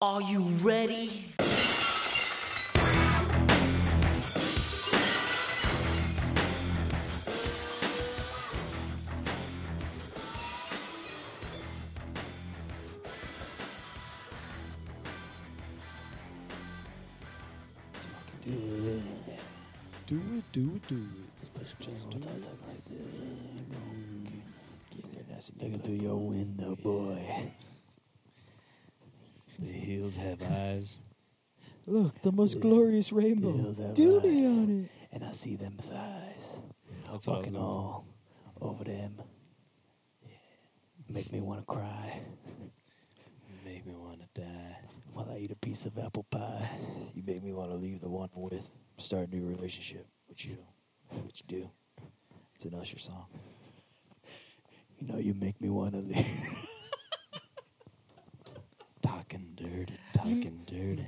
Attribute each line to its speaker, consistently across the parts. Speaker 1: Are you ready?
Speaker 2: Do it, do it, do it.
Speaker 3: Looking through your window, boy.
Speaker 4: The hills have eyes.
Speaker 2: Look, the most
Speaker 3: Yeah.
Speaker 2: glorious rainbow.
Speaker 3: Hills have
Speaker 2: Duty
Speaker 3: eyes,
Speaker 2: on it.
Speaker 3: And I see them thighs
Speaker 4: That's what I was
Speaker 3: walking
Speaker 4: going for.
Speaker 3: all over them. Make me want to cry
Speaker 4: Make me want to die.
Speaker 3: while I eat a piece of apple pie. You make me want to leave the one I'm with, start a new relationship with you. What you do? It's an Usher song. You know, you make me want to leave.
Speaker 4: Talking dirty, talking dirty.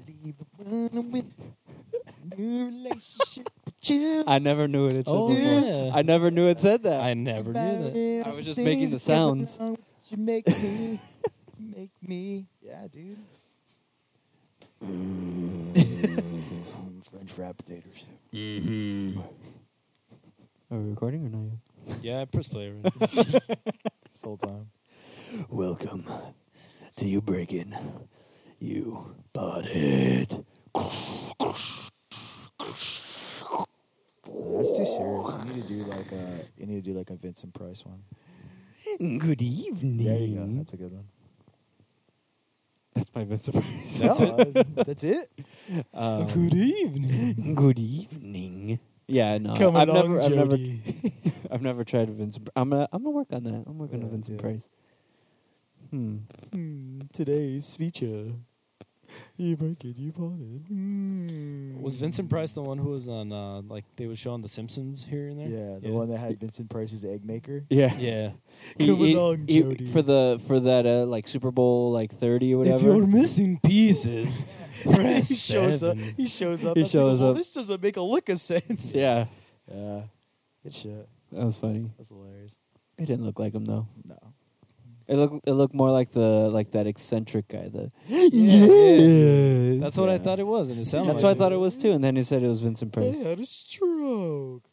Speaker 3: new relationship with you.
Speaker 2: I never knew it. it said
Speaker 4: Oh,
Speaker 2: that.
Speaker 4: yeah.
Speaker 2: I never knew it said that.
Speaker 4: I never knew that.
Speaker 2: I was just making the sounds.
Speaker 3: You make me, make me, yeah, dude.
Speaker 2: Mm.
Speaker 3: French fried potatoes.
Speaker 2: Are we recording or not yet?
Speaker 4: Yeah, I press play right this whole time.
Speaker 3: Welcome to you breaking you butthead.
Speaker 5: That's too serious. You need to do like a uh, you need to do like a Vincent Price one.
Speaker 2: Good evening.
Speaker 5: There you go. That's a good one.
Speaker 2: That's my best surprise.
Speaker 5: That's it. that's it.
Speaker 2: Um,
Speaker 4: Good evening.
Speaker 2: good evening. Yeah, no.
Speaker 5: Come
Speaker 2: I've
Speaker 5: along,
Speaker 2: never, I've never,
Speaker 5: Jody.
Speaker 2: I've never tried a Vincent. Pr- I'm gonna, I'm gonna work on that. I'm working on
Speaker 5: Yeah,
Speaker 2: Vincent
Speaker 5: yeah.
Speaker 2: Price. Hmm.
Speaker 5: today's feature. You break it, you Hmm. bought it.
Speaker 4: Was Vincent Price the one who was on, uh, like, they was showing The Simpsons here and there?
Speaker 5: Yeah, the one that had Vincent Price's egg maker.
Speaker 2: Yeah.
Speaker 4: Yeah.
Speaker 5: Come along, Jody.
Speaker 2: for the for that uh, like Super Bowl like thirty or whatever.
Speaker 4: missing pieces, press
Speaker 5: he shows up. He shows up. after
Speaker 2: He
Speaker 5: he
Speaker 2: shows
Speaker 5: goes, Well,
Speaker 2: up.
Speaker 5: this doesn't make a lick of sense.
Speaker 2: yeah,
Speaker 5: Yeah. Good shit.
Speaker 2: that was funny.
Speaker 5: That's hilarious.
Speaker 2: It didn't look like him though.
Speaker 5: No.
Speaker 2: It looked it looked more like the like that eccentric guy. The
Speaker 4: Yeah, yeah.
Speaker 2: Yes.
Speaker 4: That's what I
Speaker 5: Yeah.
Speaker 4: thought it was, and it sounded
Speaker 2: That's
Speaker 4: like
Speaker 2: what I thought it was too. And then he said it was Vincent
Speaker 5: I
Speaker 2: Price.
Speaker 5: had a stroke.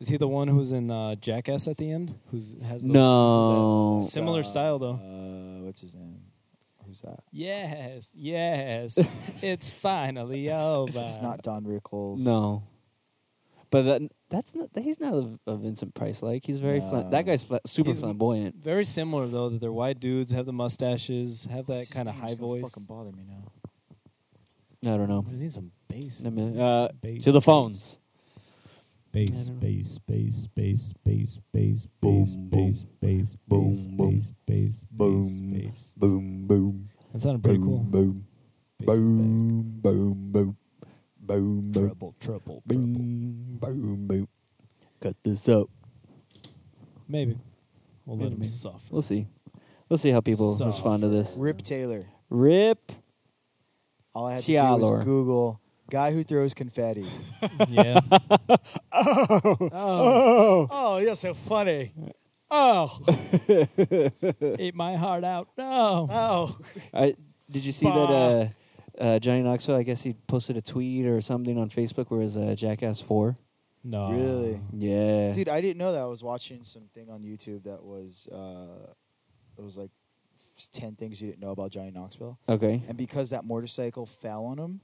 Speaker 4: Is he the one who's in uh, Jackass at the end? Who's has those-
Speaker 2: No.
Speaker 4: who's that? similar
Speaker 5: Uh,
Speaker 4: style though?
Speaker 5: Uh, what's his name? Who's that?
Speaker 4: Yes, yes, it's finally over.
Speaker 5: It's not Don Rickles.
Speaker 2: No. But that, that's not. He's not a, a Vincent Price like. He's very fla-
Speaker 5: No.
Speaker 2: that guy's fla- super
Speaker 4: He's-
Speaker 2: flamboyant.
Speaker 4: Very similar though. That they're white dudes, have the mustaches, have that
Speaker 5: What's his
Speaker 4: kind of
Speaker 5: name?
Speaker 4: high
Speaker 5: It's gonna
Speaker 4: voice.
Speaker 5: Fucking bother me now.
Speaker 2: I don't know.
Speaker 4: We need some bass.
Speaker 2: I mean, uh,
Speaker 4: Bass,
Speaker 2: to the phones. I
Speaker 4: Bass,
Speaker 2: don't know.
Speaker 4: bass, bass, bass, bass, bass,
Speaker 3: Boom,
Speaker 4: bass,
Speaker 3: boom.
Speaker 4: bass, bass,
Speaker 3: Boom,
Speaker 4: bass,
Speaker 3: boom.
Speaker 4: bass, bass,
Speaker 3: Boom.
Speaker 4: bass, bass.
Speaker 3: Boom, boom,
Speaker 4: That sounded pretty cool.
Speaker 3: boom, boom,
Speaker 4: Bass back.
Speaker 3: boom, boom, boom, boom, boom.
Speaker 4: Trouble, trouble, trouble.
Speaker 3: Boom, boom, boom. Cut this up.
Speaker 4: Maybe. We'll let
Speaker 2: Maybe,
Speaker 4: him
Speaker 2: maybe.
Speaker 4: suffer.
Speaker 2: We'll see. We'll see how people
Speaker 4: Soft.
Speaker 2: respond to this.
Speaker 5: Rip Taylor.
Speaker 2: Rip.
Speaker 5: All I had to do
Speaker 2: Taylor.
Speaker 5: was Google guy who throws confetti.
Speaker 4: yeah.
Speaker 5: oh,
Speaker 3: Oh, you're so funny.
Speaker 4: Eat my heart out. No.
Speaker 5: oh.
Speaker 2: I, did you see that uh, uh, Johnny Knoxville? I guess he posted a tweet or something on Facebook where it was uh, Jackass Four.
Speaker 4: No.
Speaker 5: Really?
Speaker 2: Yeah,
Speaker 5: Dude, I didn't know that. I was watching something on YouTube that was, uh, it was like 10 things you didn't know about Johnny Knoxville.
Speaker 2: Okay.
Speaker 5: And because that motorcycle fell on him,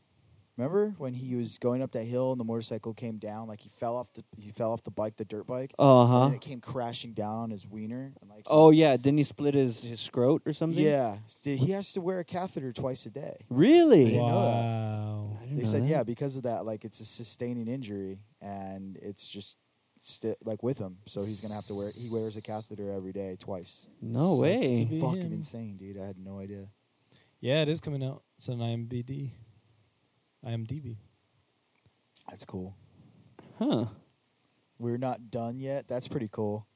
Speaker 5: remember when he was going up that hill and the motorcycle came down, like he fell off the, he fell off the bike, the dirt bike.
Speaker 2: Uh huh.
Speaker 5: And it came crashing down on his wiener. And like,
Speaker 2: Oh yeah. Didn't he split his his scrot or something?
Speaker 5: yeah. He has to wear a catheter twice a day.
Speaker 2: Really?
Speaker 5: didn't know that.
Speaker 4: Wow.
Speaker 2: I didn't
Speaker 5: They
Speaker 2: know
Speaker 5: said,
Speaker 2: that.
Speaker 5: yeah, because of that, like it's a sustaining injury, and it's just sti like with him, so he's gonna have to wear. He wears a catheter every day, twice.
Speaker 2: No
Speaker 4: Sucks to
Speaker 2: way.
Speaker 4: be
Speaker 5: Fucking
Speaker 4: him.
Speaker 5: insane, dude! I had no idea.
Speaker 4: Yeah, it is coming out. It's an IMBD. IMDb.
Speaker 5: That's cool.
Speaker 2: Huh.
Speaker 5: We're not done yet. That's pretty cool.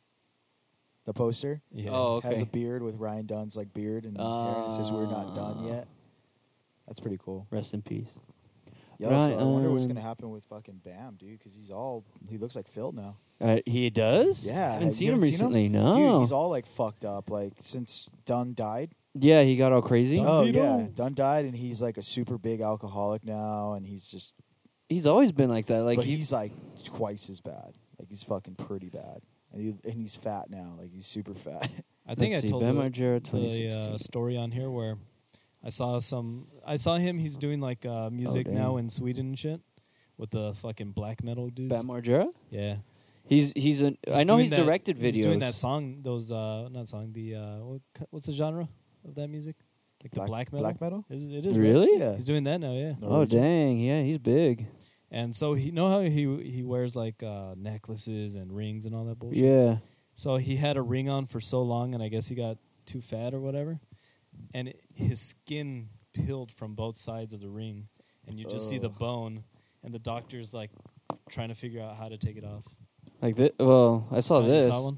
Speaker 5: The poster
Speaker 4: Yeah.
Speaker 2: Oh,
Speaker 5: has
Speaker 2: Okay.
Speaker 5: a beard with Ryan Dunn's like beard and hair, and it says "We're not done
Speaker 2: Ah.
Speaker 5: yet." That's pretty cool.
Speaker 2: Rest in peace.
Speaker 5: Yeah, also, I wonder what's
Speaker 2: Ryan.
Speaker 5: gonna happen with fucking Bam, dude, because he's all he looks like Phil now.
Speaker 2: Uh, he does.
Speaker 5: Yeah,
Speaker 2: I haven't
Speaker 5: you
Speaker 2: seen him
Speaker 5: haven't seen him?
Speaker 2: Oh. recently. No.
Speaker 5: Dude, he's all like fucked up. Like since Dunn died,
Speaker 2: Yeah, he got all crazy.
Speaker 4: Dun-
Speaker 5: Oh
Speaker 4: Vito.
Speaker 5: yeah, Dunn died, and he's like a super big alcoholic now, and he's just.
Speaker 2: He's always been like that. Like
Speaker 5: but
Speaker 2: he,
Speaker 5: he's like twice as bad. Like he's fucking pretty bad, and he and he's fat now. Like he's super fat.
Speaker 4: I think
Speaker 2: Let's
Speaker 4: I
Speaker 2: see,
Speaker 4: told
Speaker 2: Ben
Speaker 4: the,
Speaker 2: Margera,
Speaker 4: the uh,
Speaker 2: 2016.
Speaker 4: story on here where I saw some. I saw him. He's doing like uh, music
Speaker 2: Oh,
Speaker 5: damn.
Speaker 4: now in Sweden and shit with the fucking black metal dudes.
Speaker 2: Ben Margera.
Speaker 4: yeah,
Speaker 2: He's he's an. I know
Speaker 4: doing
Speaker 2: he's
Speaker 4: that-
Speaker 2: directed videos.
Speaker 4: He's doing that song. Those uh, not song. The uh, what, co- what's the genre of that music? Like the black metal.
Speaker 5: Black metal.
Speaker 4: Is it, it is right?
Speaker 2: Really?
Speaker 5: Yeah.
Speaker 4: He's doing that now. Yeah.
Speaker 2: Oh dang! Yeah, he's big.
Speaker 4: And so he know how he he wears like uh, necklaces and rings and all that bullshit.
Speaker 2: Yeah.
Speaker 4: So he had a ring on for so long, and I guess he got too fat or whatever, and it, his skin peeled from both sides of the ring, and you just see the
Speaker 5: Ugh.
Speaker 4: bone, and the doctor's like trying to figure out how to take it off.
Speaker 2: Like this. Well, I saw
Speaker 4: You
Speaker 2: this.
Speaker 4: one?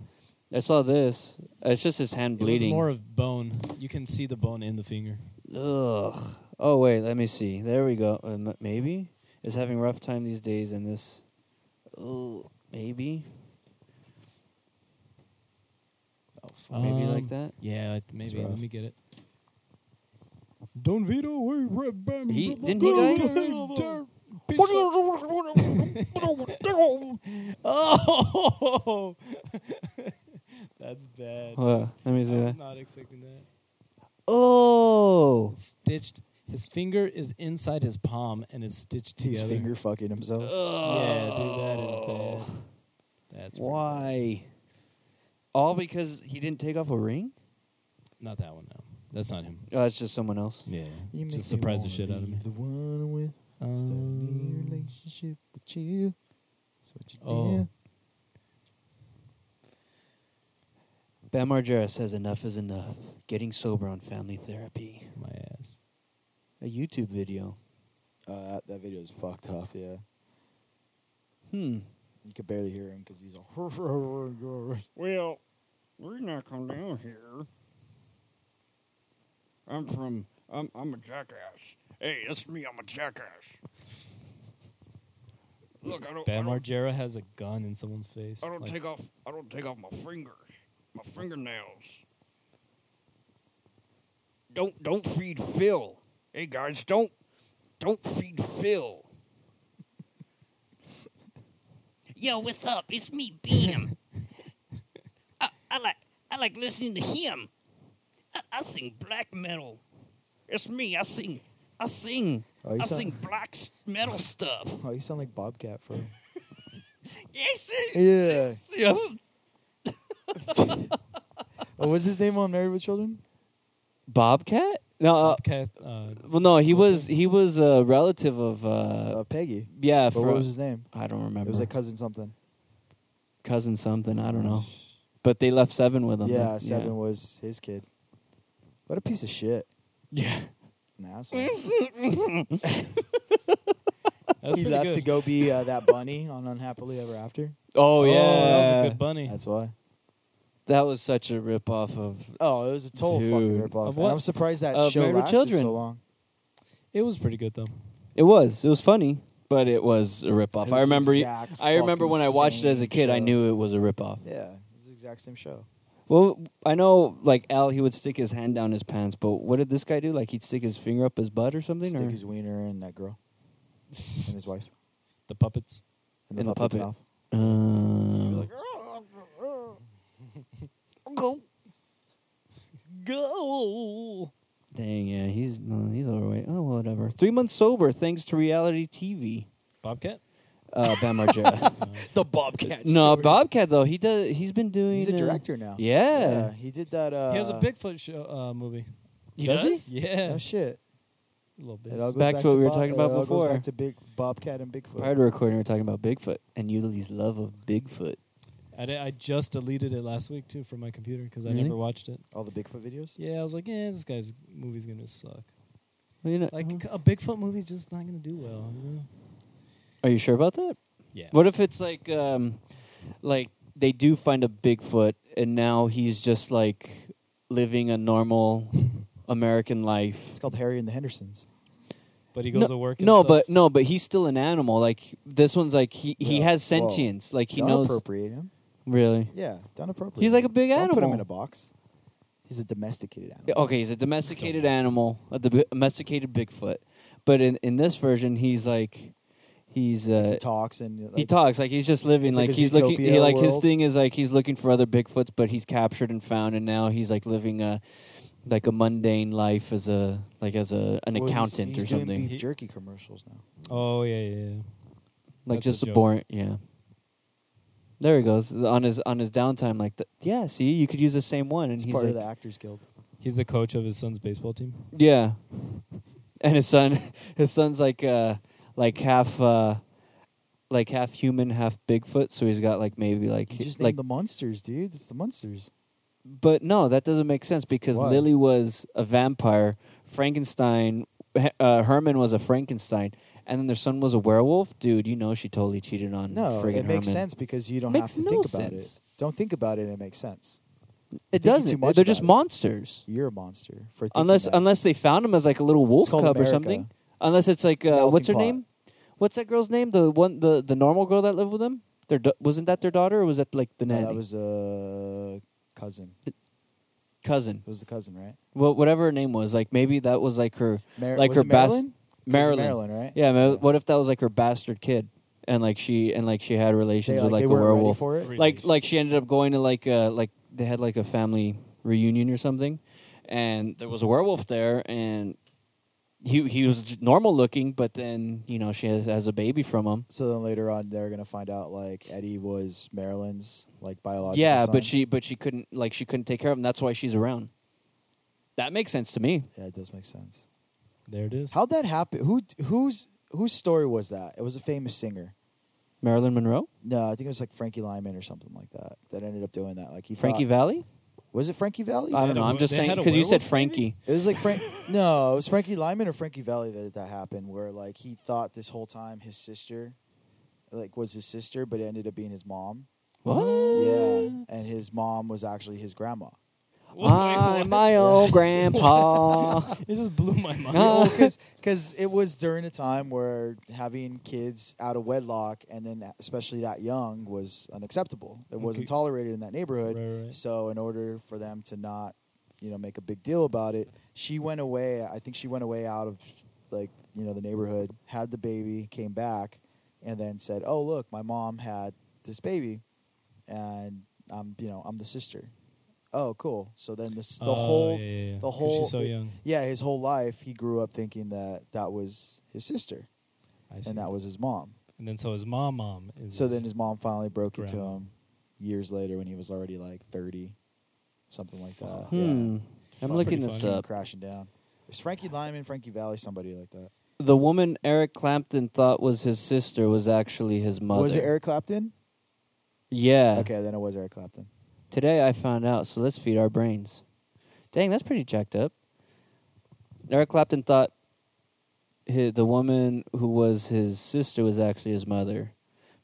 Speaker 2: I saw this. It's just his hand bleeding.
Speaker 4: It was more of bone. You can see the bone in the finger.
Speaker 2: Ugh. Oh wait, let me see. There we go. Uh, m- maybe is having a rough time these days in this. Oh, maybe.
Speaker 5: Oh, fuck.
Speaker 2: Maybe like
Speaker 4: Um,
Speaker 2: that.
Speaker 4: Yeah, like, maybe.
Speaker 5: rough.
Speaker 4: Let me get it. Don Vito, we red
Speaker 2: He- didn't he die?
Speaker 4: oh, that's bad.
Speaker 2: Hold on, let me
Speaker 4: I
Speaker 2: see
Speaker 4: was
Speaker 2: that.
Speaker 4: not expecting that.
Speaker 2: Oh.
Speaker 4: Stitched. His finger is inside his palm and it's stitched
Speaker 5: He's
Speaker 4: together.
Speaker 5: finger Oh. fucking himself.
Speaker 4: Yeah, dude, that is bad. That's pretty
Speaker 2: Oh.
Speaker 4: bad.
Speaker 2: Why? All because he didn't take off a ring?
Speaker 4: Not that one. No, that's not him.
Speaker 2: Oh, it's just someone else.
Speaker 4: Yeah,
Speaker 5: You make me
Speaker 4: just surprise the
Speaker 5: wanna
Speaker 4: shit out of
Speaker 5: leave
Speaker 4: me.
Speaker 5: The one with started a
Speaker 4: Um,
Speaker 5: relationship with you. That's what you
Speaker 4: oh.
Speaker 5: did.
Speaker 2: Ben Margera says enough is enough. Getting sober on family therapy.
Speaker 4: My ass.
Speaker 2: A YouTube video.
Speaker 5: Uh, that, that video is fucked up. Yeah,
Speaker 2: Hmm.
Speaker 5: you could barely hear him because he's "Oh, all.
Speaker 2: Well, we're not come down here. I'm from I'm I'm a jackass.
Speaker 1: Hey, that's me. I'm a jackass. Look, I don't. I
Speaker 4: Bam
Speaker 1: don't,
Speaker 4: Margera has a gun in someone's face.
Speaker 1: I don't
Speaker 4: Like,
Speaker 1: take off. I don't take off my fingers, my fingernails. Don't don't feed Phil. Hey guys, don't don't feed Phil. Yo, what's up? It's me, Bam. I, I like I like listening to him. I, I sing black metal. It's me. I sing. I sing.
Speaker 5: Oh, you
Speaker 1: I
Speaker 5: sound-
Speaker 1: sing black s- metal stuff.
Speaker 5: Oh, you sound like Bobcat from.
Speaker 1: Yes,
Speaker 5: yeah.
Speaker 1: yeah.
Speaker 5: Oh, what's his name on Married with Children?
Speaker 2: Bobcat? No, uh,
Speaker 4: Bobcat, uh,
Speaker 2: well no, he was he was a relative of uh
Speaker 5: Uh, Peggy.
Speaker 2: yeah,
Speaker 5: But
Speaker 2: for,
Speaker 5: what was his name?
Speaker 2: I don't remember.
Speaker 5: It was like cousin something.
Speaker 2: cousin something, I don't know. But they left 7 with him.
Speaker 5: Yeah, Seven was his kid. What a piece of shit.
Speaker 2: Yeah.
Speaker 5: An asshole.
Speaker 4: that was
Speaker 5: he
Speaker 4: pretty
Speaker 5: left
Speaker 4: good.
Speaker 5: to go be uh, that bunny on Unhappily Ever After.
Speaker 2: Oh, yeah.
Speaker 4: that was a good bunny.
Speaker 5: That's why.
Speaker 2: That was such a rip off of
Speaker 5: Oh, it was a total fucking
Speaker 2: Dude.
Speaker 5: ripoff.
Speaker 4: Of
Speaker 5: And
Speaker 4: what?
Speaker 5: I'm surprised that
Speaker 2: Of
Speaker 5: show
Speaker 2: Married with
Speaker 5: lasted
Speaker 2: Children.
Speaker 5: so long.
Speaker 4: It was pretty good though.
Speaker 2: It was. It was funny, but it was a rip
Speaker 5: It
Speaker 2: off.
Speaker 5: was
Speaker 2: Oh, I remember
Speaker 5: exact
Speaker 2: I remember
Speaker 5: fucking
Speaker 2: when I watched it as a
Speaker 5: same
Speaker 2: kid, I
Speaker 5: show.
Speaker 2: knew it was a rip off.
Speaker 5: Yeah, it was the exact same show.
Speaker 2: Well, I know like Al he would stick his hand down his pants, but what did this guy do? Like he'd stick his finger up his butt or something
Speaker 5: Stick
Speaker 2: or
Speaker 5: his wiener in that girl and his wife
Speaker 4: The puppets.
Speaker 5: and the
Speaker 2: In the
Speaker 5: puppet's
Speaker 2: puppet.
Speaker 5: mouth.
Speaker 2: Uh,
Speaker 1: Go.
Speaker 4: Go.
Speaker 2: Dang, yeah, he's no, he's all right. Oh, whatever. 3 months sober thanks to reality TV.
Speaker 4: Bobcat.
Speaker 2: Uh Ben Margera.
Speaker 5: The Bobcat.
Speaker 2: no,
Speaker 5: story.
Speaker 2: Bobcat though, he does he's been doing
Speaker 5: He's a
Speaker 2: uh,
Speaker 5: director now.
Speaker 2: Yeah.
Speaker 5: he did that. Uh,
Speaker 4: he has a Bigfoot show uh, movie.
Speaker 2: He does he?
Speaker 4: Yeah,
Speaker 5: Oh shit!
Speaker 4: a little bit.
Speaker 5: It all goes
Speaker 2: Back
Speaker 5: back,
Speaker 2: to what we were
Speaker 5: Bob-
Speaker 2: talking about
Speaker 5: it all
Speaker 2: before.
Speaker 5: Goes back to Big Bobcat and Bigfoot.
Speaker 2: Prior to recording, we are talking about Bigfoot and Yuli's love of Bigfoot.
Speaker 4: I, di- I just deleted it last week too from my computer because I
Speaker 2: Really?
Speaker 4: never watched it.
Speaker 5: All the Bigfoot videos.
Speaker 4: Yeah, I was like, yeah, this guy's movie's gonna suck.
Speaker 2: Uh-huh. Well, you know,
Speaker 4: Like a Bigfoot movie's just not gonna do well. You know?
Speaker 2: are you sure about that?
Speaker 4: Yeah.
Speaker 2: What if it's like, um, like they do find a Bigfoot, and now he's just like living a normal American life.
Speaker 5: It's called Harry and the Hendersons.
Speaker 4: But he goes
Speaker 2: no,
Speaker 4: to work. And
Speaker 2: No,
Speaker 4: stuff.
Speaker 2: but no, but he's still an animal. Like this one's like he he
Speaker 5: Yeah.
Speaker 2: has sentience. Like he
Speaker 5: Don't
Speaker 2: knows
Speaker 5: appropriate him.
Speaker 2: really.
Speaker 5: Yeah, don't appropriate.
Speaker 2: He's like
Speaker 5: him.
Speaker 2: a big
Speaker 5: Don't Put him
Speaker 2: animal.
Speaker 5: in a box. He's a domesticated animal.
Speaker 2: Okay, he's a domesticated animal, a dom- domesticated Bigfoot. But in, in this version, he's like, he's
Speaker 5: Like,
Speaker 2: uh,
Speaker 5: he talks and like,
Speaker 2: he talks like he's just living
Speaker 5: It's
Speaker 2: like,
Speaker 5: like a
Speaker 2: he's looking he,
Speaker 5: Zootopia
Speaker 2: like his
Speaker 5: world.
Speaker 2: thing is like he's looking for other Bigfoots, but he's captured and found, and now he's like living a like a mundane life as a like as a an
Speaker 5: Well, he's-
Speaker 2: accountant
Speaker 5: he's
Speaker 2: or
Speaker 5: doing
Speaker 2: something,
Speaker 5: Beef jerky commercials now.
Speaker 4: Oh yeah, yeah. yeah.
Speaker 2: like
Speaker 4: that's the
Speaker 2: just a
Speaker 4: joke.
Speaker 2: boring yeah. There he goes on his on his downtime. Like th- yeah, see, you could use the same one, and
Speaker 5: It's
Speaker 2: he's
Speaker 5: part
Speaker 2: like,
Speaker 5: of the Actors Guild.
Speaker 4: He's the coach of his son's baseball team.
Speaker 2: Yeah. And his son his son's like uh like half uh like half human, half Bigfoot, so he's got like maybe like
Speaker 5: He just named
Speaker 2: like
Speaker 5: the monsters, dude. It's the monsters.
Speaker 2: but no, that doesn't make sense because
Speaker 5: Why?
Speaker 2: Lily was a vampire, Frankenstein uh, Herman was a Frankenstein, and then their son was a werewolf. Dude, you know she totally cheated on
Speaker 5: No,
Speaker 2: friggin'
Speaker 5: it makes
Speaker 2: Herman.
Speaker 5: sense because you don't
Speaker 2: Makes
Speaker 5: have to
Speaker 2: no
Speaker 5: think about
Speaker 2: sense.
Speaker 5: it. Don't think about it and it makes sense. thinking
Speaker 2: It
Speaker 5: too
Speaker 2: doesn't.
Speaker 5: much
Speaker 2: They're just
Speaker 5: about it.
Speaker 2: monsters.
Speaker 5: You're a monster for thinking
Speaker 2: Unless
Speaker 5: that.
Speaker 2: unless they found him as like a little wolf cub
Speaker 5: called
Speaker 2: or
Speaker 5: America.
Speaker 2: something. Unless it's like
Speaker 5: It's a
Speaker 2: uh, what's her
Speaker 5: melting pot.
Speaker 2: name? What's that girl's name? The one the the normal girl that lived with them. Their da- wasn't that their daughter or was that like the
Speaker 5: No,
Speaker 2: nanny
Speaker 5: that was a cousin. It
Speaker 2: cousin?
Speaker 5: was the cousin, right?
Speaker 2: Well, whatever her name was, like maybe that was like her
Speaker 5: Mar-
Speaker 2: like
Speaker 5: was
Speaker 2: her
Speaker 5: it
Speaker 2: bas-
Speaker 5: Marilyn? 'Cause
Speaker 2: Marilyn.
Speaker 5: Marilyn, right?
Speaker 2: Yeah, ma- what if that was like her bastard kid, and like she and like she had relations
Speaker 5: They,
Speaker 2: with
Speaker 5: like,
Speaker 2: like
Speaker 5: they
Speaker 2: a
Speaker 5: weren't ready
Speaker 2: werewolf.
Speaker 5: for it.
Speaker 4: Re-
Speaker 2: Like like she ended up going to like uh like they had like a family reunion or something, and there was a werewolf there, and he he was j- normal looking, but then you know she has, has a baby from him.
Speaker 5: So then later on, they're gonna find out like Eddie was Marilyn's like biological.
Speaker 2: yeah,
Speaker 5: son.
Speaker 2: but she but she couldn't like she couldn't take care of him. That's why she's around. That makes sense to me.
Speaker 5: Yeah, it does make sense.
Speaker 4: There it is.
Speaker 5: How'd that happen? Who whose whose story was that? It was a famous singer.
Speaker 2: Marilyn Monroe,
Speaker 5: No, I think it was like Frankie Lyman or something like that. That ended up doing that. Like he
Speaker 2: Frankie Um,
Speaker 5: thought-
Speaker 2: Valley.
Speaker 5: was it Frankie Valley?
Speaker 2: I
Speaker 4: had
Speaker 2: don't
Speaker 4: a
Speaker 2: know. I'm
Speaker 4: wo-
Speaker 2: just
Speaker 4: they
Speaker 2: saying
Speaker 4: had a
Speaker 2: because you said
Speaker 4: werewolf movie?
Speaker 2: Frankie.
Speaker 5: It was like Frank. no, it was Frankie Lyman or Frankie Valley that that happened, where like he thought this whole time his sister, like was his sister, but it ended up being his mom.
Speaker 2: What?
Speaker 5: Yeah, and his mom was actually his grandma.
Speaker 2: I'm Ah, my old grandpa.
Speaker 4: It just blew my mind.
Speaker 2: Ah.
Speaker 5: Because oh, it was during a time where having kids out of wedlock and then especially that young was unacceptable. It wasn't
Speaker 4: Okay.
Speaker 5: tolerated in that neighborhood.
Speaker 4: Right, right.
Speaker 5: So in order for them to not, you know, make a big deal about it, she went away. I think she went away out of like you know the neighborhood, had the baby, came back, and then said, "Oh look, my mom had this baby, and I'm you know I'm the sister." Oh, cool. So then this the
Speaker 4: Oh,
Speaker 5: whole
Speaker 4: yeah, yeah, yeah. 'Cause
Speaker 5: the whole
Speaker 4: She's so young.
Speaker 5: yeah, his whole life he grew up thinking that that was his sister
Speaker 4: I see.
Speaker 5: and that was his mom.
Speaker 4: And then so his mom, mom. Is
Speaker 5: So then his mom finally broke it to
Speaker 4: Grandma.
Speaker 5: him years later when he was already like 30, something like that.
Speaker 2: hmm.
Speaker 5: Yeah.
Speaker 2: I'm
Speaker 4: Fuck,
Speaker 2: looking
Speaker 4: pretty
Speaker 2: this
Speaker 4: funny.
Speaker 5: Came
Speaker 2: up.
Speaker 5: crashing down. It was Frankie Lyman, Frankie Valley, somebody like that.
Speaker 2: The woman Eric Clapton thought was his sister was actually his mother.
Speaker 5: Was it Eric Clapton?
Speaker 2: Yeah.
Speaker 5: Okay, then it was Eric Clapton.
Speaker 2: Today I found out, so let's feed our brains. Dang, that's pretty jacked up. Eric Clapton thought hi the woman who was his sister was actually his mother.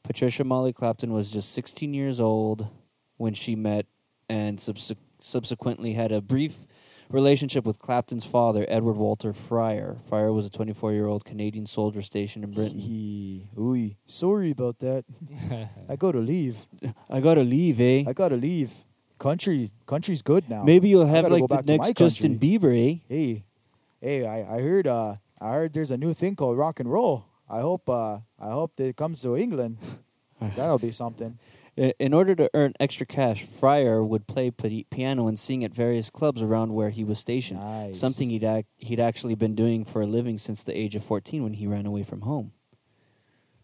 Speaker 2: Patricia Molly Clapton was just 16 years old when she met and subse- subsequently had a brief relationship with Clapton's father, Edward Walter Fryer. Fryer was a 24 year old Canadian soldier stationed in Britain.
Speaker 5: He, ooh, sorry about that. I gotta leave.
Speaker 2: I gotta leave, eh?
Speaker 5: I gotta leave. Country, country's good now.
Speaker 2: Maybe you'll have
Speaker 5: gotta
Speaker 2: like
Speaker 5: go
Speaker 2: the
Speaker 5: back to my
Speaker 2: next Justin
Speaker 5: country.
Speaker 2: Bieber, eh?
Speaker 5: hey, hey, I, I heard uh I heard there's a new thing called rock and roll. I hope uh I hope that it comes to England. That'll be something.
Speaker 2: I- In order to earn extra cash, Fryer would play pi- piano and sing at various clubs around where he was stationed.
Speaker 5: Nice.
Speaker 2: Something he'd ac- he'd actually been doing for a living since the age of 14 when he ran away from home.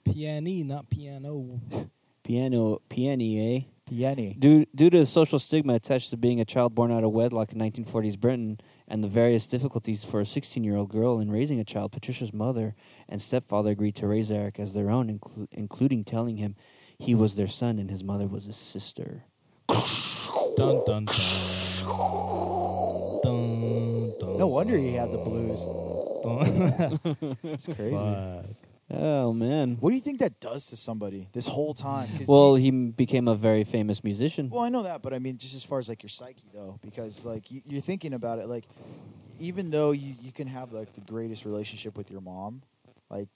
Speaker 4: Piani, not piano.
Speaker 2: Piano, piani, eh?
Speaker 5: Piani.
Speaker 2: Due, due to the social stigma attached to being a child born out of wedlock in 1940s Britain and the various difficulties for a 16 year old girl in raising a child, Patricia's mother and stepfather agreed to raise Eric as their own, inclu- including telling him he was their son and his mother was his sister.
Speaker 4: Dun dun dun. Dun, dun,
Speaker 5: No wonder he had the blues.
Speaker 4: dun.
Speaker 5: It's crazy.
Speaker 4: Fuck.
Speaker 2: Oh, man.
Speaker 5: What do you think that does to somebody this whole time? 'Cause
Speaker 2: Well,
Speaker 5: you-
Speaker 2: he m- became a very famous musician.
Speaker 5: well, I know that, but I mean, just as far as like your psyche though, because like you, you're thinking about it, like even though you you can have like the greatest relationship with your mom, like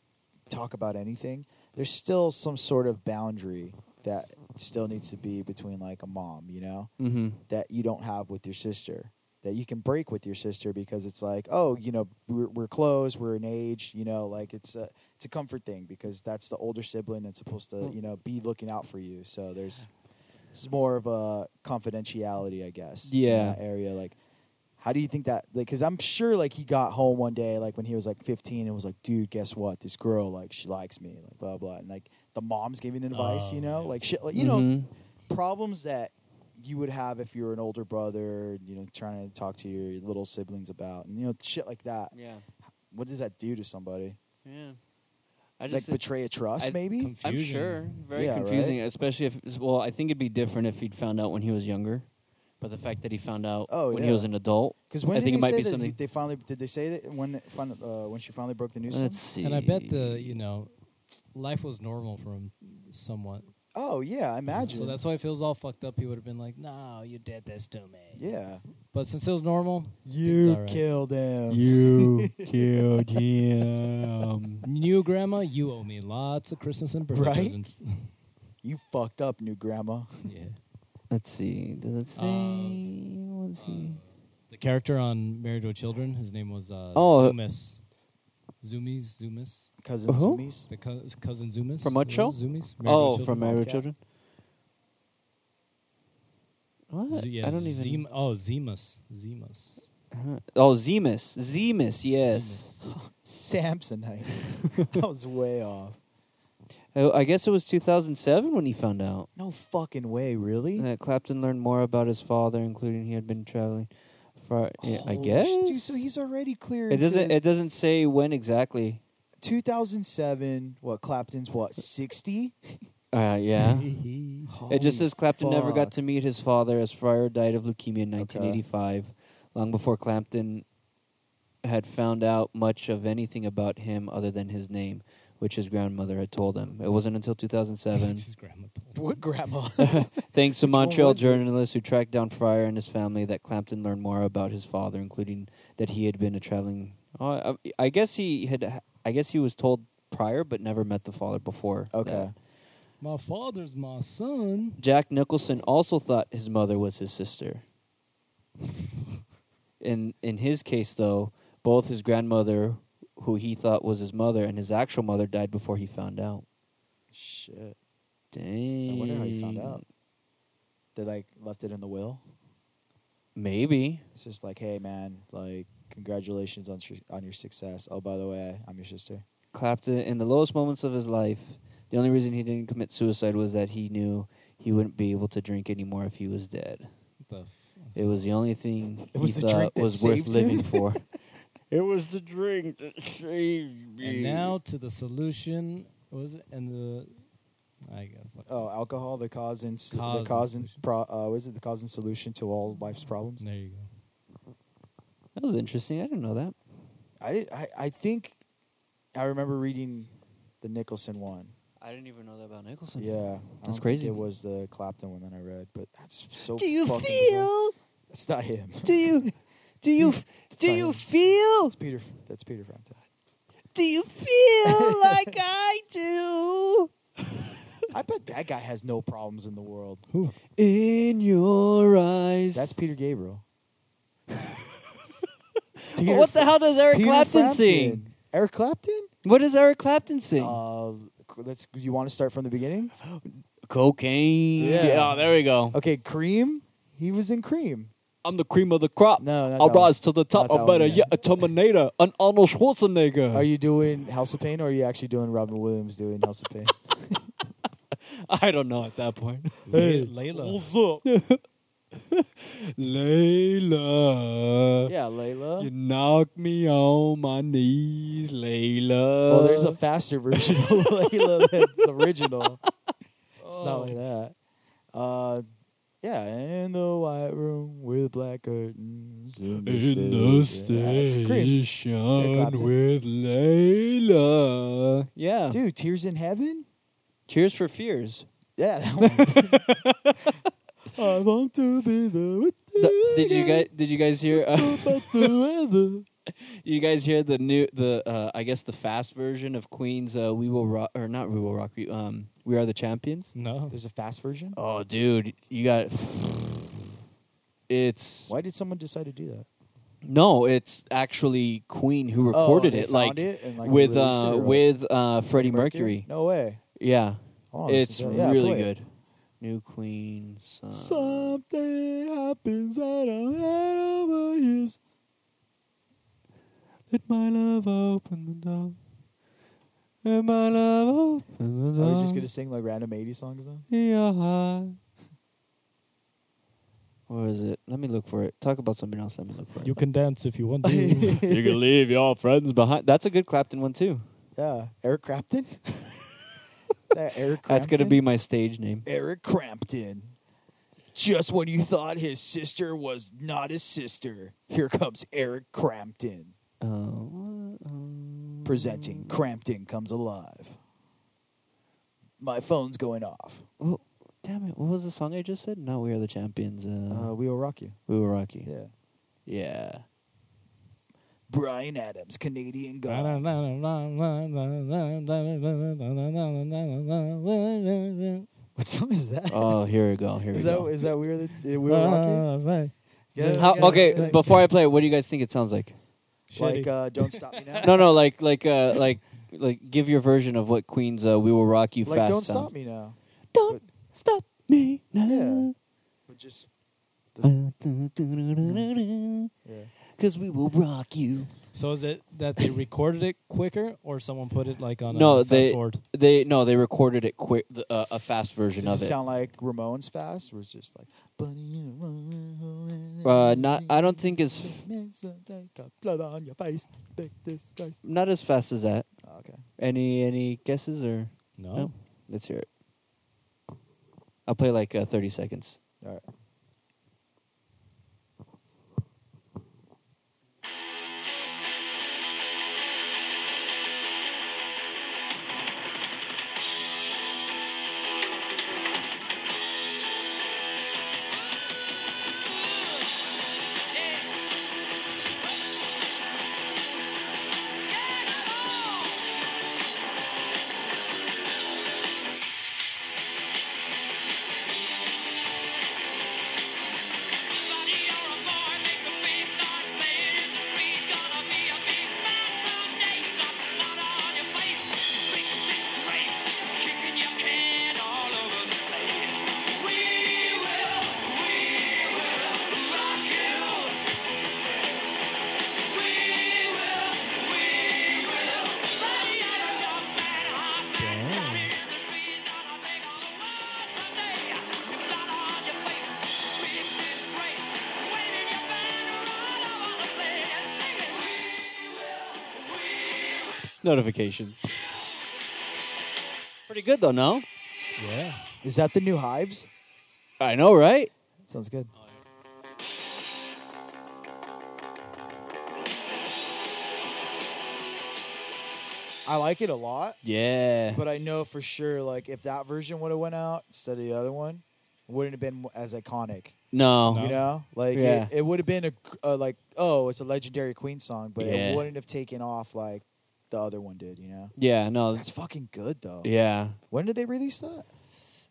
Speaker 5: talk about anything, there's still some sort of boundary that still needs to be between like a mom, you know.
Speaker 2: Mm-hmm.
Speaker 5: that you don't have with your sister. that you can break with your sister because it's like, oh, you know, we're, we're close, we're in age, you know, like it's a it's a comfort thing because that's the older sibling that's supposed to, you know, be looking out for you. So there's this is more of a confidentiality, I guess. in
Speaker 2: Yeah.
Speaker 5: that area like. How do you think that? Like, because I'm sure, like, he got home one day, like, when he was like 15, and was like, "Dude, guess what? This girl, like, she likes me, like, blah blah." And like, the mom's giving advice,
Speaker 4: Oh,
Speaker 5: you know,
Speaker 4: yeah. Mm-hmm.
Speaker 5: like, shit, like, you know,
Speaker 2: Mhm.
Speaker 5: problems that you would have if you were an older brother, you know, trying to talk to your little siblings about, and you know, shit like that.
Speaker 2: Yeah.
Speaker 5: What does that do to somebody?
Speaker 2: Yeah. I
Speaker 5: like betray a trust,
Speaker 2: I-
Speaker 5: maybe.
Speaker 4: conf-
Speaker 2: I'm
Speaker 4: Confusing.
Speaker 2: sure. Very
Speaker 5: Yeah, right?
Speaker 2: confusing, especially if. Well, I think it'd be different if he'd found out when he was younger, but the fact that he found out
Speaker 5: Oh,
Speaker 2: when
Speaker 5: yeah.
Speaker 2: he was an adult.
Speaker 5: Because when
Speaker 2: I
Speaker 5: did
Speaker 2: think
Speaker 5: he
Speaker 2: it might
Speaker 5: say
Speaker 2: be
Speaker 5: that he-
Speaker 2: something-
Speaker 5: they finally did they say that when it fin- uh, when she finally broke the news? to him?
Speaker 2: Let's see.
Speaker 4: And I bet the you know, life was normal for him somewhat.
Speaker 5: Oh yeah, I imagine.
Speaker 4: So that's why it feels all fucked up. He would have been like, "No, you did this to me."
Speaker 5: yeah.
Speaker 4: But since it was normal,
Speaker 5: You
Speaker 4: It's all right.
Speaker 5: killed him.
Speaker 2: you killed him.
Speaker 4: new grandma, you owe me lots of Christmas and birthday
Speaker 5: Right?
Speaker 4: presents.
Speaker 5: You fucked up, new grandma.
Speaker 4: yeah.
Speaker 2: Let's see. Does it say?
Speaker 4: uh, Um,
Speaker 2: let's see.
Speaker 4: The character on Married with Children, his name was uh,
Speaker 2: Oh.
Speaker 4: Zumis. Zumis, Zumis.
Speaker 5: Cousin
Speaker 2: Who?
Speaker 5: Sumis.
Speaker 4: The cou- cousin Zumis.
Speaker 2: From what
Speaker 4: Was
Speaker 2: show?
Speaker 4: it Zumis. uh, Married
Speaker 2: oh,
Speaker 4: with
Speaker 2: from
Speaker 4: Children?
Speaker 2: Married with
Speaker 5: Bobcat?
Speaker 2: Children. What?
Speaker 4: Z- yeah,
Speaker 2: I don't even.
Speaker 4: Zem- oh, Zemus. Zemus.
Speaker 2: Huh. oh, Zemus. Zemus. Yes.
Speaker 4: Zemus.
Speaker 5: Samsonite. that was way off.
Speaker 2: I, I guess it was 2007 when he found out.
Speaker 5: No fucking way, really?
Speaker 2: that Clapton learned more about his father, including he had been traveling far. yeah, I
Speaker 5: Holy
Speaker 2: guess.
Speaker 5: sh- Dude, Oh, so he's already clear.
Speaker 2: it
Speaker 5: into
Speaker 2: doesn't. It doesn't say when exactly.
Speaker 5: 2007. What Clapton's what 60?
Speaker 2: Uh, yeah. it
Speaker 5: Holy
Speaker 2: just says Clapton never
Speaker 5: fuck.
Speaker 2: got to meet his father, as Fryer died of leukemia in
Speaker 5: Okay.
Speaker 2: 1985, long before Clapton had found out much of anything about him other than his name, which his grandmother had told him. It wasn't until 2007.
Speaker 4: His grandma told him.
Speaker 5: What grandma?
Speaker 2: Thanks to
Speaker 5: Which one
Speaker 2: Montreal
Speaker 5: was it?
Speaker 2: journalists who tracked down Fryer and his family, that Clapton learned more about his father, including that he had been a traveling. Oh, I, I guess he had. I guess he was told prior, but never met the father before.
Speaker 5: Okay.
Speaker 2: that.
Speaker 4: My father's my son.
Speaker 2: Jack Nicholson also thought his mother was his sister. in in his case, though, both his grandmother, who he thought was his mother, and his actual mother died before he found out.
Speaker 5: Shit.
Speaker 2: Dang.
Speaker 5: So I wonder how he found out. They like left it in the will.
Speaker 2: Maybe.
Speaker 5: It's just like, hey man, like congratulations on sh- on your success. Oh, by the way, I'm your sister.
Speaker 2: Clapton, in the lowest moments of his life, the only reason he didn't commit suicide was that he knew he wouldn't be able to drink anymore if he was dead.
Speaker 4: What the f-
Speaker 2: It was the only thing
Speaker 5: It was
Speaker 2: he
Speaker 5: the drink
Speaker 2: thought
Speaker 5: that
Speaker 2: was worth
Speaker 5: saved him?
Speaker 2: living for.
Speaker 1: It was the drink that saved me.
Speaker 4: And now to the solution. What was it? And the. I got fuck.
Speaker 5: Oh, alcohol, the cause and s-
Speaker 4: Cause
Speaker 5: the
Speaker 4: and
Speaker 5: cause and
Speaker 4: solution.
Speaker 5: pro- uh, was it the cause and solution to all life's problems?
Speaker 4: There you go.
Speaker 2: that was interesting. I didn't know that.
Speaker 5: I did. I, I think I remember reading the Nicholson one.
Speaker 2: I didn't even know that about Nicholson.
Speaker 5: Yeah, I don't think
Speaker 2: crazy.
Speaker 5: It was the Clapton one that I read, but that's so. Do you feel? That's not him.
Speaker 2: Do you? Do you?
Speaker 5: do you Sorry.
Speaker 2: feel?
Speaker 5: That's Peter. That's Peter Frampton.
Speaker 2: Do you feel like I do?
Speaker 5: I bet that guy has no problems in the world.
Speaker 4: Who?
Speaker 2: In your eyes.
Speaker 5: That's Peter Gabriel.
Speaker 2: Well, what the hell does Eric
Speaker 5: Peter
Speaker 2: Clapton
Speaker 5: Frampton.
Speaker 2: sing?
Speaker 5: Eric Clapton?
Speaker 2: What does Eric Clapton sing?
Speaker 5: Uh, let's. You want to start from the beginning?
Speaker 2: Cocaine.
Speaker 5: Yeah.
Speaker 2: oh, there we go.
Speaker 5: Okay, Cream. He was in Cream.
Speaker 2: I'm the cream of the crop.
Speaker 5: No, not
Speaker 2: I'll
Speaker 5: that one.
Speaker 2: rise to the top.
Speaker 5: Not that
Speaker 2: I'm better
Speaker 5: one.
Speaker 2: yet, a Terminator, an Arnold Schwarzenegger.
Speaker 5: Are you doing House of Pain or are you actually doing Robin Williams doing House of Pain?
Speaker 2: I don't know at that point.
Speaker 4: Hey, Layla.
Speaker 5: up?
Speaker 2: Layla,
Speaker 5: Yeah, Layla.
Speaker 2: you knock me on my knees, Layla.
Speaker 5: well, Oh, there's a faster version of Layla than the original. It's
Speaker 2: Oh.
Speaker 5: not like that. Uh, yeah, in the white room with black curtains. In the,
Speaker 2: in the
Speaker 5: station. Yeah, it's Cream.
Speaker 2: station
Speaker 5: Clapton.
Speaker 2: with Layla. Yeah.
Speaker 5: Dude, Tears in Heaven?
Speaker 2: Cheers for fears.
Speaker 5: Yeah, that one. I want to be there with you.
Speaker 2: did you guys? Did you guys hear? Uh,
Speaker 5: But the weather.
Speaker 2: you guys hear the new? The uh, I guess the fast version of Queen's uh, "We Will Rock" or not "We Will Rock You." Um, "We Are the Champions."
Speaker 4: No.
Speaker 5: There's a fast version?
Speaker 2: Oh, dude, you got it's
Speaker 5: Why did someone decide to do that?
Speaker 2: no, it's actually Queen who
Speaker 5: Oh,
Speaker 2: recorded
Speaker 5: they
Speaker 2: it,
Speaker 5: found
Speaker 2: like,
Speaker 5: it and, like,
Speaker 2: with
Speaker 5: released it,
Speaker 2: uh,
Speaker 5: or what?
Speaker 2: with uh, Freddie Mercury.
Speaker 5: No way.
Speaker 2: Yeah,
Speaker 5: I wanna listen
Speaker 2: it's
Speaker 5: to that. Yeah,
Speaker 2: really
Speaker 5: play it.
Speaker 2: good. New Queen
Speaker 5: um,
Speaker 2: song.
Speaker 5: Something happens I don't have a use.
Speaker 2: Let my love open the door. Let my love open the
Speaker 5: Are
Speaker 2: door.
Speaker 5: we Oh, just gonna sing like random '80s songs now?
Speaker 2: in your heart. Where is it? Let me look for it. Talk about something else. Let me look for it.
Speaker 4: You can dance if you want to.
Speaker 2: you can leave your friends behind. That's a good Clapton one too.
Speaker 5: Yeah, Eric Clapton. that Eric. Crampton?
Speaker 2: That's gonna be my stage name.
Speaker 5: Eric Crampton. Just when you thought his sister was not his sister, here comes Eric Crampton
Speaker 2: Uh, um,
Speaker 5: presenting Crampton Comes Alive. My phone's going off.
Speaker 2: Well, damn it! What was the song I just said? No, we are the champions. Uh,
Speaker 5: Uh, we will rock you.
Speaker 2: we were Rocky.
Speaker 5: Yeah.
Speaker 2: Yeah.
Speaker 5: Brian Adams, Canadian God.
Speaker 4: All
Speaker 5: What song is that?
Speaker 2: Oh, here we go. Here we
Speaker 5: is that
Speaker 2: go.
Speaker 5: is that weird? That, uh, we
Speaker 4: Ah.
Speaker 5: will rock you.
Speaker 4: right.
Speaker 5: Yeah,
Speaker 2: How,
Speaker 5: yeah.
Speaker 2: okay, before I play, it, what do you guys think it sounds like?
Speaker 5: Like
Speaker 4: Shitty.
Speaker 5: uh, don't stop me now.
Speaker 2: No, no, like, like, uh, like, like, give your version of what Queen's uh, "We Will Rock You"
Speaker 5: like
Speaker 2: fast um,
Speaker 5: don't stop
Speaker 2: sounds.
Speaker 5: me now.
Speaker 2: Don't stop me now.
Speaker 5: But just
Speaker 2: Because
Speaker 5: yeah.
Speaker 2: we will rock you.
Speaker 4: So is it that they recorded it quicker, or someone put it like on
Speaker 2: No,
Speaker 4: a fast
Speaker 2: they-
Speaker 4: forward?
Speaker 2: They no, they recorded it quick, the, uh, a fast version
Speaker 5: Does
Speaker 2: of
Speaker 5: it
Speaker 2: it.
Speaker 5: sound like Ramones fast? Where it's just like.
Speaker 2: uh, not, I don't think it's
Speaker 5: Blood on your face, big disguise.
Speaker 2: not as fast as that.
Speaker 5: Oh, okay.
Speaker 2: Any any guesses or
Speaker 4: No.
Speaker 2: no? Let's hear it. I'll play like uh, thirty seconds.
Speaker 5: All right.
Speaker 2: Notifications. Pretty good though, no?
Speaker 4: Yeah.
Speaker 5: Is that the new Hives?
Speaker 2: I know, right?
Speaker 5: Sounds good. I like it a lot,
Speaker 2: Yeah.
Speaker 5: but I know for sure, like if that version would have went out instead of the other one, it wouldn't have been as iconic.
Speaker 2: no.
Speaker 5: You know, like
Speaker 2: Yeah.
Speaker 5: it, it would have been a, a like oh, it's a legendary Queen song, but
Speaker 2: Yeah.
Speaker 5: it wouldn't have taken off like the other one did. You know,
Speaker 2: Yeah. No.
Speaker 5: that's fucking good though.
Speaker 2: Yeah.
Speaker 5: When did they release that?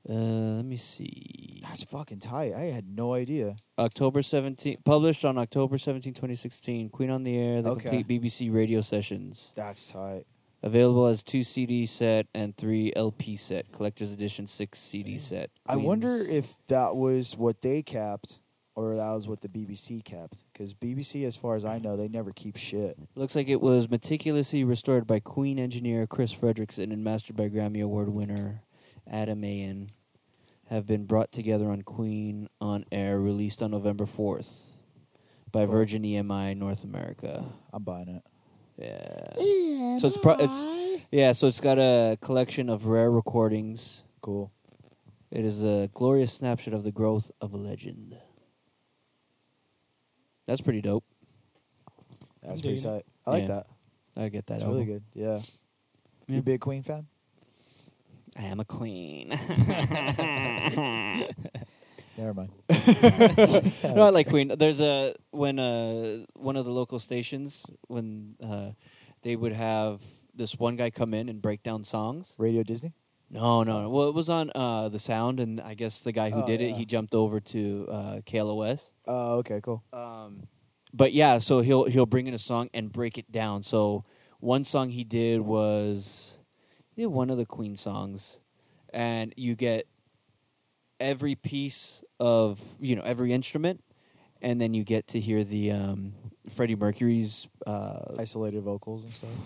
Speaker 2: Uh, let me see.
Speaker 5: That's fucking tight. I had no idea.
Speaker 2: October 17, published on October 17, 2016. Queen on the Air, the
Speaker 5: Okay.
Speaker 2: complete BBC radio sessions.
Speaker 5: That's tight.
Speaker 2: Available as two CD set and three LP set, collector's edition six CD set.
Speaker 5: I wonder
Speaker 2: Queen's-
Speaker 5: if that was what they kept or that was what the BBC kept. Because BBC, as far as I know, they never keep shit.
Speaker 2: Looks like it was meticulously restored by Queen engineer Chris Fredrickson and mastered by Grammy Award winner Adam Ayan. Have been brought together on Queen on Air, released on November 4th by
Speaker 5: Cool.
Speaker 2: Virgin EMI North America.
Speaker 5: I'm buying it.
Speaker 2: Yeah.
Speaker 5: E
Speaker 2: So it's pro- it's yeah. So it's got a collection of rare recordings.
Speaker 5: Cool.
Speaker 2: It is a glorious snapshot of the growth of a legend. That's pretty dope.
Speaker 5: That's
Speaker 4: I'm
Speaker 5: pretty
Speaker 4: digging
Speaker 5: tight. I like
Speaker 2: Yeah,
Speaker 5: that.
Speaker 2: I get that.
Speaker 5: That's
Speaker 2: album.
Speaker 5: really good. Yeah. You
Speaker 2: Yeah.
Speaker 5: a big Queen fan?
Speaker 2: I am a queen.
Speaker 5: Never mind.
Speaker 2: no, I like Queen. There's a when uh one of the local stations when uh they would have this one guy come in and break down songs.
Speaker 5: Radio Disney?
Speaker 2: No, no. Well, it was on uh, the sound, and I guess the guy who
Speaker 5: Oh,
Speaker 2: did it,
Speaker 5: yeah.
Speaker 2: he jumped over to uh, KLOS.
Speaker 5: Oh, okay, cool.
Speaker 4: Uh,
Speaker 2: Um, but yeah, so he'll he'll bring in a song and break it down. So one song he did was he did one of the Queen songs, and you get every piece of you know every instrument, and then you get to hear the um, Freddie Mercury's uh,
Speaker 5: Isolated vocals and stuff.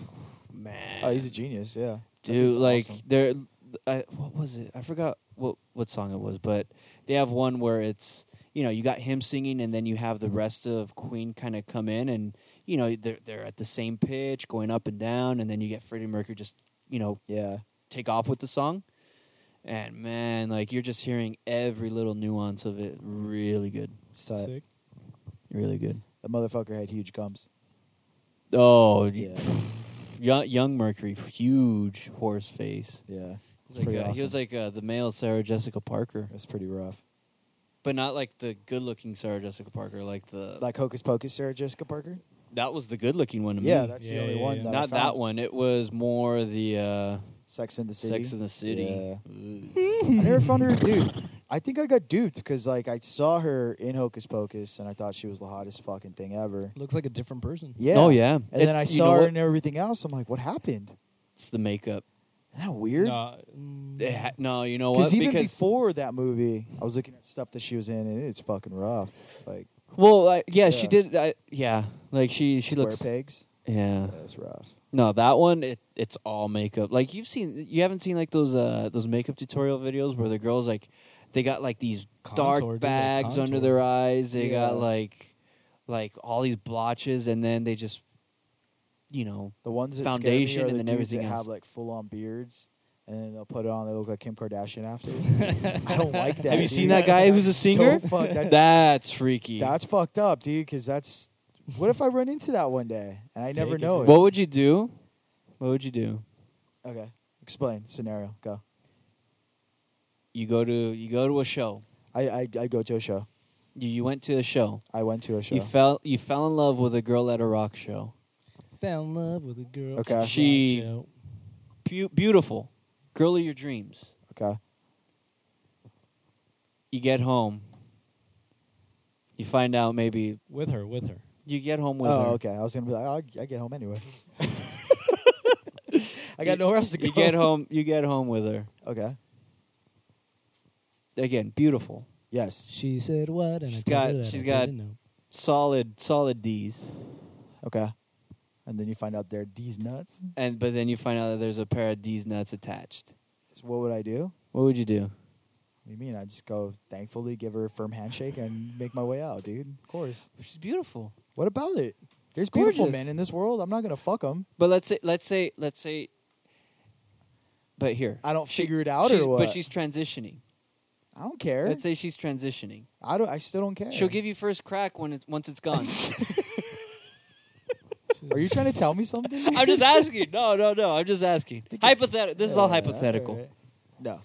Speaker 2: man.
Speaker 5: Oh, he's a genius. Yeah,
Speaker 2: Dude,
Speaker 5: That's
Speaker 2: like
Speaker 5: awesome.
Speaker 2: there, I, what was it? I forgot what what song it was, but they have one where it's you know you got him singing, and then you have the rest of Queen kind of come in, and you know they're they're at the same pitch, going up and down, and then you get Freddie Mercury just you know
Speaker 5: yeah.
Speaker 2: take off with the song, and man, like you're just hearing every little nuance of it. Really good,
Speaker 5: It's tight.
Speaker 4: Sick.
Speaker 2: really good.
Speaker 5: The motherfucker had huge gums.
Speaker 2: Oh,
Speaker 5: Yeah,
Speaker 2: yeah. young, young Mercury, huge horse face.
Speaker 5: yeah.
Speaker 2: He was like,
Speaker 5: pretty
Speaker 2: uh, He was
Speaker 5: awesome.
Speaker 2: like uh, the male Sarah Jessica Parker.
Speaker 5: That's pretty rough.
Speaker 2: But not like the good looking Sarah Jessica Parker, like the
Speaker 5: Like Hocus Pocus, Sarah Jessica Parker.
Speaker 2: that was the good looking one to
Speaker 5: Yeah,
Speaker 2: me.
Speaker 5: that's
Speaker 4: Yeah,
Speaker 5: the only
Speaker 4: yeah,
Speaker 5: one.
Speaker 4: yeah.
Speaker 5: That I
Speaker 2: not that
Speaker 5: found.
Speaker 2: one. It was more the uh,
Speaker 5: Sex in the City.
Speaker 2: Sex in the City.
Speaker 5: Yeah.
Speaker 2: Ugh.
Speaker 5: I never found her a dude. I think I got duped because like I saw her in Hocus Pocus and I thought she was the hottest fucking thing ever.
Speaker 4: Looks like a different person.
Speaker 5: Yeah.
Speaker 2: Oh yeah.
Speaker 5: And then I
Speaker 2: It's- you
Speaker 5: saw
Speaker 2: know
Speaker 5: her
Speaker 2: what?
Speaker 5: in everything else. I'm like, what happened?
Speaker 2: It's the makeup.
Speaker 5: Isn't that weird?
Speaker 4: Nah, mm,
Speaker 2: It ha- no, you know what?
Speaker 5: Because even
Speaker 2: because
Speaker 5: before that movie, I was looking at stuff that she was in, and it's fucking rough. Like
Speaker 2: well, I, yeah, she
Speaker 5: Yeah.
Speaker 2: did. I, yeah, like she she
Speaker 5: square
Speaker 2: looks.
Speaker 5: pegs.
Speaker 2: Yeah.
Speaker 5: Yeah, that's rough.
Speaker 2: No, that one it it's all makeup. Like you've seen, you haven't seen like those uh those makeup tutorial videos where the girls like they got like these
Speaker 4: Contour,
Speaker 2: dark
Speaker 4: dude, they're
Speaker 2: bags under
Speaker 4: contoured.
Speaker 2: their eyes. They
Speaker 5: Yeah.
Speaker 2: got like like all these blotches, and then they just you know
Speaker 5: The ones that
Speaker 2: Foundation
Speaker 5: scare me are
Speaker 2: and
Speaker 5: the
Speaker 2: then
Speaker 5: dudes
Speaker 2: everything
Speaker 5: that
Speaker 2: else.
Speaker 5: have like full on beards, and then they'll put it on. They look like Kim Kardashian after. I don't like that.
Speaker 2: have you
Speaker 5: dude.
Speaker 2: seen that guy who's a
Speaker 5: That's
Speaker 2: singer?
Speaker 5: So fucked. That's,
Speaker 2: that's freaky.
Speaker 5: that's fucked up, dude. Because that's what if I run into that one day and I never
Speaker 4: Take it
Speaker 5: know it.
Speaker 2: what would you do? What would you do?
Speaker 5: Okay, explain scenario. Go.
Speaker 2: You go to you go to a show.
Speaker 5: I I, I go to a show.
Speaker 2: You you went to a show.
Speaker 5: I went to a show.
Speaker 2: You fell you fell in love with a girl at a rock show.
Speaker 4: fell in love with a girl.
Speaker 5: Okay.
Speaker 2: She-
Speaker 4: Show.
Speaker 2: Beau- beautiful girl of your dreams.
Speaker 5: okay.
Speaker 2: you get home. You find out maybe
Speaker 4: with her, with her.
Speaker 2: you get home with
Speaker 5: Oh,
Speaker 2: her.
Speaker 5: okay. I was gonna be like, I'll, I get home anyway. I got nowhere else to go.
Speaker 2: You get home. You get home with her
Speaker 5: Okay.
Speaker 2: again. Beautiful,
Speaker 5: Yes.
Speaker 4: She said what? And
Speaker 2: She's
Speaker 4: I told
Speaker 2: got-
Speaker 4: her that
Speaker 2: she's
Speaker 4: I
Speaker 2: got-
Speaker 4: didn't know.
Speaker 2: solid, solid D's.
Speaker 5: Okay. And then you find out they're these nuts.
Speaker 2: And but then you find out that there's a pair of D's nuts attached.
Speaker 5: So what would I do?
Speaker 2: What would you do?
Speaker 5: What do you mean? I just go thankfully give her a firm handshake and make my way out, dude. Of course.
Speaker 2: She's beautiful.
Speaker 5: What about it? There's
Speaker 2: Gorgeous.
Speaker 5: beautiful men in this world. I'm not gonna fuck them.
Speaker 2: But let's say, let's say, let's say. But here,
Speaker 5: I don't figure it out
Speaker 2: she's,
Speaker 5: or what.
Speaker 2: but she's transitioning.
Speaker 5: I don't care.
Speaker 2: Let's say she's transitioning.
Speaker 5: I don't. I still don't care.
Speaker 2: She'll give you first crack when it's once it's gone.
Speaker 5: Are you trying to tell me something?
Speaker 2: I'm just asking. No, no, no. I'm just asking. Hypothetical. This is all
Speaker 5: Yeah,
Speaker 2: hypothetical.
Speaker 5: alright. No.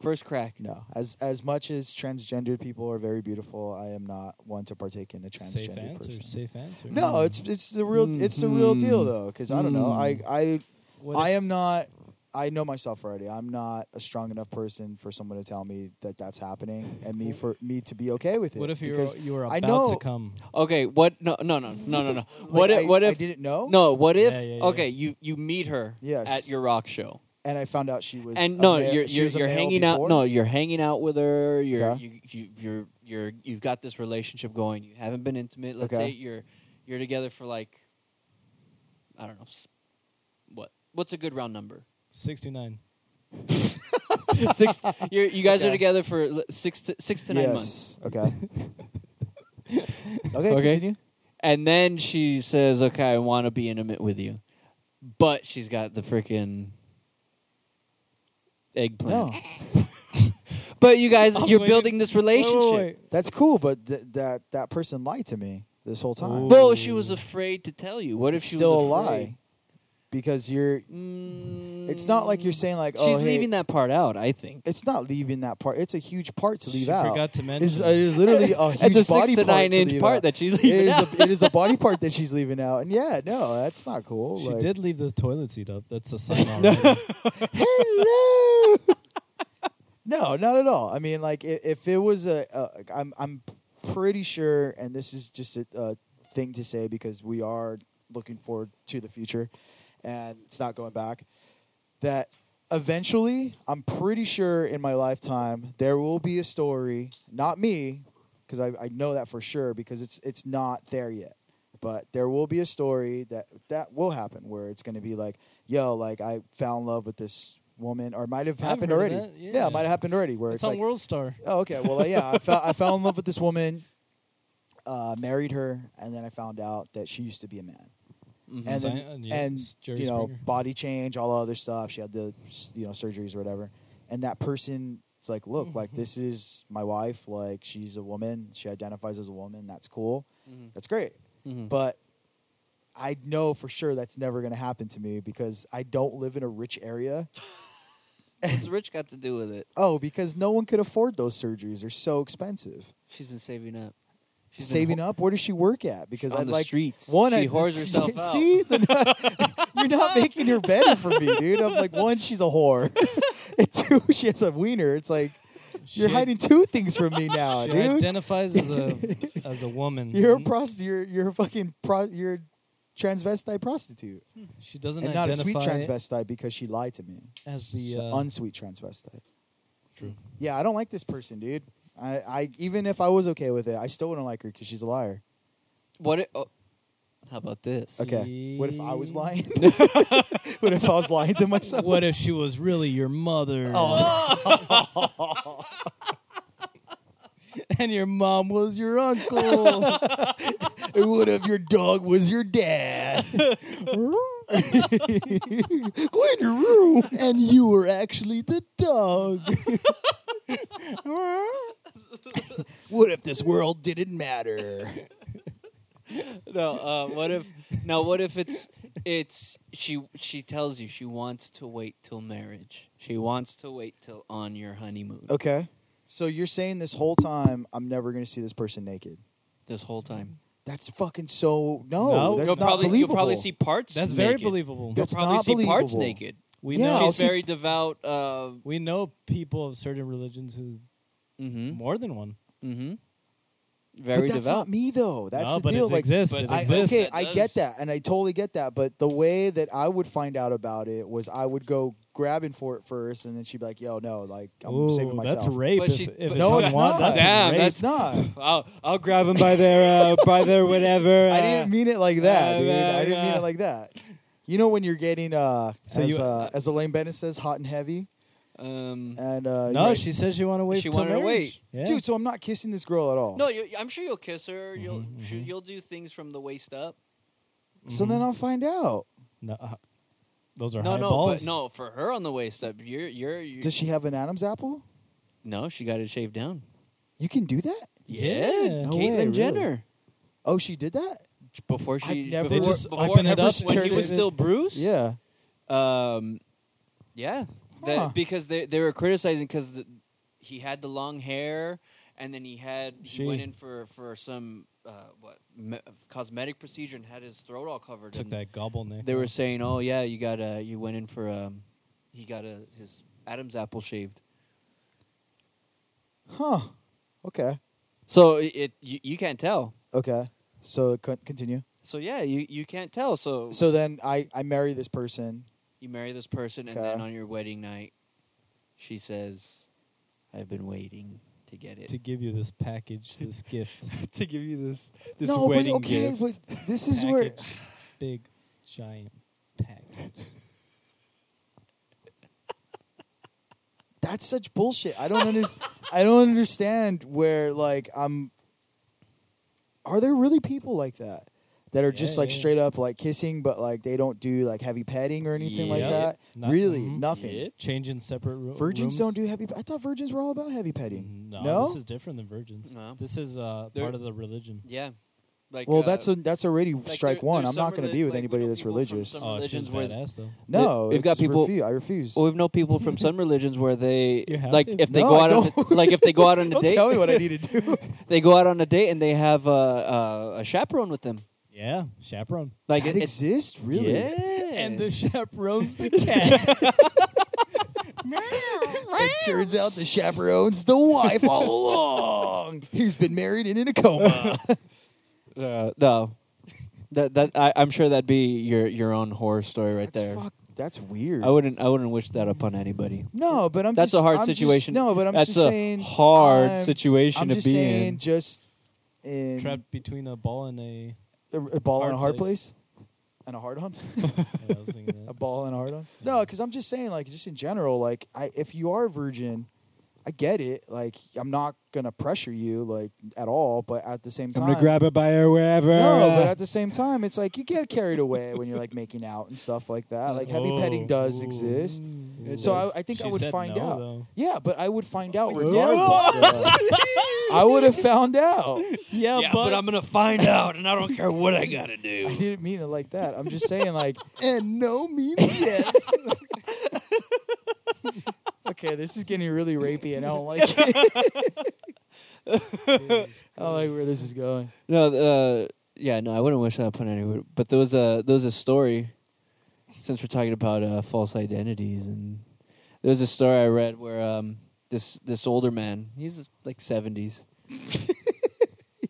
Speaker 2: First crack.
Speaker 5: No, as as much as transgendered people are very beautiful, I am not one to partake in a
Speaker 4: Safe
Speaker 5: transgender
Speaker 4: answer.
Speaker 5: person.
Speaker 4: Safe answer.
Speaker 5: No, it's it's the real it's the real deal
Speaker 2: Mhm.
Speaker 5: though, because I don't know, I
Speaker 2: Mm.
Speaker 5: I
Speaker 4: What
Speaker 5: I
Speaker 4: if-
Speaker 5: am not. I know myself already. I'm not a strong enough person for someone to tell me that that's happening, and me for me to be okay with it.
Speaker 4: What if you were
Speaker 5: because
Speaker 4: you were
Speaker 5: I
Speaker 4: about
Speaker 5: know-
Speaker 4: to come?
Speaker 2: Okay, what? No, no, no, no, no, no. What
Speaker 5: like,
Speaker 2: if?
Speaker 5: I-
Speaker 2: What
Speaker 5: I
Speaker 2: if?
Speaker 5: didn't know?
Speaker 2: No, what if?
Speaker 4: Yeah, yeah, yeah.
Speaker 2: Okay, you you meet her
Speaker 5: Yes.
Speaker 2: at your rock show,
Speaker 5: and I found out she was
Speaker 2: and
Speaker 5: a
Speaker 2: no,
Speaker 5: male-
Speaker 2: you're
Speaker 5: she
Speaker 2: you're,
Speaker 5: was a
Speaker 2: you're
Speaker 5: male
Speaker 2: hanging out.
Speaker 5: before?
Speaker 2: No, you're hanging out with her. You're
Speaker 5: Okay.
Speaker 2: you, you you're you're you've got this relationship going. You haven't been intimate. Let's
Speaker 5: Okay.
Speaker 2: say you're you're together for like, I don't know, s- what what's a good round number?
Speaker 4: Sixty nine.
Speaker 2: six. You're, you guys are
Speaker 5: Okay.
Speaker 2: together for l- six to six to nine months,
Speaker 5: yes. Okay. okay.
Speaker 2: Okay.
Speaker 5: Continue.
Speaker 2: and then she says, "Okay, I want to be intimate with you," but she's got the freaking eggplant.
Speaker 5: No,
Speaker 2: But you guys,
Speaker 4: was
Speaker 2: you're
Speaker 4: waiting-
Speaker 2: building this relationship.
Speaker 5: that's cool, but th- that that person lied to me this whole time.
Speaker 4: But
Speaker 2: Well, she was afraid to tell you. What if
Speaker 5: It's
Speaker 2: she
Speaker 5: still
Speaker 2: was
Speaker 5: a
Speaker 2: afraid?
Speaker 5: lie? Because you're
Speaker 2: Mm,
Speaker 5: It's not like you're saying like, oh,
Speaker 2: she's
Speaker 5: hey-
Speaker 2: leaving that part out. I think
Speaker 5: It's not leaving that part. It's a huge part to leave
Speaker 4: she
Speaker 5: out.
Speaker 4: forgot to
Speaker 5: it's,
Speaker 4: mention.
Speaker 5: it is literally a huge
Speaker 2: it's a
Speaker 5: body
Speaker 2: six to
Speaker 5: part
Speaker 2: nine
Speaker 5: to
Speaker 2: inch
Speaker 5: leave
Speaker 2: part
Speaker 5: out.
Speaker 2: that she's
Speaker 5: it
Speaker 2: leaving out.
Speaker 5: is a, it is a body part that she's leaving out. And yeah, no, that's not cool.
Speaker 4: she
Speaker 5: Like,
Speaker 4: did leave the toilet seat up. That's a sign already.
Speaker 5: Hello. No, not at all. I mean, like if, if it was a, a, I'm I'm pretty sure, and this is just a, a thing to say because we are looking forward to the future, and it's not going back. That eventually, I'm pretty sure in my lifetime there will be a story, not me, because I, I know that for sure because it's it's not there yet. But there will be a story that that will happen where it's going to be like, yo, like I fell in love with this woman, or it might have
Speaker 4: I've
Speaker 5: happened
Speaker 4: heard of
Speaker 5: already.
Speaker 4: that,
Speaker 5: Yeah,
Speaker 4: yeah.
Speaker 5: it might have happened already. Where
Speaker 4: It's,
Speaker 5: it's,
Speaker 4: on
Speaker 5: like,
Speaker 4: World Star.
Speaker 5: Oh, okay. Well, like, yeah, I fell, I fell in love with this woman, uh, married her, and then I found out that she used to be a man. And then,
Speaker 4: Zion- yeah, it's
Speaker 5: and
Speaker 4: Jerry
Speaker 5: you know,
Speaker 4: Springer.
Speaker 5: body change, all the other stuff. She had the you know surgeries or whatever, and that person. It's like, look, like
Speaker 4: Mm-hmm.
Speaker 5: this is my wife. Like she's a woman. She identifies as a woman. That's cool. That's great. But I know for sure that's never going to happen to me because I don't live in a rich area.
Speaker 2: What's Rich got to do with it?
Speaker 5: Oh, because no one could afford those surgeries. They're so expensive.
Speaker 2: She's been saving up. She's been
Speaker 5: saving
Speaker 2: ho-
Speaker 5: up. Where does she work at? Because
Speaker 2: On
Speaker 5: I'd
Speaker 2: the
Speaker 5: like
Speaker 2: streets.
Speaker 5: One,
Speaker 2: She
Speaker 5: I,
Speaker 2: whores herself out.
Speaker 5: See, The- you're not making her better for me, dude. I'm like, one, she's a whore, and two, she has a wiener. It's like you're
Speaker 4: She-
Speaker 5: hiding two things from me now,
Speaker 4: She
Speaker 5: dude.
Speaker 4: identifies as a as a woman.
Speaker 5: you're a
Speaker 2: Mm-hmm.
Speaker 4: Mhm.
Speaker 5: prostitute. You're, you're a fucking pro- you're a transvestite prostitute,
Speaker 4: She doesn't
Speaker 5: and not a sweet
Speaker 4: identify
Speaker 5: transvestite because she lied to me.
Speaker 4: as
Speaker 5: She's
Speaker 4: the
Speaker 5: an
Speaker 4: uh,
Speaker 5: unsweet transvestite.
Speaker 4: True.
Speaker 5: Yeah, I don't like this person, dude. I, I even if I was okay with it, I still wouldn't like her because she's a liar.
Speaker 2: What? It, oh, how about this?
Speaker 5: Okay. What if I was
Speaker 4: See?
Speaker 5: lying? what if I was lying to myself?
Speaker 4: What if she was really your mother?
Speaker 5: Oh.
Speaker 4: and your mom was your uncle.
Speaker 5: And what if your dog was your dad? Go in your room, and you were actually the dog. what if this world didn't matter?
Speaker 2: No. Uh, what if? Now, what if it's it's she she tells you she wants to wait till marriage. She wants to wait till on your honeymoon.
Speaker 5: Okay, so you're saying this whole time I'm never going to see this person naked?
Speaker 2: This whole time.
Speaker 5: That's fucking so no.
Speaker 4: No,
Speaker 5: that's
Speaker 2: you'll
Speaker 5: not
Speaker 2: probably
Speaker 5: believable.
Speaker 2: you'll probably see parts.
Speaker 4: That's
Speaker 2: naked.
Speaker 4: very believable.
Speaker 2: You'll
Speaker 5: That's
Speaker 2: probably
Speaker 5: not
Speaker 2: see parts
Speaker 5: believable.
Speaker 2: naked.
Speaker 4: We
Speaker 5: Yeah,
Speaker 4: know
Speaker 5: I'll
Speaker 2: She's
Speaker 5: see-
Speaker 2: very devout. Uh,
Speaker 4: we know people of certain religions who
Speaker 5: Hmm?
Speaker 2: mm-hmm.
Speaker 4: more than one.
Speaker 2: Mm-hmm.
Speaker 5: But
Speaker 2: Very
Speaker 5: that's
Speaker 2: devout.
Speaker 5: not me though. That's
Speaker 4: no,
Speaker 5: the
Speaker 4: but
Speaker 5: deal.
Speaker 4: it
Speaker 5: like,
Speaker 4: exists.
Speaker 2: but
Speaker 4: it
Speaker 5: I,
Speaker 4: exists.
Speaker 5: okay,
Speaker 2: That
Speaker 5: I
Speaker 2: does.
Speaker 5: get that, and I totally get that. But the way that I would find out about it was I would go grabbing for it first, and then she'd be like, "Yo, no, like I'm
Speaker 4: Ooh,
Speaker 5: saving myself."
Speaker 4: that's rape.
Speaker 2: But
Speaker 4: if,
Speaker 2: she-
Speaker 4: if
Speaker 2: but
Speaker 4: it's
Speaker 5: no, it's
Speaker 4: unwanted,
Speaker 5: not.
Speaker 4: that's
Speaker 2: Damn,
Speaker 4: rape.
Speaker 5: It's not.
Speaker 2: I'll I'll grab him by their uh, by their whatever.
Speaker 5: I didn't mean it like that,
Speaker 2: uh,
Speaker 5: dude.
Speaker 2: man,
Speaker 5: I didn't mean
Speaker 2: uh,
Speaker 5: it like that. You know when you're getting, uh,
Speaker 4: So
Speaker 5: as
Speaker 4: you-
Speaker 5: uh, as Elaine Bennett says, hot and heavy,
Speaker 2: um,
Speaker 5: and uh,
Speaker 4: No,
Speaker 5: you're-
Speaker 4: she said she wanted to wait.
Speaker 2: She
Speaker 4: till
Speaker 2: wanted to
Speaker 4: marriage. Yeah.
Speaker 5: dude. So I'm not kissing this girl at all.
Speaker 2: no, you, I'm sure you'll kiss her. You'll
Speaker 4: Mhm,
Speaker 2: she-
Speaker 4: mhm.
Speaker 2: you'll do things from the waist up.
Speaker 5: So then I'll find out.
Speaker 4: No, uh, those are
Speaker 2: no,
Speaker 4: high
Speaker 2: no,
Speaker 4: balls.
Speaker 2: but no, for her on the waist up. You're you're. you
Speaker 5: Does she have an Adam's apple?
Speaker 2: No, she got it shaved down.
Speaker 5: You can do that.
Speaker 4: Yeah.
Speaker 2: Caitlyn
Speaker 4: No
Speaker 5: way, really?
Speaker 2: Jenner.
Speaker 5: Oh, she did that.
Speaker 2: Before
Speaker 5: I've
Speaker 2: she
Speaker 5: never-
Speaker 2: before,
Speaker 5: They just
Speaker 2: before
Speaker 4: open it
Speaker 2: when
Speaker 4: up
Speaker 2: he
Speaker 4: and
Speaker 2: was
Speaker 4: turn it-
Speaker 2: still Bruce.
Speaker 5: Yeah.
Speaker 2: Um, yeah, That-
Speaker 5: Huh.
Speaker 2: because they they were criticizing because the, he had the long hair, and then he had he
Speaker 4: She-
Speaker 2: went in for for some uh, what me, cosmetic procedure and had his throat all covered.
Speaker 4: Took
Speaker 2: and
Speaker 4: that gobble, Nick.
Speaker 2: They were saying, "Oh yeah, you got uh, you went in for um, he got a his Adam's apple shaved."
Speaker 5: Huh. Okay.
Speaker 2: So it, it you, you can't tell.
Speaker 5: Okay. So con- continue.
Speaker 2: So yeah, you you can't tell. So,
Speaker 5: So then I I marry this person.
Speaker 2: you marry this person, and
Speaker 5: Okay.
Speaker 2: then on your wedding night, she says, "I've been waiting to get it."
Speaker 4: to give you this package, this gift.
Speaker 2: to give you this
Speaker 5: no, but okay, but this is where
Speaker 4: Package. big giant package.
Speaker 5: that's such bullshit. I don't understand. I don't understand where like I'm. Are there really people like that that are just
Speaker 4: Yeah,
Speaker 5: like
Speaker 4: yeah.
Speaker 5: straight up like kissing, but like they don't do like heavy petting or anything like
Speaker 4: Yeah.
Speaker 5: that?
Speaker 4: Not-
Speaker 5: really,
Speaker 4: mhm.
Speaker 5: nothing.
Speaker 2: Yeah.
Speaker 4: Changing separate
Speaker 2: Oh,
Speaker 4: roo-
Speaker 5: Virgins
Speaker 4: rooms?
Speaker 5: don't do heavy. I thought virgins were all about heavy petting.
Speaker 4: No, this is different than virgins.
Speaker 2: No.
Speaker 4: This is uh,
Speaker 2: They're-
Speaker 4: part of the religion.
Speaker 2: Yeah, like
Speaker 5: well,
Speaker 2: uh,
Speaker 5: that's a, that's already
Speaker 2: like
Speaker 5: strike
Speaker 2: there-
Speaker 5: one.
Speaker 2: there's
Speaker 5: I'm not
Speaker 2: some
Speaker 5: going to
Speaker 2: reli-
Speaker 5: be with
Speaker 2: like, we
Speaker 5: anybody
Speaker 2: know
Speaker 5: that's
Speaker 2: people from
Speaker 5: religious.
Speaker 2: some
Speaker 4: Oh, she's
Speaker 2: religions where-
Speaker 4: badass though.
Speaker 5: No,
Speaker 2: We've got
Speaker 5: it's
Speaker 2: people-
Speaker 5: refu- I refuse.
Speaker 2: Well, we've known people from some religions where they
Speaker 4: You have
Speaker 2: like
Speaker 4: to?
Speaker 2: if they
Speaker 5: No,
Speaker 2: go
Speaker 5: I
Speaker 2: out on
Speaker 5: don't.
Speaker 2: a, like if they go out on a
Speaker 5: Don't
Speaker 2: date,
Speaker 5: tell me what I need to do.
Speaker 2: they go out on a date and they have a a, a chaperone with them.
Speaker 4: Yeah, chaperone.
Speaker 2: Like
Speaker 5: that
Speaker 2: it, it's
Speaker 5: exists really.
Speaker 2: yeah,
Speaker 4: chaperone's the cat.
Speaker 5: A Turns out the chaperone's the wife all along. He's been married and in a coma.
Speaker 2: Uh, no, that that I, I'm sure that'd be your your own horror story right there.
Speaker 5: Fuck, that's weird.
Speaker 2: I wouldn't I wouldn't wish that upon anybody.
Speaker 5: No, but I'm
Speaker 2: That's
Speaker 5: just-
Speaker 2: a hard
Speaker 5: I'm just-
Speaker 2: situation.
Speaker 5: no, but I'm
Speaker 2: That's
Speaker 5: just
Speaker 2: a
Speaker 5: saying
Speaker 2: hard
Speaker 5: I'm-
Speaker 2: situation
Speaker 5: I'm
Speaker 2: to
Speaker 5: just
Speaker 2: be
Speaker 5: saying
Speaker 2: in.
Speaker 5: just in
Speaker 4: Trapped between a ball and a.
Speaker 5: a, a ball and a
Speaker 4: hard
Speaker 5: hard
Speaker 4: place.
Speaker 5: place. and a hard on,
Speaker 4: Yeah, I was thinking
Speaker 5: a
Speaker 4: that.
Speaker 5: ball and a hard on. No, because I'm just saying like just in general like I if you are a virgin. I get it. Like, I'm not gonna pressure you like at all, but at the same time,
Speaker 2: it by her wherever.
Speaker 5: No, but at the same time, it's like you get carried away when you're like making out and stuff like that. Like heavy petting does
Speaker 4: Oh. Ooh.
Speaker 5: exist.
Speaker 4: It
Speaker 5: So
Speaker 4: does.
Speaker 5: I, I think I
Speaker 4: She
Speaker 5: would
Speaker 4: said
Speaker 5: find
Speaker 4: no,
Speaker 5: out.
Speaker 4: though.
Speaker 5: Yeah, but I would find out regardless. though. I would have found out.
Speaker 4: Yeah,
Speaker 1: yeah,
Speaker 4: but,
Speaker 1: but I'm gonna find out, and I don't care what I gotta do.
Speaker 5: I didn't mean it like that. I'm just saying, like,
Speaker 3: And no means yes.
Speaker 5: okay, this is getting really rapey, and I don't like it. I don't like where this is going.
Speaker 2: No, uh, yeah, no, I wouldn't wish that upon anyone. But there was a there was a story. Since we're talking about uh, false identities, and there was a story I read where um, this this older man, he's like seventies.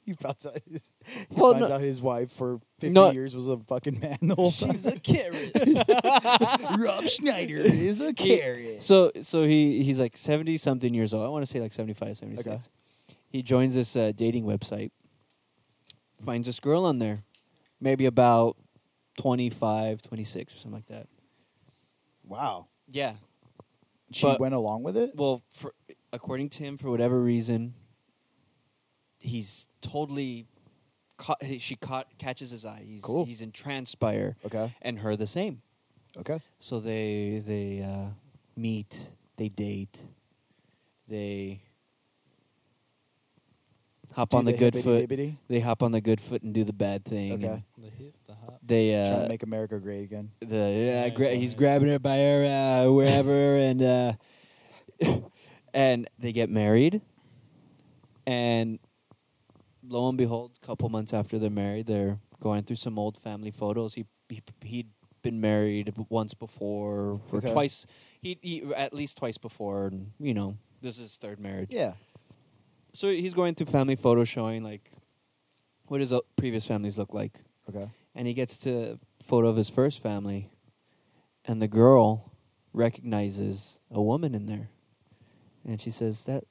Speaker 5: He finds out his, he
Speaker 2: Well,
Speaker 5: finds
Speaker 2: no-
Speaker 5: out his wife for 50
Speaker 2: No.
Speaker 5: years was a fucking man the whole time.
Speaker 3: She's a carrot. Rob Schneider is a carrot.
Speaker 2: So so he he's like seventy something years old. I want to say like 75, 76.
Speaker 5: Okay.
Speaker 2: He joins this uh, dating website, finds this girl on there, maybe about 25, 26 or something like that.
Speaker 5: Wow.
Speaker 2: Yeah,
Speaker 5: She
Speaker 2: But-
Speaker 5: went along with it?
Speaker 2: well, for, according to him, for whatever reason, he's totally caught. he- She caught catches his eye. He's
Speaker 5: Cool.
Speaker 2: he's entranced by her,
Speaker 5: Okay.
Speaker 2: and her the same.
Speaker 5: Okay.
Speaker 2: So they they uh, meet, they date, they hop
Speaker 5: Do
Speaker 2: on the, good
Speaker 5: hippity
Speaker 2: foot.
Speaker 5: dippity,
Speaker 2: They hop on the good foot and do the bad thing.
Speaker 5: Okay.
Speaker 2: and
Speaker 4: the hip, the hop.
Speaker 2: They
Speaker 5: Trying
Speaker 2: uh,
Speaker 5: to make America great again.
Speaker 2: the yeah,
Speaker 4: Nice,
Speaker 2: gra- he's
Speaker 4: nice.
Speaker 2: grabbing her by her uh, wherever and uh, and they get married and lo and behold a couple months after they're married they're going through some old family photos he, he he'd been married once before or
Speaker 5: Okay.
Speaker 2: twice he, he at least twice before and you know this is his third marriage
Speaker 5: Yeah.
Speaker 2: so he's going through family photos showing like what his o- previous families look like
Speaker 5: Okay.
Speaker 2: and he gets to photo of his first family and the girl recognizes a woman in there and she says that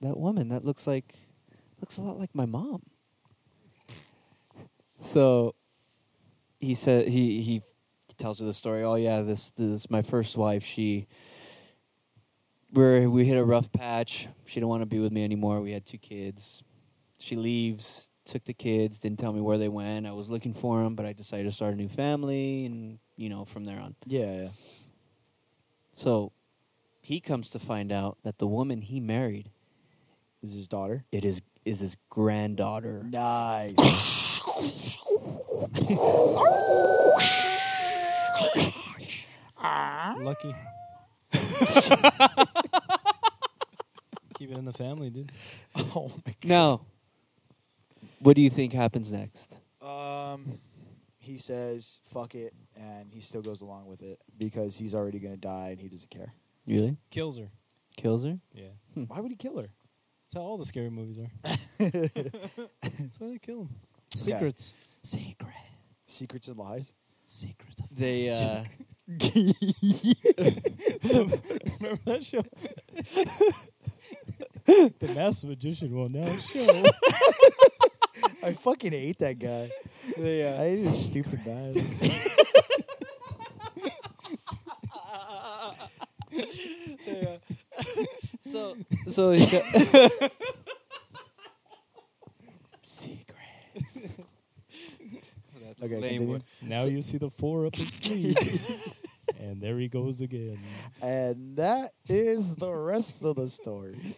Speaker 2: that woman that looks like looks a lot like my mom so he said he he tells her the story oh yeah this this my first wife she where we hit a rough patch she didn't want to be with me anymore we had two kids she leaves took the kids didn't tell me where they went i was looking for them but i decided to start a new family and you know from there on
Speaker 5: Yeah. yeah.
Speaker 2: so he comes to find out that the woman he married
Speaker 5: This is his daughter.
Speaker 2: it is is his granddaughter
Speaker 5: Nice.
Speaker 4: Lucky. Keep it in the family, dude.
Speaker 5: oh
Speaker 2: now what do you think happens next
Speaker 5: my. Um, he says fuck it, and he still goes along with it because he's already gonna die and he doesn't care.
Speaker 2: really
Speaker 4: Kills her.
Speaker 2: kills her
Speaker 4: Yeah.
Speaker 5: Why would he kill her?
Speaker 4: That's how all the scary movies are. That's why they kill them. Secrets. Secret.
Speaker 5: Secrets and lies.
Speaker 4: Secret.
Speaker 2: they uh
Speaker 4: Remember that show? the Master Magician will now show.
Speaker 5: I fucking hate that guy.
Speaker 4: they, uh,
Speaker 5: I hate his stupid guys.
Speaker 2: so so he go-
Speaker 5: Secrets.
Speaker 2: lame
Speaker 5: okay,
Speaker 2: one.
Speaker 5: continue.
Speaker 4: now you see the four up his sleeve. and there he goes again.
Speaker 5: And that is the rest of the story.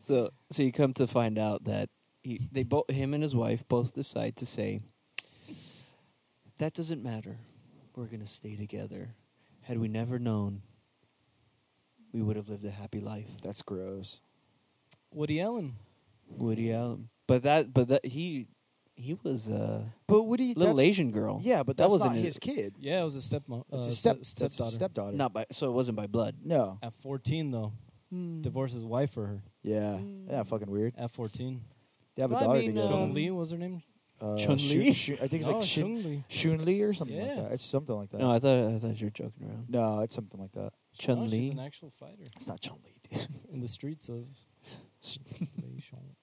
Speaker 2: So so you come to find out that he they both him and his wife both decide to say that doesn't matter. We're gonna stay together. Had we never known, we would have lived a happy life.
Speaker 5: That's gross.
Speaker 4: Woody Allen.
Speaker 2: Woody Allen. um, But that but that he he was a
Speaker 5: But what do you?
Speaker 2: little
Speaker 5: that's-
Speaker 2: Asian girl.
Speaker 5: Yeah, but
Speaker 2: That
Speaker 5: that's
Speaker 2: wasn't
Speaker 5: not
Speaker 2: his-
Speaker 5: his kid.
Speaker 4: Yeah, it was a stepmom.
Speaker 5: That's
Speaker 4: uh,
Speaker 5: his step
Speaker 4: step- stepdaughter.
Speaker 5: That's his stepdaughter.
Speaker 2: Not by so it wasn't by blood.
Speaker 5: No.
Speaker 4: At 14, though.
Speaker 5: Hmm.
Speaker 4: divorced his wife for her
Speaker 5: Yeah. Yeah, fucking weird.
Speaker 4: at 14.
Speaker 5: They have a
Speaker 2: Well, I
Speaker 5: daughter
Speaker 2: mean,
Speaker 5: together.
Speaker 4: Shun
Speaker 2: Um, Oh,
Speaker 4: Li was her name.
Speaker 5: Uh,
Speaker 2: Chun
Speaker 5: Shu-
Speaker 2: Li?
Speaker 5: Shu- I think it's
Speaker 4: No,
Speaker 5: like Shun,
Speaker 4: Li.
Speaker 5: Shun Li or something like
Speaker 4: Yeah.
Speaker 5: that. It's something like that.
Speaker 2: No, I thought I thought you were joking around.
Speaker 5: No, it's something like that.
Speaker 2: Chun
Speaker 4: No, Oh, she's
Speaker 2: Li.
Speaker 4: an actual fighter
Speaker 5: It's not Chun Li, dude.
Speaker 4: in the streets of Leishon.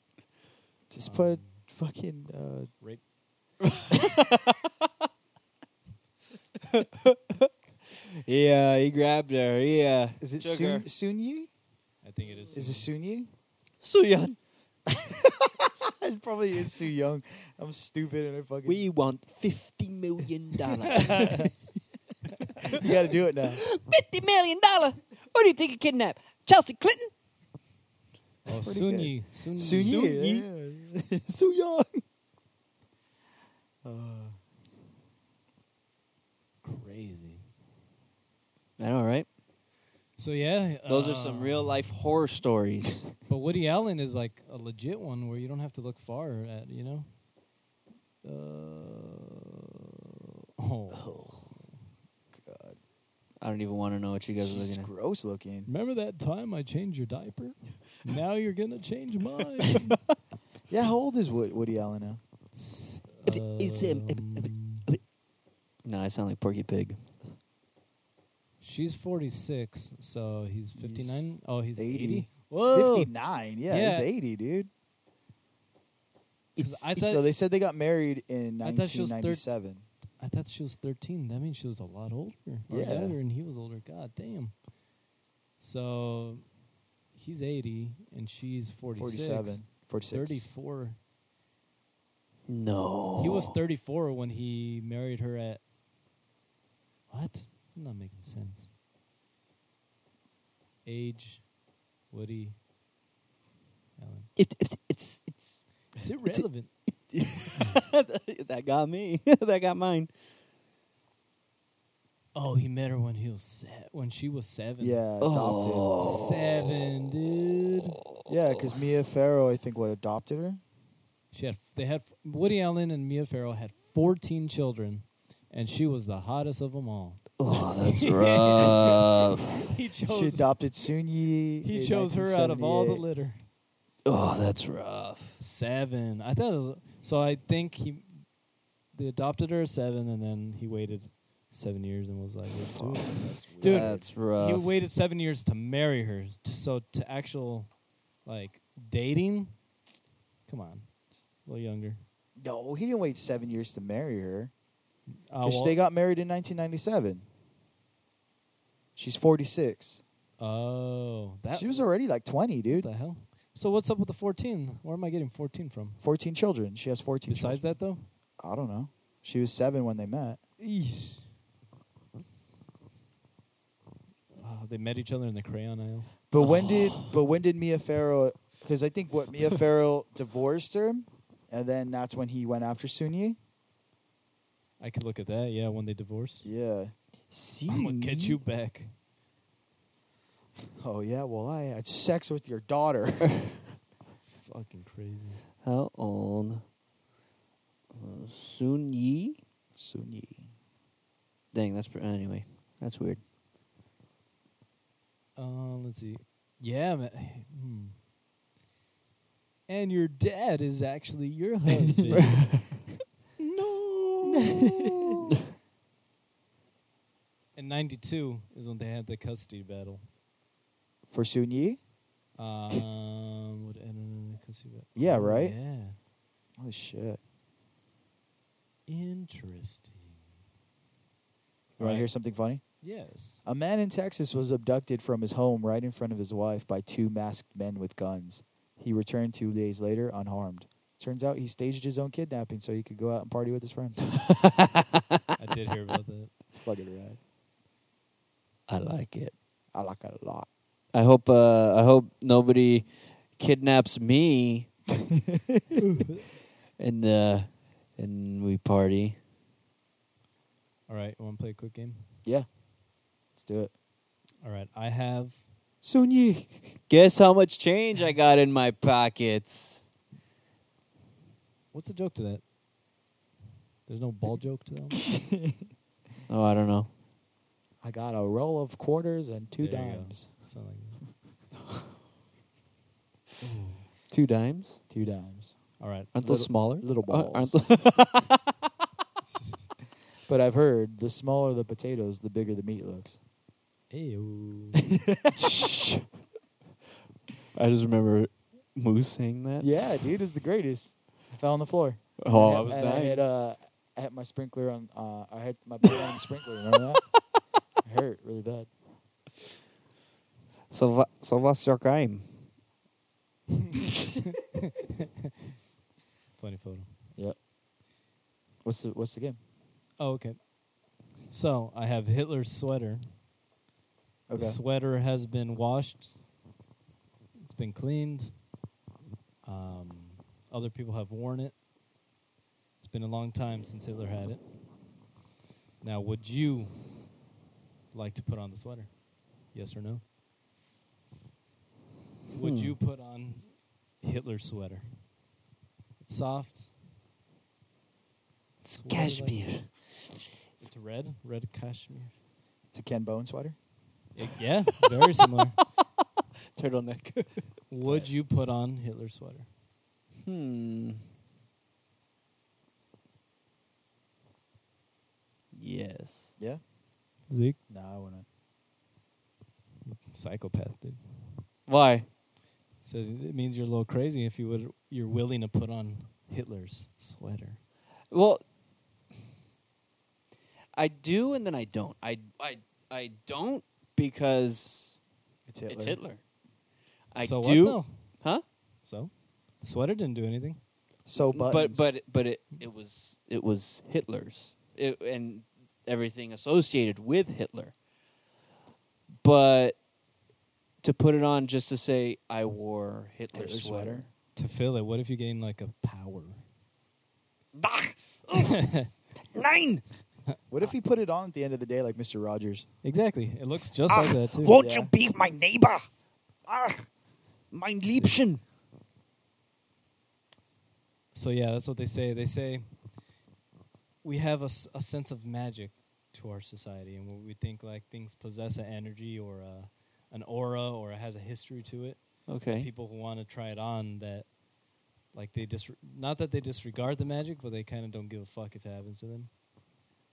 Speaker 5: Just
Speaker 2: Oh,
Speaker 4: Um,
Speaker 5: put fucking uh,
Speaker 4: rape.
Speaker 2: Yeah, he grabbed her. Yeah.
Speaker 5: Is it
Speaker 2: Took
Speaker 5: Sun
Speaker 2: her.
Speaker 5: Sun Yi?
Speaker 4: I think it is.
Speaker 5: Is it Sun Yi?
Speaker 2: Suyan,
Speaker 5: It's probably is Su Young. I'm stupid and I fucking.
Speaker 2: we want fifty million dollars.
Speaker 5: you got to do it now.
Speaker 2: fifty million dollar. What do you think of kidnap? Chelsea Clinton?
Speaker 4: oh,
Speaker 5: pretty
Speaker 4: Sun
Speaker 5: good.
Speaker 4: Yi. Sun
Speaker 5: Sun
Speaker 4: Yi.
Speaker 5: Yi. yeah. Su Young.
Speaker 4: Crazy.
Speaker 2: I know, right?
Speaker 4: So yeah,
Speaker 2: Those
Speaker 4: uh,
Speaker 2: are some real life horror stories.
Speaker 4: But Woody Allen is like a legit one where you don't have to look far at. You know. Uh, oh.
Speaker 2: I don't even want to know what you guys are
Speaker 5: She's
Speaker 2: looking at.
Speaker 5: gross looking.
Speaker 4: Remember that time I changed your diaper? now you're gonna change mine.
Speaker 5: Yeah, how old is Wo- Woody Allen now?
Speaker 4: S-
Speaker 2: But it- it's, um,
Speaker 4: um,
Speaker 2: No, I sound like Porky Pig.
Speaker 4: she's 46, so he's 59. oh, he's
Speaker 5: 80.
Speaker 4: 80.
Speaker 2: Oh.
Speaker 4: Whoa.
Speaker 5: 59. Yeah, he's
Speaker 4: Yeah.
Speaker 5: 80, dude.
Speaker 4: 'Cause I
Speaker 5: so
Speaker 4: thought-
Speaker 5: they said they got married in
Speaker 4: I thought she was thir-
Speaker 5: 1997.
Speaker 4: I thought she was 13. That means she was a lot older. Or
Speaker 5: Yeah.
Speaker 4: Older, and he was older. God damn. So he's 80, and she's 46.
Speaker 5: 47. 46.
Speaker 4: 34.
Speaker 2: No.
Speaker 4: He was 34 when he married her at. What? I'm not making sense. Age, Woody, Allen.
Speaker 2: It, it, it's it's
Speaker 4: It's irrelevant.
Speaker 2: that got me. that got mine.
Speaker 4: Oh, he met her when he was se- when she was seven.
Speaker 5: Yeah, adopted.
Speaker 2: Oh.
Speaker 4: seven, dude.
Speaker 5: Yeah, because Mia Farrow, I think, what adopted her.
Speaker 4: She had they had Woody Allen and Mia Farrow had fourteen children, and she was the hottest of them all.
Speaker 2: Oh, that's rough.
Speaker 4: He
Speaker 5: She
Speaker 4: chose
Speaker 5: adopted Sun Yi.
Speaker 4: he
Speaker 5: in
Speaker 4: chose her out of all the
Speaker 5: 1978.
Speaker 4: litter.
Speaker 2: oh, that's rough.
Speaker 4: Seven. I thought it was, so. I think he they adopted her at seven, and then he waited seven years and was like, "Let's do it." Dude,
Speaker 2: that's rough.
Speaker 4: he waited seven years to marry her. T- So to actual, like dating, come on, a little younger.
Speaker 5: No, he didn't wait seven years to marry her.
Speaker 4: Uh,
Speaker 5: 'Cause
Speaker 4: well-
Speaker 5: they got married in 1997. She's 46.
Speaker 4: oh, that
Speaker 5: she was already like 20,
Speaker 4: What
Speaker 5: dude.
Speaker 4: the hell? So what's up with the fourteen? Where am I getting fourteen from?
Speaker 5: 14 children. She has 14 children.
Speaker 4: Besides that, though,
Speaker 5: I don't know. She was seven when they met.
Speaker 4: Oh, they met each other in the crayon aisle.
Speaker 5: But when did but when did Mia Farrow? Because I think what Mia Farrow divorced her, and then that's when he went after Sunyi.
Speaker 4: I could look at that. Yeah, when they divorced,
Speaker 5: Yeah.
Speaker 4: I'm gonna get you back.
Speaker 5: Oh yeah. Well, I had sex with your daughter.
Speaker 4: Fucking crazy.
Speaker 2: How old? Uh, Sun Yi.
Speaker 5: Sunyi.
Speaker 2: Dang, that's pr- anyway. That's weird.
Speaker 4: Uh, let's see. Yeah, ma- hmm. And your dad is actually your husband.
Speaker 5: No.
Speaker 4: and '92 is when they had the custody battle.
Speaker 5: For Sunyi.
Speaker 4: Um, what ended in the custody battle?
Speaker 5: Yeah, right?
Speaker 4: Yeah.
Speaker 5: Holy shit.
Speaker 4: Interesting.
Speaker 5: You want
Speaker 4: Right.
Speaker 5: to hear something funny?
Speaker 4: Yes.
Speaker 5: A man in Texas was abducted from his home right in front of his wife by two masked men with guns. He returned two days later unharmed. Turns out he staged his own kidnapping so he could go out and party with his friends.
Speaker 4: I did hear about that.
Speaker 5: it's fucking rad.
Speaker 2: I like it.
Speaker 5: I like it a lot.
Speaker 2: I hope. Uh, I hope nobody kidnaps me. and uh, and we party.
Speaker 4: All right, want to play a quick game?
Speaker 5: Yeah. Let's do it.
Speaker 4: All right, I have
Speaker 5: Sunyi.
Speaker 2: Guess how much change I got in my pockets.
Speaker 4: What's the joke to that? There's no ball joke to that. one?
Speaker 2: Oh, I don't know.
Speaker 5: I got a roll of quarters and two
Speaker 4: There you go.
Speaker 5: dimes.
Speaker 4: Something like
Speaker 2: Two dimes?
Speaker 5: Two dimes.
Speaker 4: All right.
Speaker 2: Aren't
Speaker 4: Little-
Speaker 2: those smaller?
Speaker 5: Little
Speaker 2: Ar-
Speaker 5: balls.
Speaker 2: Aren't
Speaker 5: But I've heard the smaller the potatoes, the bigger the meat looks.
Speaker 4: Ayo.
Speaker 2: those- I just remember Moose saying that.
Speaker 5: Yeah, dude, it's the greatest. I fell on the floor.
Speaker 2: Oh,
Speaker 5: And
Speaker 2: I was
Speaker 5: and I had,
Speaker 2: dying.
Speaker 5: uh, I had my sprinkler on. Uh, I had my butt on the sprinkler. Remember that? It hurt really bad.
Speaker 2: So, wha- so what's your game?
Speaker 4: Funny photo.
Speaker 5: Yep. What's the What's the game?
Speaker 4: Oh, okay. So I have Hitler's sweater.
Speaker 5: Okay.
Speaker 4: The sweater has been washed. It's been cleaned. Um, other people have worn it. It's been a long time since Hitler had it. Now, would you like to put on the sweater? Yes or no? Would
Speaker 2: Hmm.
Speaker 4: you put on Hitler's sweater? It's soft. It's what I like.
Speaker 1: Cashmere.
Speaker 4: It's red, red cashmere.
Speaker 5: It's a Ken Bone sweater.
Speaker 4: It- yeah, very similar.
Speaker 2: Turtleneck.
Speaker 4: Would you put on Hitler's sweater?
Speaker 2: hmm. Yes.
Speaker 5: Yeah.
Speaker 4: Zeke,
Speaker 5: No, I wouldn't.
Speaker 4: psychopath, dude.
Speaker 2: Why?
Speaker 4: So it means you're a little crazy if you would you're willing to put on Hitler's sweater.
Speaker 2: Well, I do, and then I don't. I I I don't because
Speaker 5: It's Hitler.
Speaker 2: it's Hitler. I
Speaker 4: so
Speaker 2: do,
Speaker 4: What though?
Speaker 2: huh?
Speaker 4: So the sweater didn't do anything.
Speaker 5: So buttons.
Speaker 2: But but but it it was it was Hitler's it, and everything associated with Hitler. But to put it on just to say I wore Hitler's,
Speaker 5: Hitler
Speaker 2: sweater.
Speaker 5: sweater.
Speaker 4: To fill it, what if you gain like a power?
Speaker 1: Bah! Ugh. Nein!
Speaker 5: What if he put it on at the end of the day, like Mister Rogers?
Speaker 4: Exactly. It looks just like
Speaker 1: Ach,
Speaker 4: that too.
Speaker 1: Ah, won't
Speaker 5: Yeah.
Speaker 1: you be my neighbor? Ach, mein Liebchen.
Speaker 4: So yeah, that's what they say. They say we have a, s- a sense of magic to our society, and when we think like things possess an energy or a, an aura or it has a history to it.
Speaker 2: Okay.
Speaker 4: people who want to try it on that like they dis not that they disregard the magic, but they kind of don't give a fuck if it happens to them.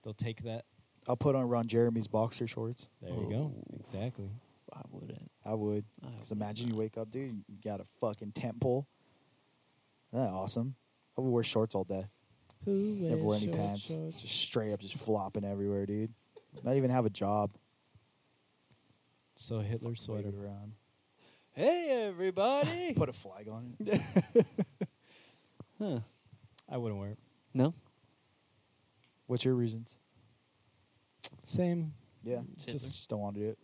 Speaker 4: They'll take that.
Speaker 5: I'll put on Ron Jeremy's boxer shorts.
Speaker 4: There you go. Exactly.
Speaker 2: I wouldn't.
Speaker 5: I would.
Speaker 2: I
Speaker 5: Because
Speaker 2: would
Speaker 5: imagine you wake up, dude, you got a fucking temple. Isn't that awesome? I would wear shorts all day.
Speaker 4: Who
Speaker 5: Never wear any pants. Just straight up, just flopping everywhere, dude. Not even have a job.
Speaker 4: So Hitler
Speaker 5: Fucking wave
Speaker 4: sweater.
Speaker 5: it around.
Speaker 2: Hey everybody.
Speaker 5: Put a flag on it.
Speaker 2: huh.
Speaker 4: I wouldn't wear it.
Speaker 2: No.
Speaker 5: What's your reasons?
Speaker 4: Same.
Speaker 5: Yeah, just,
Speaker 4: It's Hitler.
Speaker 5: just don't want to do it.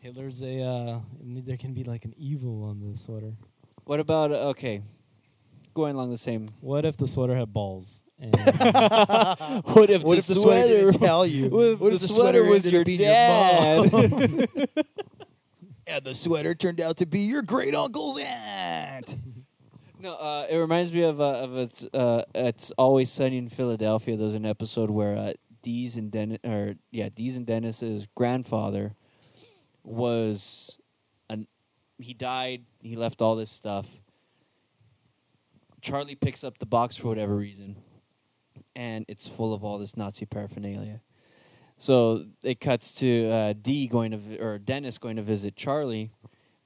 Speaker 4: Hitler's a. Uh, there can be like an evil on the sweater.
Speaker 2: What about uh, okay? Going along the same.
Speaker 4: What if the sweater had balls? And
Speaker 2: What if
Speaker 5: What if the sweater, didn't tell you?
Speaker 2: What if, the, sweater, was
Speaker 5: ended
Speaker 2: your
Speaker 5: up being mom?
Speaker 2: dad?
Speaker 5: and the sweater turned out to be your great uncle's aunt.
Speaker 2: no, uh, it reminds me of uh, of it's uh, it's always sunny in Philadelphia. There's an episode where uh, Dee's and Dennis, or yeah, Dee's and Dennis's grandfather was an he died. He left all this stuff. Charlie picks up the box for whatever reason, and it's full of all this Nazi paraphernalia. So it cuts to uh, D going to vi- or Dennis going to visit Charlie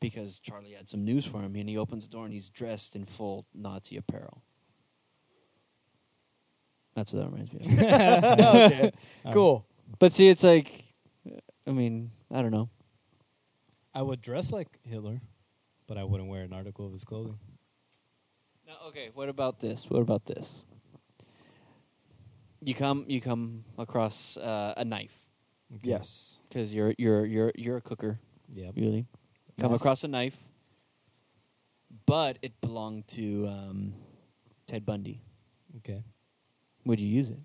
Speaker 2: because Charlie had some news for him, and he opens the door and he's dressed in full Nazi apparel. That's what that reminds me of. Um,
Speaker 5: okay, cool.
Speaker 2: but see, it's like, I mean, I don't know.
Speaker 4: I would dress like Hitler, but I wouldn't wear an article of his clothing.
Speaker 2: Now, okay, what about this? What about this? You come, you come across uh, a knife
Speaker 4: Okay.
Speaker 5: Yes.
Speaker 2: because you're you're you're you're a cooker,
Speaker 4: Yep.
Speaker 2: really. Come
Speaker 5: Knife.
Speaker 2: across a knife, but it belonged to um, Ted Bundy.
Speaker 4: Okay.
Speaker 2: Would you use it?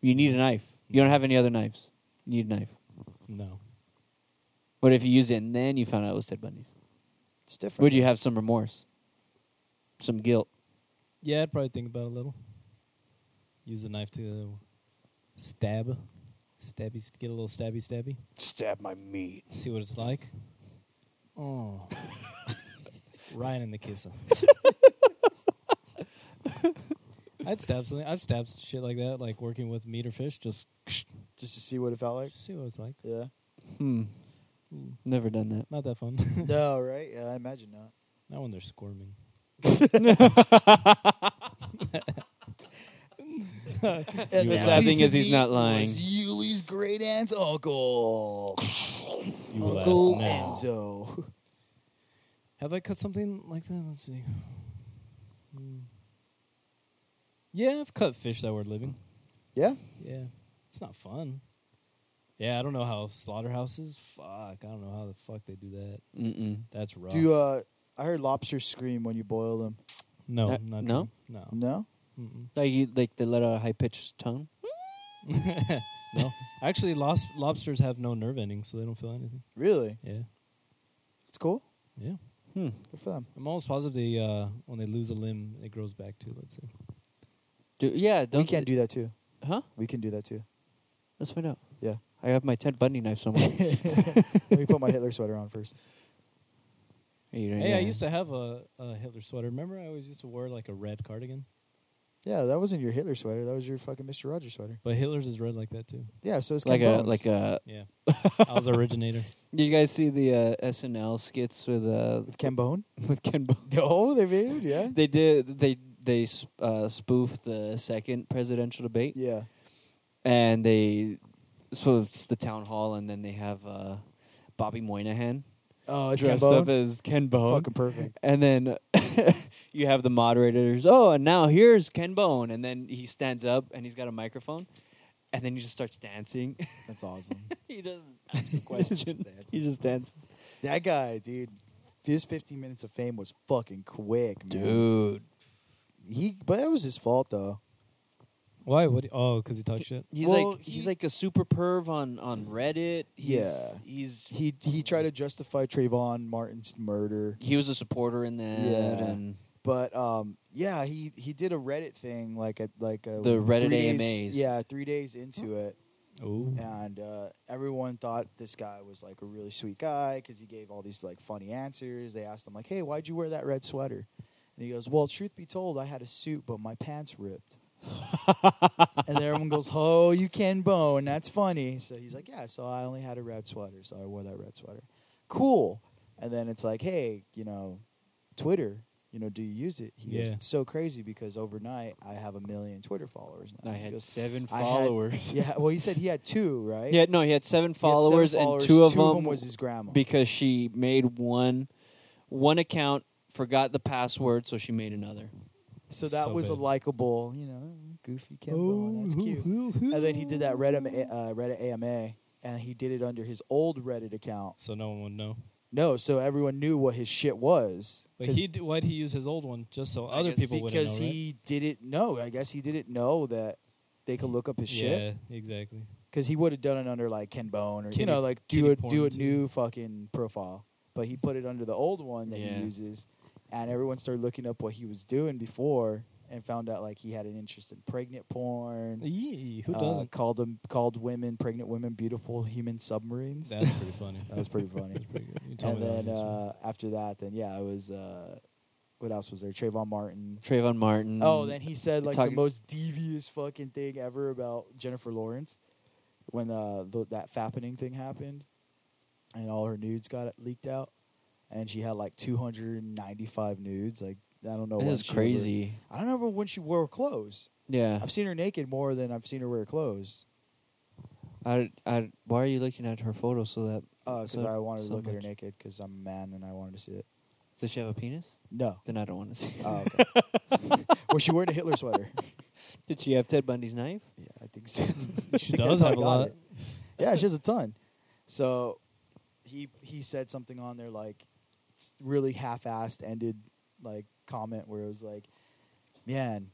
Speaker 2: You need a knife. You don't have any other knives. You need a knife.
Speaker 4: No.
Speaker 2: What if you used it and then you found out it was Ted Bundy's?
Speaker 5: It's different.
Speaker 2: Would you have some remorse? Some guilt?
Speaker 4: Yeah, I'd probably think about it a little. Use the knife to stab, stabby, get a little stabby, stabby.
Speaker 1: Stab my meat.
Speaker 4: See what it's like. Oh, Ryan and the kisser. I'd stab something. I've stabbed shit like that, like working with meat or fish. Just
Speaker 5: just to see what it felt like.
Speaker 4: see what it's like.
Speaker 5: Yeah.
Speaker 2: Hmm. Never done that.
Speaker 4: Not that fun.
Speaker 5: no, right? Yeah, I imagine not.
Speaker 4: Not when they're squirming.
Speaker 5: And
Speaker 4: You
Speaker 5: that
Speaker 4: laugh.
Speaker 5: piece
Speaker 2: Laughing
Speaker 5: of
Speaker 2: as he's
Speaker 5: meat
Speaker 2: not lying.
Speaker 5: Was Yuli's great aunt's uncle,
Speaker 4: You laugh
Speaker 5: Uncle
Speaker 4: now.
Speaker 5: Enzo.
Speaker 4: Have I cut something like that? Let's see. Hmm. Yeah, I've cut fish that were living.
Speaker 5: Yeah,
Speaker 4: Yeah, it's not fun. Yeah, I don't know how slaughterhouses. Fuck, I don't know how the fuck they do that.
Speaker 2: Mm-mm.
Speaker 4: That's rough.
Speaker 5: do uh, I heard lobsters scream when you boil them?
Speaker 4: no,
Speaker 2: That-
Speaker 4: not
Speaker 2: no?
Speaker 4: true. no,
Speaker 5: No,
Speaker 4: Mm-mm.
Speaker 2: Like you, like they let out a high pitched tone.
Speaker 4: no. Actually, lobs- lobsters have no nerve endings, so they don't feel anything.
Speaker 5: really?
Speaker 4: Yeah,
Speaker 5: It's cool.
Speaker 4: yeah.
Speaker 2: Hmm.
Speaker 5: Good for them.
Speaker 4: I'm almost positive they uh, when they lose a limb, it grows back too. Let's see.
Speaker 2: Do, yeah. Don't
Speaker 5: we can do that too.
Speaker 2: Huh?
Speaker 5: We can do that too.
Speaker 2: Let's find out.
Speaker 5: Yeah.
Speaker 2: I have my Ted Bundy knife somewhere.
Speaker 5: Let me put my Hitler sweater on first.
Speaker 4: Hey, I used to have a, a Hitler sweater. Remember, I always used to wear like a red cardigan,
Speaker 5: Yeah, that wasn't your Hitler sweater. That was your fucking Mister Rogers sweater.
Speaker 4: but Hitler's is red like that too.
Speaker 5: Yeah, so it's
Speaker 2: like
Speaker 5: Ken
Speaker 2: a
Speaker 5: Bones.
Speaker 2: like a.
Speaker 4: Yeah, I was originator.
Speaker 2: Did you guys see the uh, SNL skits with uh
Speaker 5: with Ken Bone.
Speaker 2: with Ken Bo-
Speaker 5: No, they made it. Yeah,
Speaker 2: They did. They they uh, spoofed the second presidential debate.
Speaker 5: yeah.
Speaker 2: and they so it's the town hall, and then they have uh, Bobby Moynihan
Speaker 5: Oh, it's
Speaker 2: dressed
Speaker 5: Ken Bone.
Speaker 2: up as Ken Bone,
Speaker 5: fucking perfect.
Speaker 2: and then you have the moderators. Oh, and now here's Ken Bone, and then he stands up and he's got a microphone, and then he just starts dancing.
Speaker 5: That's awesome.
Speaker 2: he doesn't ask a question. he just dances,
Speaker 5: that guy, dude. His 15 minutes of fame was fucking quick, man. He, but it was his fault though.
Speaker 4: Why? What? Oh, because he talked shit.
Speaker 2: He's
Speaker 5: Well,
Speaker 2: like he's
Speaker 5: he-
Speaker 2: like a super perv on on Reddit. He's,
Speaker 5: Yeah.
Speaker 2: he's he,
Speaker 5: He he tried to justify Trayvon Martin's murder,
Speaker 2: was a supporter in that.
Speaker 5: Yeah.
Speaker 2: and
Speaker 5: but um, yeah, he he did a Reddit thing like at like a
Speaker 2: The Reddit
Speaker 5: three days-
Speaker 2: AMAs.
Speaker 5: Yeah, three days into it,
Speaker 4: Oh,
Speaker 5: and uh, everyone thought this guy was like a really sweet guy because he gave all these like funny answers. They asked him like, "Hey, why'd you wear that red sweater?" And he goes, "Well, truth be told, I had a suit, but my pants ripped." and then everyone goes, "Oh, you can bone. That's funny." So he's like, "Yeah, so I only had a red sweater, so I wore that red sweater." Cool. And then it's like, "Hey, you know, Twitter, you know, do you use it?" He goes,
Speaker 4: Yeah.
Speaker 5: "It's so crazy because overnight I have a million Twitter followers now."
Speaker 2: I
Speaker 5: He
Speaker 2: had
Speaker 5: goes,
Speaker 2: seven
Speaker 5: I had-
Speaker 2: followers.
Speaker 5: yeah, well, he said he had two, right?
Speaker 2: He had no, he had seven
Speaker 5: He had seven
Speaker 2: followers,
Speaker 5: followers,
Speaker 2: and two of them,
Speaker 5: was his grandma.
Speaker 2: because she made one one account, forgot the password, so she made another.
Speaker 5: so that
Speaker 4: So Oh,
Speaker 5: was a
Speaker 4: bad.
Speaker 5: likable, you know, goofy Ken Bone. That's cute. And then he did that Reddit, uh, Reddit AMA, and he did it under his old Reddit account.
Speaker 4: So no one would know.
Speaker 5: No, so everyone knew what his shit was.
Speaker 4: But
Speaker 5: 'cause-
Speaker 4: he d- why'd he use his old one just so
Speaker 2: I
Speaker 4: other
Speaker 2: guess
Speaker 4: people wouldn't know?
Speaker 5: because
Speaker 4: right?
Speaker 5: he didn't know. I guess he didn't know that they could look up his shit.
Speaker 4: Yeah, exactly.
Speaker 5: Because he would have done it under like Ken Bone or you
Speaker 4: Kitty-
Speaker 5: know like do
Speaker 4: kitty
Speaker 5: a
Speaker 4: porn,
Speaker 5: do a
Speaker 4: too.
Speaker 5: new fucking profile, but he put it under the old one that
Speaker 2: Yeah.
Speaker 5: he uses, and everyone started looking up what he was doing before and found out like he had an interest in pregnant porn.
Speaker 4: Yee, who
Speaker 5: uh,
Speaker 4: doesn't?
Speaker 5: called them called women pregnant women beautiful human submarines? That,
Speaker 4: That's pretty funny.
Speaker 5: was pretty funny.
Speaker 4: That's pretty good. You told
Speaker 5: and
Speaker 4: me that
Speaker 5: then
Speaker 4: one yesterday.
Speaker 5: uh, after that, then yeah, it was uh, what else was there? Trayvon Martin.
Speaker 2: Trayvon Martin.
Speaker 5: Oh, then he said
Speaker 2: Mm. You're
Speaker 5: like
Speaker 2: talking-
Speaker 5: the most devious fucking thing ever about Jennifer Lawrence when uh, the, that fappening thing happened, and all her nudes got leaked out, and she had like 295 nudes. Like I don't know.
Speaker 2: that
Speaker 5: when
Speaker 2: is
Speaker 5: she ever-
Speaker 2: crazy.
Speaker 5: I don't remember when she wore clothes.
Speaker 2: Yeah,
Speaker 5: I've seen her naked more than I've seen her wear clothes
Speaker 2: I, I, why are you looking at her photo so that
Speaker 5: because
Speaker 2: So-
Speaker 5: uh, I wanted to
Speaker 2: so
Speaker 5: look at her
Speaker 2: much.
Speaker 5: naked because I'm a man and I wanted to see it.
Speaker 2: does she have a penis?
Speaker 5: No.
Speaker 2: Then I don't want to see. it.
Speaker 5: Oh, okay. well, she wearing a Hitler sweater.
Speaker 2: Did she have Ted Bundy's knife?
Speaker 5: Yeah, I think so.
Speaker 4: she does have a lot.
Speaker 5: Yeah, she has a ton. So he he said something on there like s- really half-assed ended like comment where it was like, man,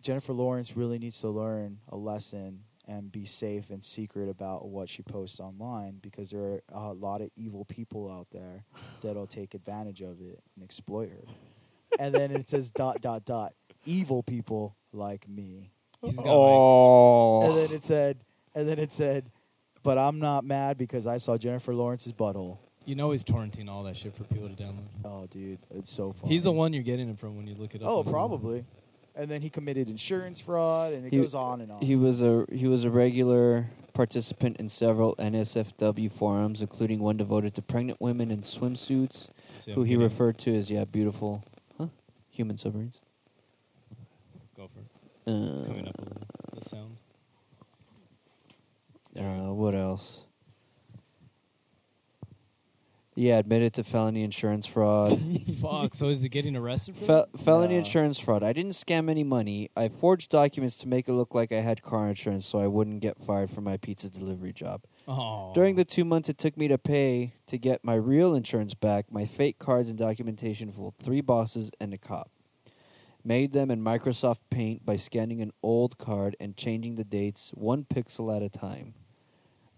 Speaker 5: Jennifer Lawrence really needs to learn a lesson and be safe and secret about what she posts online because there are a lot of evil people out there that'll take advantage of it and exploit her. And then it says dot dot dot evil people like me.
Speaker 4: He's
Speaker 1: oh.
Speaker 4: got like,
Speaker 5: And
Speaker 2: Oh,
Speaker 5: then it said, and then it said, but I'm not mad because I saw Jennifer Lawrence's butthole.
Speaker 4: You know he's torrenting all that shit for people to download.
Speaker 5: Oh, dude, it's so funny.
Speaker 4: He's the one you're getting it from when you look it up.
Speaker 5: Oh,
Speaker 4: online.
Speaker 5: probably. And then he committed insurance fraud, and it
Speaker 2: He-
Speaker 5: goes on and on.
Speaker 2: He was a he was a regular participant in several NSFW forums, including one devoted to pregnant women in swimsuits,
Speaker 4: See, I'm
Speaker 2: who he
Speaker 4: kidding.
Speaker 2: referred to as yeah, beautiful, huh? Human submarines.
Speaker 4: Go for it.
Speaker 2: Uh,
Speaker 4: It's coming up a little. The sound.
Speaker 2: Uh, what else? Yeah, admitted to felony insurance fraud.
Speaker 4: Fuck. So is he getting arrested for?
Speaker 2: Fel-
Speaker 4: that?
Speaker 2: felony
Speaker 5: Nah.
Speaker 2: insurance fraud. I didn't scam any money. I forged documents to make it look like I had car insurance so I wouldn't get fired from my pizza delivery job.
Speaker 4: Oh.
Speaker 2: During the two months it took me to pay to get my real insurance back, my fake cards and documentation fooled three bosses and a cop. Made them in Microsoft Paint by scanning an old card and changing the dates one pixel at a time.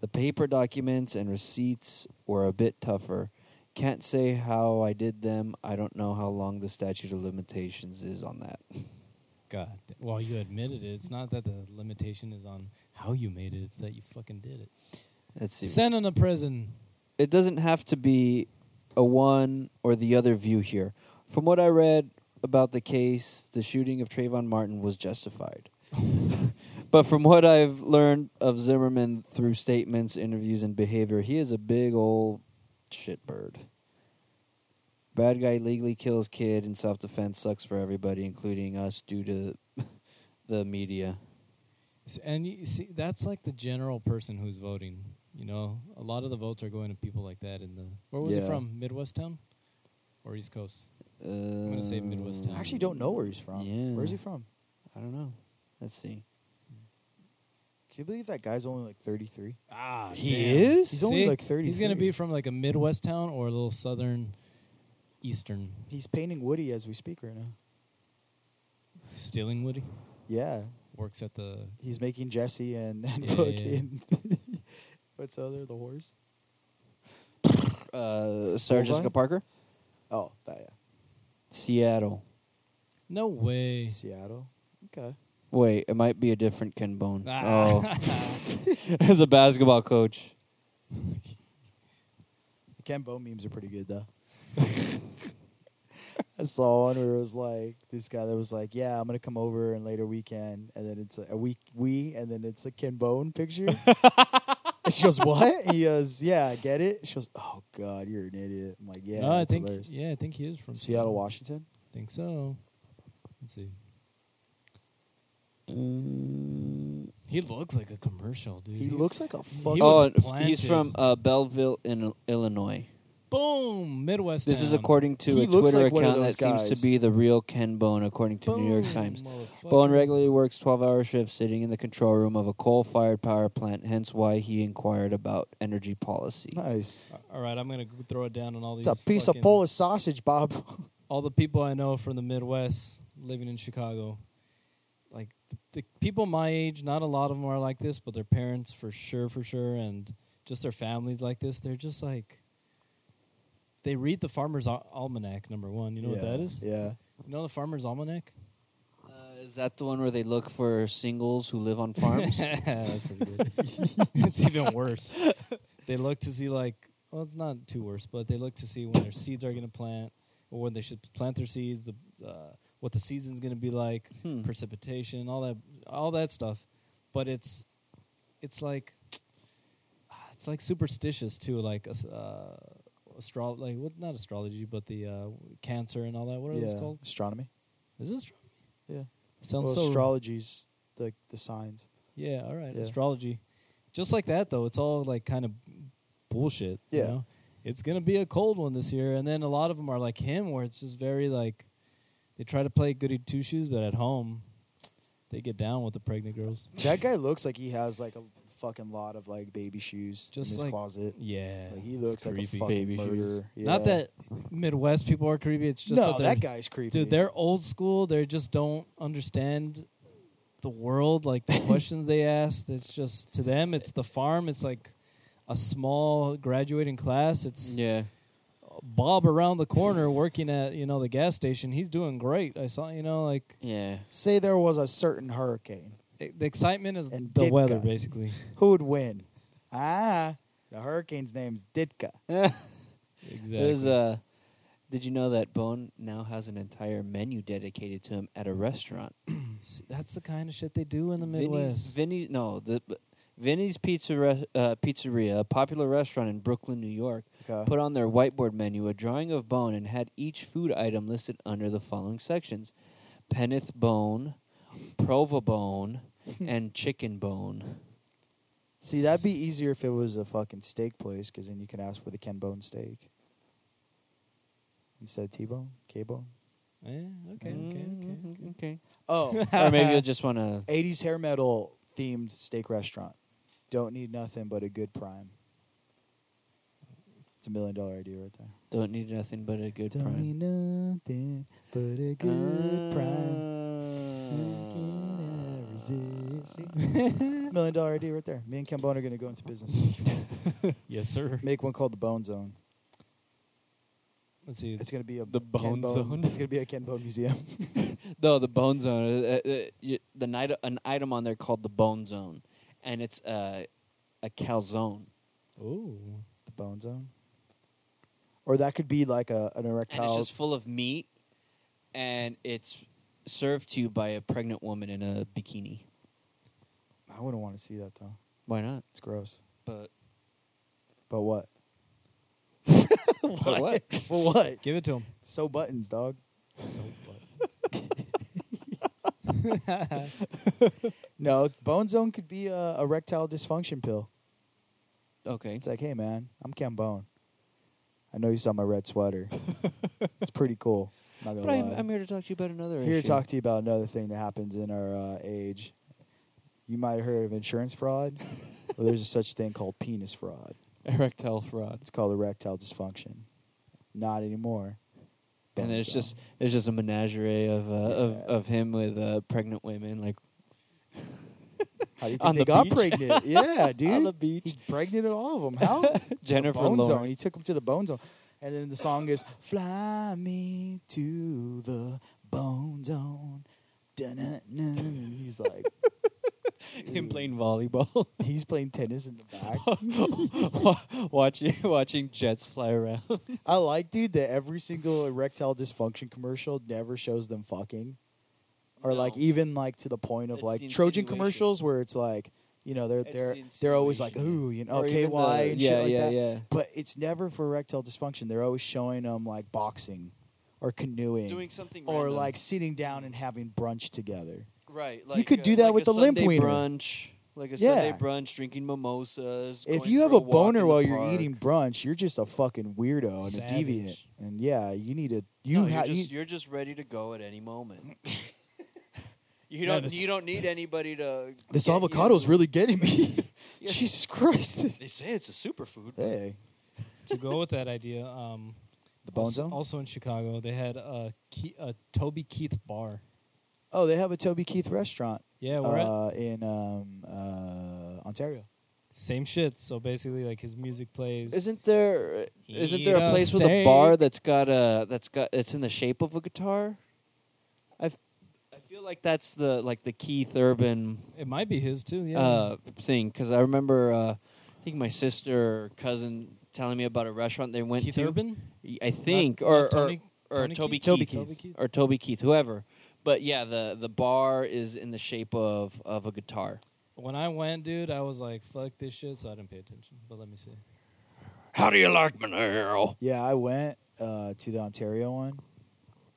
Speaker 2: The paper documents and receipts were a bit tougher. Can't say how I did them. I don't know how long the statute of limitations is on that.
Speaker 4: God. da- Well, you admitted it. It's not that the limitation is on how you made it. It's that you fucking did it.
Speaker 2: Let's see.
Speaker 4: Send him to prison.
Speaker 2: it doesn't have to be a one or the other view here. From what I read about the case, the shooting of Trayvon Martin was justified. but from what I've learned of Zimmerman through statements, interviews, and behavior, he is a big old shitbird. Bad guy legally kills kid in self defense sucks for everybody, including us, due to the media.
Speaker 4: S- And you see, that's like the general person who's voting. You know, a lot of the votes are going to people like that. In the where was he
Speaker 5: Yeah.
Speaker 4: from? Midwest town, or East Coast?
Speaker 2: Uh, I'm
Speaker 4: gonna say Midwest
Speaker 5: I
Speaker 4: town.
Speaker 5: actually don't know where he's from.
Speaker 2: Yeah.
Speaker 5: Where's he from?
Speaker 2: Um, I don't know. Let's see.
Speaker 5: Can you believe that guy's only like 33?
Speaker 4: Ah,
Speaker 2: He
Speaker 4: damn.
Speaker 2: is?
Speaker 5: He's only
Speaker 4: See?
Speaker 5: like 33.
Speaker 4: He's gonna be from like a Midwest town or a little southern, eastern.
Speaker 5: He's painting Woody as we speak right now.
Speaker 4: Stealing Woody
Speaker 5: Yeah.
Speaker 4: works at the
Speaker 5: He's making Jesse and, and
Speaker 4: Yeah, yeah, yeah.
Speaker 5: fucking. what's the other? The horse?
Speaker 2: Uh,
Speaker 5: Bullseye?
Speaker 2: Sarah Jessica Parker?
Speaker 5: Oh, that,
Speaker 2: Seattle.
Speaker 4: No way.
Speaker 5: yeah. Seattle. Okay.
Speaker 2: Wait, it might be a different Ken Bone.
Speaker 4: Ah.
Speaker 2: Oh, as a basketball coach.
Speaker 5: The Ken Bo memes are pretty good, though. I saw one where it was like this guy that was like, "Yeah, I'm gonna come over and later weekend," and then it's a, a week we, and then it's a Ken Bone picture. and she goes, "What?" And he goes, "Yeah, I get it." She goes, "Oh God, you're an idiot." I'm like, "Yeah,
Speaker 4: no, I
Speaker 5: that's
Speaker 4: think
Speaker 5: hilarious."
Speaker 4: yeah, I think he is from
Speaker 5: Seattle, Washington.
Speaker 4: I think so. Let's see. He looks like a commercial dude.
Speaker 5: He looks like a fuck.
Speaker 4: He
Speaker 2: oh,
Speaker 4: was
Speaker 2: and he's
Speaker 4: planted.
Speaker 2: from uh, Belleville, in Illinois.
Speaker 4: boom Midwest.
Speaker 2: This is
Speaker 4: town.
Speaker 2: according to
Speaker 5: He
Speaker 2: a
Speaker 5: looks
Speaker 2: Twitter
Speaker 5: like one of
Speaker 2: account that
Speaker 5: those
Speaker 2: seems
Speaker 5: guys.
Speaker 2: to be the real Ken Bone, according to New York
Speaker 4: Boom,
Speaker 2: Times.
Speaker 4: motherfucker.
Speaker 2: Bone regularly works 12 hour shifts sitting in the control room of a coal fired power plant, hence why he inquired about energy policy.
Speaker 5: Oh, nice.
Speaker 4: All right, I'm gonna throw it down on all these.
Speaker 5: It's a piece of
Speaker 4: fucking-
Speaker 5: Polish sausage, Bob.
Speaker 4: all the people I know from the Midwest living in Chicago, like the, the people my age, not a lot of them are like this, but their parents for sure, for sure, and just their families like this. They're just like they read the Farmer's Al- Almanac number one. You know what
Speaker 5: Yeah,
Speaker 4: that is?
Speaker 5: Yeah.
Speaker 4: You know the Farmer's Almanac?
Speaker 2: Uh, is that the one where they look for singles who live on farms?
Speaker 4: That's pretty good. it's even worse. They look to see like well, it's not too worse, but they look to see when their seeds are going to plant or when they should plant their seeds, the uh, what the season's going to be like,
Speaker 2: Hmm.
Speaker 4: precipitation, all that, all that stuff. But it's it's like ah, it's like superstitious too, like as- uh, astro like what not astrology, but the uh, cancer and all that. What are
Speaker 5: yeah.
Speaker 4: those called?
Speaker 5: Astronomy.
Speaker 4: Is this
Speaker 5: Yeah.
Speaker 4: sounds
Speaker 5: well,
Speaker 4: so
Speaker 5: astrology's like the signs.
Speaker 4: yeah, all right.
Speaker 5: Yeah.
Speaker 4: Astrology. Just like that though, it's all like kind of bullshit. you
Speaker 5: Yeah.
Speaker 4: know? It's gonna be a cold one this year, and then a lot of them are like him, where it's just very like they try to play goody two shoes, but at home they get down with the pregnant girls.
Speaker 5: That guy looks like he has like a fucking lot of like baby shoes
Speaker 4: Just
Speaker 5: in his
Speaker 4: like-
Speaker 5: closet.
Speaker 4: Yeah,
Speaker 5: Like he
Speaker 4: it's
Speaker 5: looks like a
Speaker 4: creepy.
Speaker 5: fucking
Speaker 2: Baby shoes.
Speaker 5: murderer.
Speaker 4: Not
Speaker 5: Yeah.
Speaker 4: that Midwest people are creepy. It's just
Speaker 5: no,
Speaker 4: they're-
Speaker 5: that guy's creepy.
Speaker 4: dude. They're old school. They just don't understand the world, like the questions they ask. It's just to them, it's the farm. It's like a small graduating class. It's
Speaker 2: yeah.
Speaker 4: Bob around the corner working at you know the gas station. He's doing great. I saw you know like
Speaker 2: Yeah.
Speaker 5: say there was a certain hurricane.
Speaker 4: e- the excitement is
Speaker 5: And
Speaker 4: the
Speaker 5: Ditka.
Speaker 4: weather basically.
Speaker 5: Who would win? Ah, the hurricane's name's Ditka.
Speaker 4: Exactly.
Speaker 2: There's a. Did you know that Bone now has an entire menu dedicated to him at a restaurant?
Speaker 4: See, that's the kind of shit they do in the
Speaker 2: Vinny's,
Speaker 4: Midwest.
Speaker 2: Vinny's no the but Vinny's Pizza Re- uh, Pizzeria, a popular restaurant in Brooklyn, New York,
Speaker 5: Okay.
Speaker 2: put on their whiteboard menu a drawing of Bone and had each food item listed under the following sections: Peneth bone, provolone, and chicken bone.
Speaker 5: See, that'd be easier if it was a fucking steak place, because then you can ask for the Ken Bone steak instead of T-bone, K-bone.
Speaker 4: Eh, okay, okay, okay.
Speaker 5: Mm-hmm.
Speaker 2: Mm, okay.
Speaker 5: Oh,
Speaker 2: or maybe you'll just want to.
Speaker 5: 80s hair metal themed steak restaurant. Don't need nothing but a good prime. It's a million dollar idea right there.
Speaker 2: Don't need nothing but a good
Speaker 5: Don't
Speaker 2: prime. Uh,
Speaker 5: need nothing but a good prime.
Speaker 2: Ah.
Speaker 5: million dollar idea right there. Me and Ken Bone are gonna go into business.
Speaker 4: Yes, sir.
Speaker 5: Make one called the Bone Zone.
Speaker 4: Let's see.
Speaker 5: It's gonna be a
Speaker 2: The
Speaker 5: Ken
Speaker 2: Bone Zone?
Speaker 5: It's gonna be a Ken Bone museum.
Speaker 2: No, the Bone Zone. Uh, uh, uh, y- the night, an item on there called the Bone Zone, and it's uh, a calzone.
Speaker 4: Ooh.
Speaker 5: the Bone Zone. Or that could be like a an
Speaker 2: And it's
Speaker 5: erectile.
Speaker 2: just full of meat, and it's served to you by a pregnant woman in a bikini.
Speaker 5: I wouldn't want to see that though.
Speaker 2: Why not?
Speaker 5: It's gross.
Speaker 2: But
Speaker 5: But what?
Speaker 2: but what?
Speaker 5: But what?
Speaker 4: Give it to him.
Speaker 5: So buttons, dog.
Speaker 4: So butt.
Speaker 5: No, Bone Zone could be a erectile dysfunction pill.
Speaker 2: Okay.
Speaker 5: It's like, hey man, I'm Ken Bone. I know you saw my red sweater. it's pretty cool. Not gonna
Speaker 2: But I'm,
Speaker 5: lie.
Speaker 2: I'm here to talk to you about another
Speaker 5: here to
Speaker 2: issue.
Speaker 5: talk to you about another thing that happens in our uh, age. You might have heard of insurance fraud. well, there's a such thing called penis fraud.
Speaker 2: erectile fraud.
Speaker 5: It's called erectile dysfunction. Not anymore. Bone
Speaker 2: And there's
Speaker 5: zone.
Speaker 2: just there's just a menagerie of uh, of
Speaker 5: Yeah.
Speaker 2: of him with uh, pregnant women like
Speaker 5: How do you think
Speaker 2: on
Speaker 5: they
Speaker 2: the
Speaker 5: got
Speaker 2: beach?
Speaker 5: pregnant? Yeah, dude.
Speaker 2: on the beach.
Speaker 5: He's pregnant at all of them. How?
Speaker 2: Jennifer
Speaker 5: bone
Speaker 2: Lawrence.
Speaker 5: zone. He took him to the bone zone. And then the song is Fly Me to the Bone Zone. Dun-dun-dun. And he's like,
Speaker 2: Him playing volleyball.
Speaker 5: he's playing tennis in the back.
Speaker 2: watching watching jets fly around.
Speaker 5: I like, dude, that every single erectile dysfunction commercial never shows them fucking. Or like
Speaker 2: No.
Speaker 5: even like to the point of
Speaker 2: It's the
Speaker 5: like Trojan
Speaker 2: insinuation.
Speaker 5: commercials where it's like, you know, they're
Speaker 2: It's
Speaker 5: they're
Speaker 2: the
Speaker 5: they're always like,
Speaker 2: insinuation.
Speaker 5: ooh, you know,
Speaker 2: Or
Speaker 5: KY
Speaker 2: even the-
Speaker 5: and
Speaker 2: yeah,
Speaker 5: shit like
Speaker 2: yeah,
Speaker 5: that.
Speaker 2: yeah.
Speaker 5: But it's never for erectile dysfunction. They're always showing them like boxing or canoeing.
Speaker 2: something
Speaker 5: or like sitting down and having brunch together.
Speaker 2: right.
Speaker 5: like, could uh, do that like with a the limp Sunday wiener.
Speaker 2: brunch, like a
Speaker 5: Sunday Yeah.
Speaker 2: Sunday brunch, drinking mimosas.
Speaker 5: if you have a boner while you're eating brunch, you're just a fucking weirdo and a
Speaker 4: Savage.
Speaker 5: deviant. And yeah, you need to you
Speaker 2: are
Speaker 5: have
Speaker 2: just, you're just ready to go at any moment. you
Speaker 5: Man,
Speaker 2: don't
Speaker 5: this-
Speaker 2: you don't need anybody to.
Speaker 5: this
Speaker 2: get you.
Speaker 5: avocado's really getting me.
Speaker 2: Yeah.
Speaker 5: Jesus Christ.
Speaker 2: They say it's a superfood. but
Speaker 5: hey,
Speaker 4: to go with that idea, um,
Speaker 5: the bone
Speaker 4: also,
Speaker 5: zone.
Speaker 4: also in Chicago, they had a, Ke- a Toby Keith bar.
Speaker 5: Oh, they have a Toby Keith restaurant
Speaker 4: Yeah, we're at
Speaker 5: uh, in um, uh, Ontario.
Speaker 4: same shit. So basically, like his music plays.
Speaker 2: Isn't there isn't
Speaker 4: Eat
Speaker 2: there
Speaker 4: a
Speaker 2: a place with a bar
Speaker 4: steak.
Speaker 2: that's got a that's got it's in the shape of a guitar? I I feel like that's the like the Keith Urban
Speaker 4: It might be his too. Yeah.
Speaker 2: uh, thing because I remember uh, I think my sister or cousin telling me about a restaurant they went
Speaker 4: Keith
Speaker 2: to.
Speaker 4: Urban.
Speaker 2: I think
Speaker 4: Not-
Speaker 2: or
Speaker 4: not Tony-
Speaker 2: or, or Toby,
Speaker 4: Tony Keith?
Speaker 2: Keith,
Speaker 4: Toby Keith. Toby Keith.
Speaker 2: or Toby Keith, whoever. But yeah, the the bar is in the shape of of a guitar.
Speaker 4: When I went, dude, I was like, "Fuck this shit," so I didn't pay attention. But let me see.
Speaker 1: How do you like my now?
Speaker 5: Yeah, I went uh, to the Ontario one.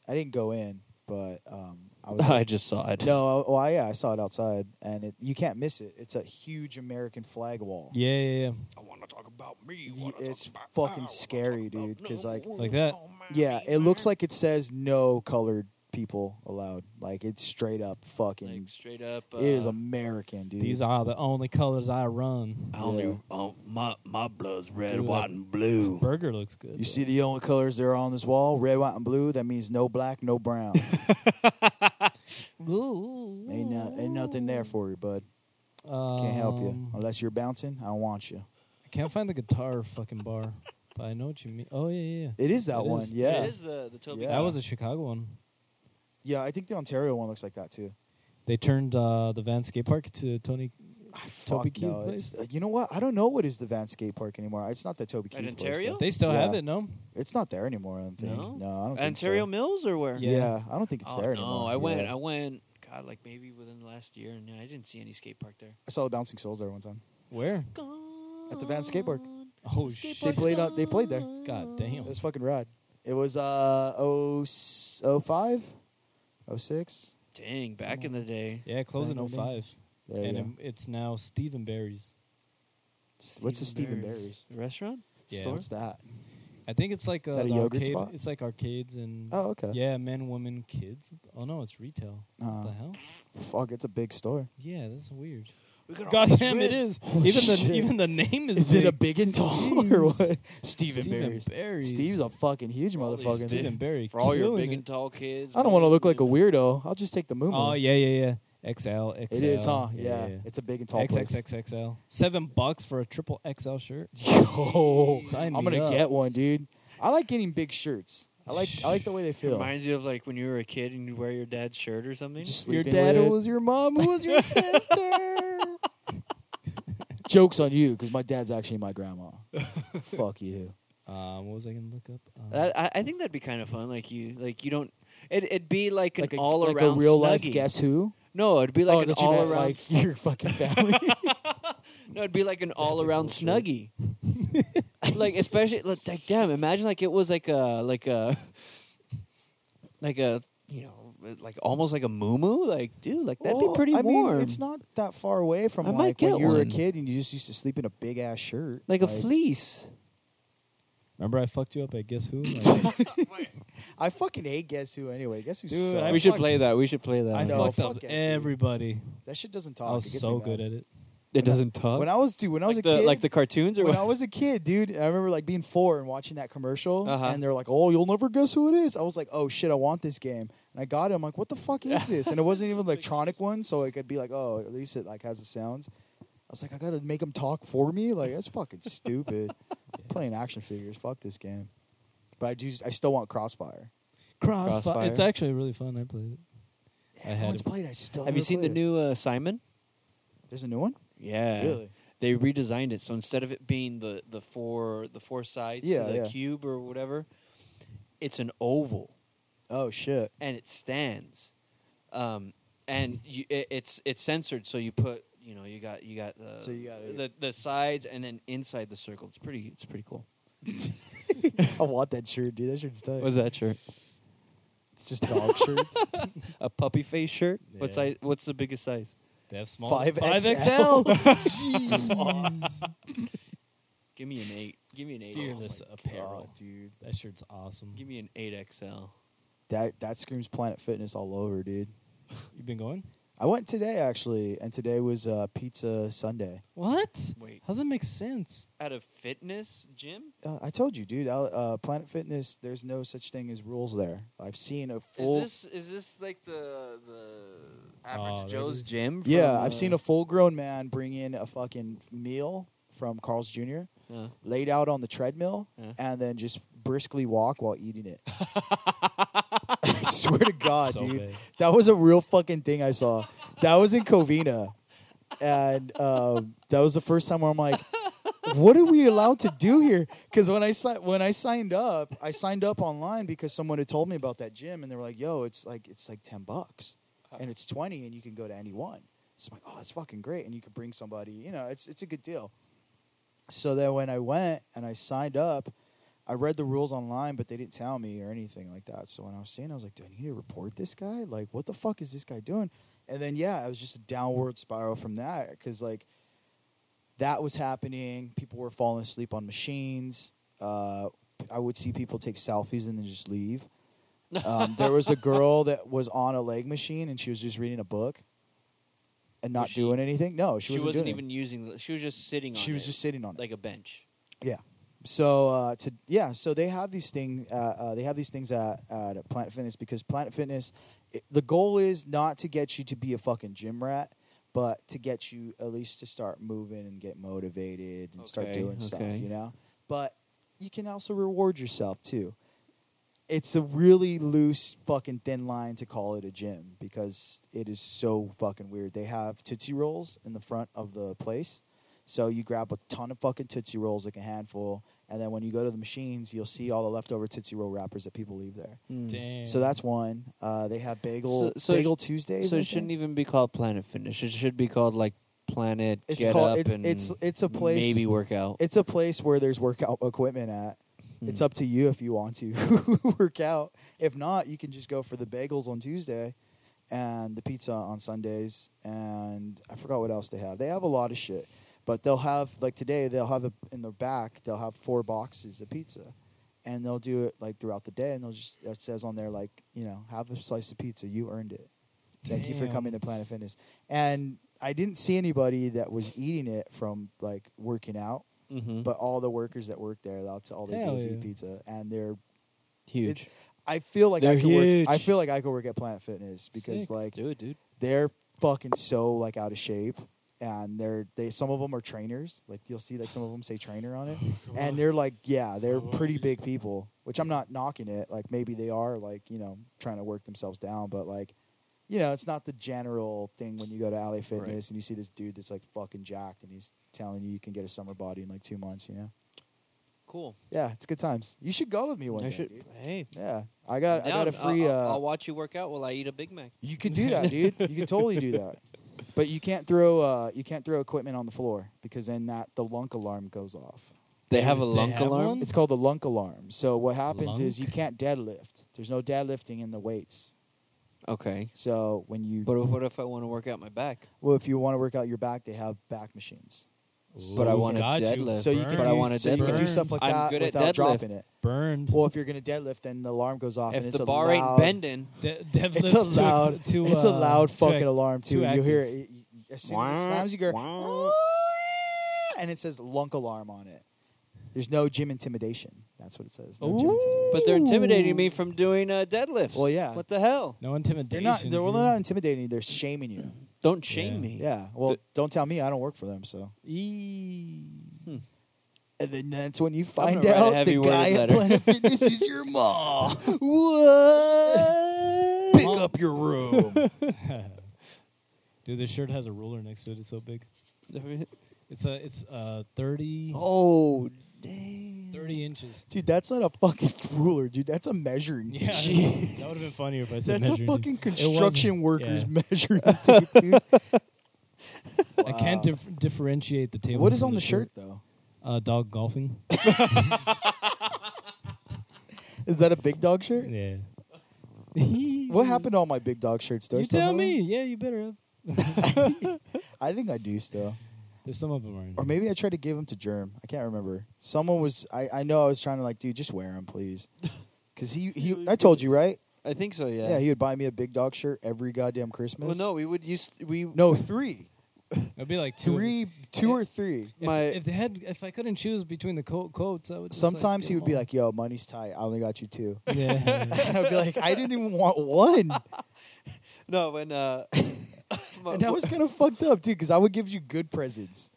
Speaker 5: I didn't go in, but um, I was.
Speaker 2: I just saw it.
Speaker 5: No, oh I- yeah, I saw it outside, and it, you can't miss it. It's a huge American flag wall.
Speaker 4: Yeah, yeah, yeah.
Speaker 1: I want to talk about me.
Speaker 5: Y-
Speaker 1: wanna talk
Speaker 5: it's
Speaker 1: about
Speaker 5: fucking
Speaker 1: I, wanna talk
Speaker 5: scary,
Speaker 1: about
Speaker 5: dude, 'cause, like-
Speaker 1: no
Speaker 4: Like that.
Speaker 1: woman,
Speaker 5: Yeah, it
Speaker 1: man.
Speaker 5: looks like it says no colored people allowed. Like it's straight up fucking.
Speaker 2: Like straight up. Uh,
Speaker 5: it is American, dude.
Speaker 4: These are the only colors I run.
Speaker 1: I only
Speaker 5: Yeah.
Speaker 1: oh, my my blood's red,
Speaker 4: Dude,
Speaker 1: white,
Speaker 4: that-
Speaker 1: and blue.
Speaker 4: Burger looks good.
Speaker 5: you see the only colors that are on this wall: red, white, and blue. That means no black, no brown. ain't, no, ain't nothing there for you, bud. Can't help
Speaker 4: Um,
Speaker 5: you unless you're bouncing. I don't want you.
Speaker 4: I can't find the guitar fucking bar, but I know what you mean. Oh yeah, yeah. yeah.
Speaker 5: It is that
Speaker 4: It
Speaker 5: one.
Speaker 4: is.
Speaker 5: Yeah,
Speaker 2: It is the the Toby.
Speaker 5: Yeah.
Speaker 4: That was a Chicago one.
Speaker 5: yeah. I think the Ontario one looks like that too.
Speaker 4: They turned uh, the Van skate park to Tony
Speaker 5: I fuck
Speaker 4: Toby Keith
Speaker 5: no.
Speaker 4: place?
Speaker 5: It's, uh, you know what? I don't know what is the Van skate park anymore. It's not the Toby
Speaker 2: At
Speaker 5: Keith place,
Speaker 2: Ontario?
Speaker 5: though.
Speaker 4: They still have
Speaker 5: Yeah.
Speaker 4: it, no?
Speaker 5: It's not there anymore. I don't think.
Speaker 2: No?
Speaker 5: No, I don't think
Speaker 2: Ontario
Speaker 5: so.
Speaker 2: Mills or where?
Speaker 5: Yeah.
Speaker 4: Yeah.
Speaker 5: I don't think it's
Speaker 2: oh,
Speaker 5: there
Speaker 2: no,
Speaker 5: anymore.
Speaker 2: I went.
Speaker 5: Yeah.
Speaker 2: I went. God, like maybe within the last year, and I didn't see any skate park there.
Speaker 5: I saw the Bouncing Souls there one time.
Speaker 4: Where?
Speaker 5: At the Van Skate Park.
Speaker 2: Gone.
Speaker 4: Oh
Speaker 2: Skate
Speaker 4: shit!
Speaker 5: They
Speaker 2: park's
Speaker 5: played on- they played there.
Speaker 2: gone.
Speaker 4: God damn.
Speaker 5: It was fucking rad. It was uh oh s- oh five, oh six.
Speaker 2: Dang, back in the day.
Speaker 4: Yeah, closed in
Speaker 5: Back in the day.
Speaker 4: 05.
Speaker 5: There
Speaker 4: and
Speaker 5: you go.
Speaker 4: um, it's now Stephen Barry's.
Speaker 5: What's a Stephen Barry's?
Speaker 2: Restaurant?
Speaker 4: Yeah. Mm-hmm.
Speaker 2: Store?
Speaker 5: What's that?
Speaker 4: I think it's like uh,
Speaker 5: that a
Speaker 4: the
Speaker 5: yogurt
Speaker 4: arcade,
Speaker 5: spot?
Speaker 4: It's like arcades and
Speaker 5: Oh okay.
Speaker 4: yeah, men, women, kids. Oh no, it's retail.
Speaker 5: Uh,
Speaker 4: What the hell?
Speaker 5: fuck, it's a big store.
Speaker 4: Yeah, that's weird.
Speaker 2: We got all these
Speaker 4: Goddamn, it
Speaker 2: ribs.
Speaker 4: is.
Speaker 5: Holy
Speaker 4: even
Speaker 5: shit.
Speaker 4: the even the name is.
Speaker 5: Is it a big and tall or
Speaker 4: Jeez.
Speaker 5: what? Stephen
Speaker 4: Stephen
Speaker 5: Barry's.
Speaker 4: Barry's.
Speaker 5: Steve's a fucking huge
Speaker 2: Holy
Speaker 5: motherfucker.
Speaker 2: Steve.
Speaker 4: Stephen Barry
Speaker 2: For all your
Speaker 4: killing
Speaker 2: big
Speaker 4: it.
Speaker 2: and tall kids.
Speaker 5: I don't want to look like a
Speaker 2: women.
Speaker 5: weirdo. I'll just take the moo.
Speaker 4: Oh yeah, yeah, yeah. XL, XL.
Speaker 5: It is, huh? Yeah,
Speaker 4: yeah.
Speaker 5: it's a big and tall place.
Speaker 4: XXXXL. Seven bucks for a triple XL shirt.
Speaker 5: Yo,
Speaker 4: Sign
Speaker 5: Oh, I'm
Speaker 4: me
Speaker 5: gonna
Speaker 4: up.
Speaker 5: get one, dude. I like getting big shirts. I like I like the way they feel.
Speaker 2: Reminds you of like when you were a kid and you wear your dad's shirt or something.
Speaker 5: Just
Speaker 4: Your
Speaker 5: sleeping
Speaker 4: dad
Speaker 5: with.
Speaker 4: was your mom who was your sister.
Speaker 5: jokes on you because my dad's actually my grandma. Fuck you.
Speaker 4: Um, what was I gonna look up? Um,
Speaker 2: that, I, I think that'd be kind of fun. Like you, like you don't. It, it'd be like an
Speaker 5: Like a,
Speaker 2: all
Speaker 5: like
Speaker 2: around
Speaker 5: a real life
Speaker 2: Snuggie.
Speaker 5: guess who?
Speaker 2: No, it'd be like
Speaker 5: oh,
Speaker 2: an
Speaker 5: that you
Speaker 2: all
Speaker 5: met,
Speaker 2: around.
Speaker 5: like your fucking family.
Speaker 2: no, it'd be like an all
Speaker 5: a
Speaker 2: around
Speaker 5: cool shirt.
Speaker 2: snuggie. like especially like, like damn, imagine like it was like a like a like a you know like almost like a moo like dude like that'd
Speaker 5: Well,
Speaker 2: be pretty
Speaker 5: I mean,
Speaker 2: warm.
Speaker 5: it's not that far away from
Speaker 2: I might
Speaker 5: like when
Speaker 2: get
Speaker 5: you were a
Speaker 2: one.
Speaker 5: kid and you just used to sleep in a big ass shirt,
Speaker 2: like a fleece.
Speaker 4: Remember I fucked you up at Guess Who? Like,
Speaker 5: I fucking hate Guess Who anyway. Guess who?
Speaker 4: Dude,
Speaker 5: sucks.
Speaker 4: I
Speaker 2: we should
Speaker 4: fucked-
Speaker 2: play that. We should play that.
Speaker 4: I
Speaker 5: No,
Speaker 4: fucked
Speaker 5: fuck
Speaker 4: up
Speaker 5: Guess Who.
Speaker 4: everybody.
Speaker 5: that shit doesn't talk.
Speaker 4: I was
Speaker 5: it gets
Speaker 4: so
Speaker 5: me
Speaker 4: good
Speaker 5: mad.
Speaker 4: at it.
Speaker 2: it doesn't talk.
Speaker 5: When I was dude, when I was
Speaker 2: like
Speaker 5: a
Speaker 2: the
Speaker 5: kid,
Speaker 2: like the cartoons or
Speaker 5: when
Speaker 2: what?
Speaker 5: I was a kid, dude, I remember like being four and watching that commercial,
Speaker 2: Uh-huh.
Speaker 5: and they're like, "Oh, you'll never guess who it is." I was like, "Oh shit, I want this game," and I got it. I'm like, "What the fuck is this?" And it wasn't even an electronic one, so it could be like, "Oh, at least it like has the sounds." I was like, "I gotta make them talk for me." Like that's fucking stupid. Playing action figures, fuck this game. But I do, I still want Crossfire.
Speaker 4: Crossfire.
Speaker 2: Crossfire.
Speaker 4: It's actually really fun. I played it. I had
Speaker 5: Everyone's
Speaker 4: it.
Speaker 5: played. it, I just still
Speaker 2: Have you
Speaker 5: never
Speaker 2: seen the
Speaker 5: played it.
Speaker 2: new uh, Simon?
Speaker 5: There's a new one.
Speaker 2: Yeah.
Speaker 5: Really?
Speaker 2: They redesigned it so instead of it being the the four the four sides to
Speaker 5: Yeah,
Speaker 2: the
Speaker 5: yeah.
Speaker 2: cube or whatever, it's an oval
Speaker 5: Oh shit.
Speaker 2: and it stands. Um, and you, it, it's it's censored so you put you know you got you got the
Speaker 5: So you gotta-
Speaker 2: the, the sides and then inside the circle. It's pretty it's pretty cool.
Speaker 5: I want that shirt, dude. That shirt's tight.
Speaker 2: What's that shirt?
Speaker 5: It's just dog shirts.
Speaker 2: A puppy face shirt? What
Speaker 4: Yeah.
Speaker 2: size what's the biggest size?
Speaker 4: They have small.
Speaker 5: Five
Speaker 4: XL.
Speaker 5: Jeez.
Speaker 2: Give me an 8. Give me an 8.
Speaker 4: Fearless apparel.
Speaker 5: Oh God, dude.
Speaker 4: That shirt's awesome.
Speaker 2: Give me an 8XL.
Speaker 5: That that screams Planet Fitness all over, dude.
Speaker 4: You've been going?
Speaker 5: I went today actually, and today was uh, Pizza Sunday.
Speaker 4: What?
Speaker 2: Wait.
Speaker 4: How does that make sense?
Speaker 2: At a fitness gym?
Speaker 5: Uh, I told you, dude. I, uh, Planet Fitness, there's no such thing as rules there. I've seen a full,
Speaker 2: Is this is this like the the
Speaker 4: Oh,
Speaker 2: average
Speaker 4: there it
Speaker 2: Joe's
Speaker 4: is.
Speaker 2: gym?
Speaker 5: yeah,
Speaker 2: from,
Speaker 5: I've
Speaker 2: uh,
Speaker 5: seen a full grown man bring in a fucking meal from Carl's Jr.
Speaker 2: uh,
Speaker 5: laid out on the treadmill,
Speaker 2: Yeah.
Speaker 5: and then just briskly walk while eating it. I swear to God,
Speaker 4: So
Speaker 5: Ah, dude.
Speaker 4: bad.
Speaker 5: That was a real fucking thing I saw. That was in Covina. And um, that was the first time where I'm like, what are we allowed to do here? Because when I si- when I signed up, I signed up online because someone had told me about that gym, and they were like, "Yo, it's like it's like ten bucks, and it's twenty, and you can go to any one." So I'm like, "Oh, that's fucking great!" And you could bring somebody. You know, it's it's a good deal. So then when I went and I signed up, I read the rules online, but they didn't tell me or anything like that. So when I was seeing, I was like, do I need to report this guy? Like, what the fuck is this guy doing? And then yeah, it was just a downward spiral from that because like that was happening. People were falling asleep on machines. Uh, I would see people take selfies and then just leave. Um, there was a girl that was on a leg machine and she was just reading a book and not
Speaker 2: she-
Speaker 5: doing anything. No, she,
Speaker 2: she wasn't
Speaker 5: doing
Speaker 2: even using. the- She was just sitting.
Speaker 5: It.
Speaker 2: on
Speaker 5: She was
Speaker 2: it,
Speaker 5: just sitting on it.
Speaker 2: like a bench.
Speaker 5: Yeah. So uh, to yeah, so they have these thing uh, uh, they have these things at, at Planet Fitness because Planet Fitness, it, the goal is not to get you to be a fucking gym rat, but to get you at least to start moving and get motivated and start
Speaker 2: Okay,
Speaker 5: doing stuff,
Speaker 2: okay.
Speaker 5: you know. But you can also reward yourself too. it's a really loose fucking thin line to call it a gym because it is so fucking weird. They have Tootsie Rolls in the front of the place. So you grab a ton of fucking Tootsie Rolls, like a handful, and then when you go to the machines, you'll see all the leftover Tootsie Roll wrappers that people leave there.
Speaker 2: Mm.
Speaker 4: Damn.
Speaker 5: Hmm. So that's one. Uh, they have bagel
Speaker 2: So- so
Speaker 5: bagel
Speaker 2: sh-
Speaker 5: Tuesdays.
Speaker 2: so
Speaker 5: I
Speaker 2: it shouldn't
Speaker 5: think.
Speaker 2: even be called Planet Fitness. It should be called like Planet
Speaker 5: It's
Speaker 2: Get
Speaker 5: called-
Speaker 2: Up
Speaker 5: it's-
Speaker 2: and
Speaker 5: it's- it's a place-
Speaker 2: maybe workout.
Speaker 5: It's a place where there's workout equipment at. It's
Speaker 2: Hmm.
Speaker 5: up to you if you want to work out. If not, you can just go for the bagels on Tuesday and the pizza on Sundays. And I forgot what else they have. They have a lot of shit. But they'll have, like today, they'll have a, in their back, they'll have four boxes of pizza. And they'll do it like throughout the day. And they'll just, it says on there, like, you know, have a slice of pizza. You earned it. Thank you for
Speaker 4: Damn.
Speaker 5: coming to Planet Fitness. And I didn't see anybody that was eating it from like working out
Speaker 2: Mhm.
Speaker 5: but all the workers that work there, that's all they do
Speaker 4: Hell
Speaker 5: is
Speaker 4: yeah.
Speaker 5: eat pizza, and they're
Speaker 2: huge.
Speaker 5: it's- I feel like I
Speaker 2: They're
Speaker 5: could work. I
Speaker 2: huge.
Speaker 5: feel like I could work at Planet Fitness because
Speaker 4: Sick.
Speaker 5: like
Speaker 2: Do it, dude.
Speaker 5: they're fucking so like out of shape, and they're they some of them are trainers. Like you'll see like some of them say trainer on it, and they're like yeah, they're pretty big people. Which I'm not knocking it. Like maybe they are like you know trying to work themselves down, but like. You know, it's not the general thing when you go to LA Fitness and you see this dude that's like fucking jacked and he's telling you you can get a summer body in like two months, you know?
Speaker 2: Cool.
Speaker 5: Yeah, it's good times. You should go with me one
Speaker 2: I
Speaker 5: day.
Speaker 2: should.
Speaker 5: dude.
Speaker 2: Hey,
Speaker 5: Yeah, I got I got a free.
Speaker 2: I'll,
Speaker 5: uh,
Speaker 2: watch you work out while I eat a Big Mac.
Speaker 5: you could do that, dude. You could totally do that. But you can't throw uh, you can't throw equipment on the floor because then that the lunk alarm goes off.
Speaker 2: They have a
Speaker 4: They
Speaker 2: lunk
Speaker 4: have
Speaker 2: alarm.
Speaker 4: one?
Speaker 5: It's called the lunk alarm. So what happens is you
Speaker 4: Lunk?
Speaker 5: can't deadlift. There's no deadlifting in the weights.
Speaker 2: Okay,
Speaker 5: So when you
Speaker 2: but what if I want to work out my back?
Speaker 5: well, if you want to work out your back, they have back machines.
Speaker 2: But I
Speaker 4: Ooh,
Speaker 2: want to
Speaker 4: got you.
Speaker 2: deadlift.
Speaker 5: So you can
Speaker 2: but I
Speaker 5: do,
Speaker 2: want
Speaker 5: so
Speaker 2: to
Speaker 5: you can do
Speaker 2: deadlift.
Speaker 5: stuff like
Speaker 2: I'm
Speaker 5: that
Speaker 2: good at
Speaker 5: without
Speaker 2: deadlift.
Speaker 5: dropping it.
Speaker 4: Burned.
Speaker 5: Well, if you're gonna deadlift, then the alarm goes off. and
Speaker 2: if
Speaker 5: it's
Speaker 2: the
Speaker 5: a
Speaker 2: bar ain't
Speaker 5: loud-
Speaker 2: bending,
Speaker 4: De- deadlifts
Speaker 5: It's
Speaker 4: too
Speaker 5: a
Speaker 4: ex-
Speaker 5: loud,
Speaker 4: too,
Speaker 5: it's a
Speaker 4: uh,
Speaker 5: loud
Speaker 4: too
Speaker 5: fucking
Speaker 4: act-
Speaker 5: alarm too.
Speaker 4: too
Speaker 5: You
Speaker 4: active.
Speaker 5: hear it, it- it- as soon as it slams, you go, "Oh, and it says lunk alarm on it. There's no gym intimidation. That's what it says. No gym
Speaker 4: Ooh.
Speaker 5: intimidation.
Speaker 2: but they're intimidating me from doing uh, deadlifts.
Speaker 5: Well, yeah.
Speaker 2: What the hell?
Speaker 4: No intimidation.
Speaker 5: They're not. They're, well, they're
Speaker 4: dude.
Speaker 5: not intimidating. you. They're shaming you.
Speaker 2: Don't shame
Speaker 4: Yeah.
Speaker 2: me.
Speaker 5: Yeah. Well,
Speaker 2: But-
Speaker 5: don't tell me. I don't work for them. So.
Speaker 4: Eee.
Speaker 5: And then that's when you find
Speaker 2: gonna write a
Speaker 5: out the
Speaker 2: heavy-worded
Speaker 5: guy at
Speaker 2: letter.
Speaker 5: Planet Fitness is your mom.
Speaker 2: What?
Speaker 5: Pick up your room.
Speaker 4: Dude, this shirt has a ruler next to it. It's so big. It's a it's uh 30,
Speaker 2: oh, dang.
Speaker 4: 30 inches.
Speaker 5: Dude, that's not a fucking ruler, dude. That's a measuring.
Speaker 4: Yeah,
Speaker 5: tape.
Speaker 4: that would have been funnier if I said
Speaker 5: That's a
Speaker 4: measuring.
Speaker 5: fucking
Speaker 4: It
Speaker 5: construction
Speaker 4: wasn't.
Speaker 5: worker's
Speaker 4: Yeah.
Speaker 5: measuring tape, dude.
Speaker 4: I can't dif- differentiate the table.
Speaker 5: What is
Speaker 4: from
Speaker 5: on the shirt though?
Speaker 4: Uh, dog golfing.
Speaker 5: Is that a big dog shirt?
Speaker 4: yeah.
Speaker 5: What happened to all my big dog shirts? Do I
Speaker 4: You
Speaker 5: still
Speaker 4: tell
Speaker 5: have them?
Speaker 4: me. Yeah, you better have.
Speaker 5: I think I do still.
Speaker 4: There's some of them are. In
Speaker 5: Or
Speaker 4: here.
Speaker 5: maybe I tried to give them to Germ. I can't remember. Someone was. I, I know I was trying to like, dude, just wear them, please. Because he, he I told you right.
Speaker 2: I think so. Yeah.
Speaker 5: Yeah. he would buy me a big dog shirt every goddamn Christmas.
Speaker 2: well, no, we would use we
Speaker 5: no three,
Speaker 4: It'd be like two.
Speaker 5: three, two or three.
Speaker 4: If,
Speaker 2: my-
Speaker 4: if they had, if I couldn't choose between the co- coats, I would. just, like,
Speaker 5: Sometimes
Speaker 4: get
Speaker 5: he would be
Speaker 4: them
Speaker 5: like, "Yo, money's tight. I only got you two.
Speaker 4: all. Yeah.
Speaker 5: and I'd be like, "I didn't even want one."
Speaker 2: no when uh. my-
Speaker 5: And I was kind of fucked up too, because I would give you good presents.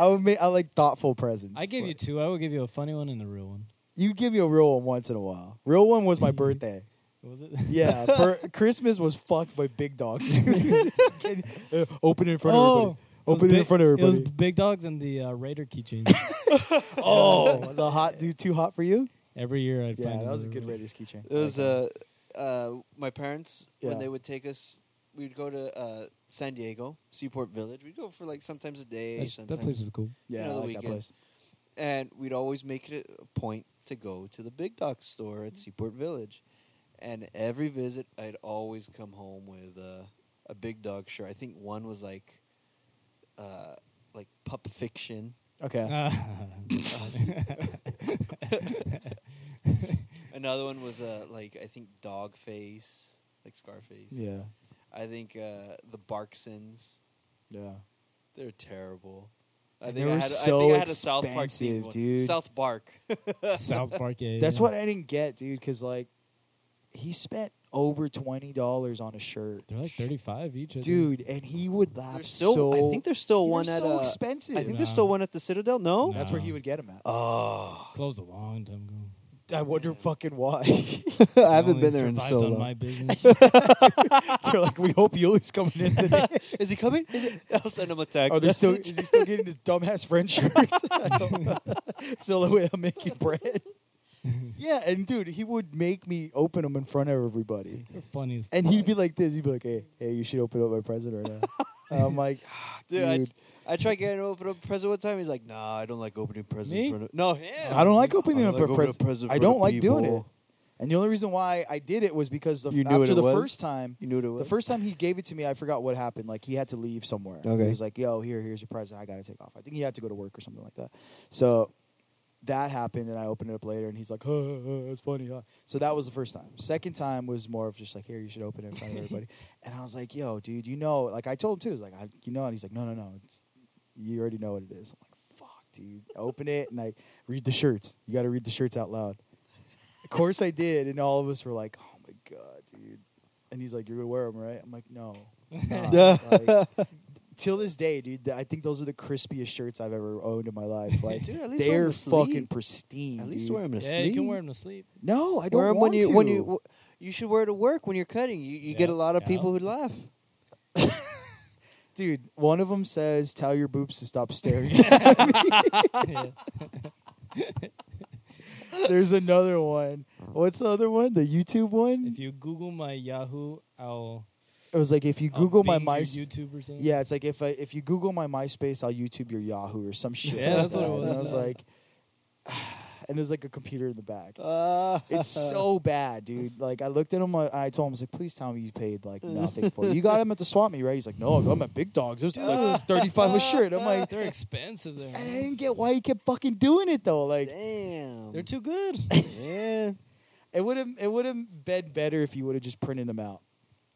Speaker 5: I would make I like thoughtful presents.
Speaker 4: I gave you
Speaker 5: Like,
Speaker 4: two. I would give you a funny one and a real one.
Speaker 5: you give me a real one once in a while. Real one was my birthday.
Speaker 4: What was it?
Speaker 5: Yeah, per- Christmas was fucked by big dogs. Uh, Open it in front
Speaker 4: Oh,
Speaker 5: of everybody. Open it, in
Speaker 4: big-
Speaker 5: front of everybody.
Speaker 4: It was big dogs and the uh, Raider keychains.
Speaker 5: oh, the hot dude too hot for you.
Speaker 4: Every year I'd
Speaker 5: Yeah,
Speaker 4: find.
Speaker 5: that was a
Speaker 4: another
Speaker 5: good
Speaker 4: one.
Speaker 5: Raiders keychain.
Speaker 2: It was uh, uh, my parents
Speaker 5: Yeah.
Speaker 2: when they would take us. We'd go to uh, San Diego, Seaport Village. We'd go for like sometimes a day,
Speaker 4: That's-
Speaker 2: sometimes,
Speaker 4: That place is cool.
Speaker 5: yeah,
Speaker 2: you know,
Speaker 5: I
Speaker 2: the
Speaker 5: like that
Speaker 2: weekend.
Speaker 5: place.
Speaker 2: and we'd always make it a point to go to the Big Dog store
Speaker 4: Mm-hmm.
Speaker 2: at Seaport Village. And every visit, I'd always come home with uh, a Big Dog shirt. I think one was like, uh, like Pup Fiction.
Speaker 5: Okay,
Speaker 2: Another one was uh, like I think Dog Face, like Scarface.
Speaker 5: yeah,
Speaker 2: I think uh, the Barksons.
Speaker 5: yeah.
Speaker 2: They're terrible. I
Speaker 5: And
Speaker 2: think
Speaker 5: they
Speaker 2: I
Speaker 5: were
Speaker 2: had, I
Speaker 5: so
Speaker 2: think I had a South Park
Speaker 5: expensive,
Speaker 2: themed one.
Speaker 5: dude.
Speaker 2: South Park.
Speaker 4: South Park. Yeah,
Speaker 5: That's
Speaker 4: yeah.
Speaker 5: what I didn't get, dude. Because like, he spent over twenty dollars on a shirt.
Speaker 4: They're like thirty-five each. I think.
Speaker 5: dude, and he would laugh
Speaker 2: There's still,
Speaker 5: so.
Speaker 2: I think there's still
Speaker 5: They're
Speaker 2: one at.
Speaker 5: so
Speaker 2: uh,
Speaker 5: expensive.
Speaker 2: I think
Speaker 4: No.
Speaker 2: there's still one at the Citadel. No.
Speaker 4: No.
Speaker 5: that's where he would get them at.
Speaker 2: Oh.
Speaker 4: closed a long time ago.
Speaker 5: I wonder
Speaker 4: Man.
Speaker 5: fucking why.
Speaker 4: I
Speaker 2: I haven't
Speaker 4: only
Speaker 2: been there in
Speaker 4: survived
Speaker 2: so
Speaker 4: on
Speaker 2: long.
Speaker 4: my business.
Speaker 5: They're like, we hope Yuli's coming in today.
Speaker 2: Is he coming? Oh, Is it? I'll send him a text.
Speaker 5: Are they still? Is he still getting his dumbass French shirts? Silhouette of making bread. Yeah, and dude, he would make me open them in front of everybody,
Speaker 4: Funny as
Speaker 5: and he'd be
Speaker 4: fuck.
Speaker 5: like this. He'd be like, "Hey, hey, you should open up my present right now." And I'm like, "Ah,
Speaker 2: Dude,
Speaker 5: dude,
Speaker 2: I- I tried getting him to open up a present one time. He's like, Nah, I don't like opening presents.
Speaker 4: Me?
Speaker 2: in front of- no, him.
Speaker 5: I don't like opening
Speaker 2: I
Speaker 5: up
Speaker 2: don't like
Speaker 5: a
Speaker 2: opening
Speaker 5: present.
Speaker 2: up present
Speaker 5: I
Speaker 2: for
Speaker 5: don't
Speaker 2: the
Speaker 5: like doing it."
Speaker 2: people.
Speaker 5: And the only reason why I did it was because the
Speaker 2: You knew what
Speaker 5: after
Speaker 2: it
Speaker 5: the
Speaker 2: was?
Speaker 5: first time,
Speaker 2: You knew what it was.
Speaker 5: The first time he gave it to me, I forgot what happened. Like he had to leave somewhere.
Speaker 2: Okay.
Speaker 5: He was like, "Yo, here, here's your present. I gotta take off." I think he had to go to work or something like that. So that happened, and I opened it up later, and he's like, "Huh, huh, "It's funny." Huh? So that was the first time. Second time was more of just like, "Here, you should open it in front of everybody." and I was like, "Yo, dude, you know?" Like I told him too. He's like, I, "You know?" And he's like, "No, no, no. It's you already know what it is." I'm like, "Fuck, dude." open it and I read the shirts. You got to read the shirts out loud. Of course I did, and all of us were like, "Oh my god, dude!" And he's like, "You're gonna wear them, right?" I'm like, "No." I'm not." Like, till this day, dude, th- I think those are the crispiest shirts I've ever owned in my life. Like,
Speaker 2: Dude, at least wear 'em
Speaker 5: they're
Speaker 2: to sleep.
Speaker 5: fucking pristine.
Speaker 2: At least
Speaker 5: dude.
Speaker 2: wear him to
Speaker 4: yeah,
Speaker 2: sleep.
Speaker 4: you can wear them to sleep.
Speaker 5: No, I don't
Speaker 2: Wear 'em
Speaker 5: want
Speaker 2: when you
Speaker 5: to.
Speaker 2: when you w- you should wear it to work when you're cutting. You you get
Speaker 4: Yeah,
Speaker 2: a lot of
Speaker 4: yeah.
Speaker 2: people who laugh.
Speaker 5: dude, one of them says, "Tell your boobs to stop staring."
Speaker 4: yeah.
Speaker 5: There's another one. What's the other one? The YouTube one.
Speaker 4: If you Google my Yahoo, I'll
Speaker 5: it was like if you
Speaker 4: I'll
Speaker 5: Google my
Speaker 4: Bing your
Speaker 5: my
Speaker 4: YouTube or something.
Speaker 5: Yeah, it's like if I, if you Google my MySpace, I'll YouTube your Yahoo or some shit.
Speaker 4: Yeah,
Speaker 5: like
Speaker 4: that's what it
Speaker 5: that. And
Speaker 4: was,
Speaker 5: I was
Speaker 4: yeah.
Speaker 5: like, and there's like a computer in the back.
Speaker 2: Uh,
Speaker 5: It's so bad, dude. Like I looked at him, like, I told him, I was like, please tell me you paid like nothing for it. You got him at the swap meet, right? He's like, no, I got him at Big Dogs. It was like 35 a shirt. I'm like,
Speaker 4: They're expensive there.
Speaker 5: and I
Speaker 4: man.
Speaker 5: didn't get why he kept fucking doing it though. Like
Speaker 2: damn.
Speaker 4: They're too good.
Speaker 2: yeah.
Speaker 5: it would have it would have been better if you would have just printed them out.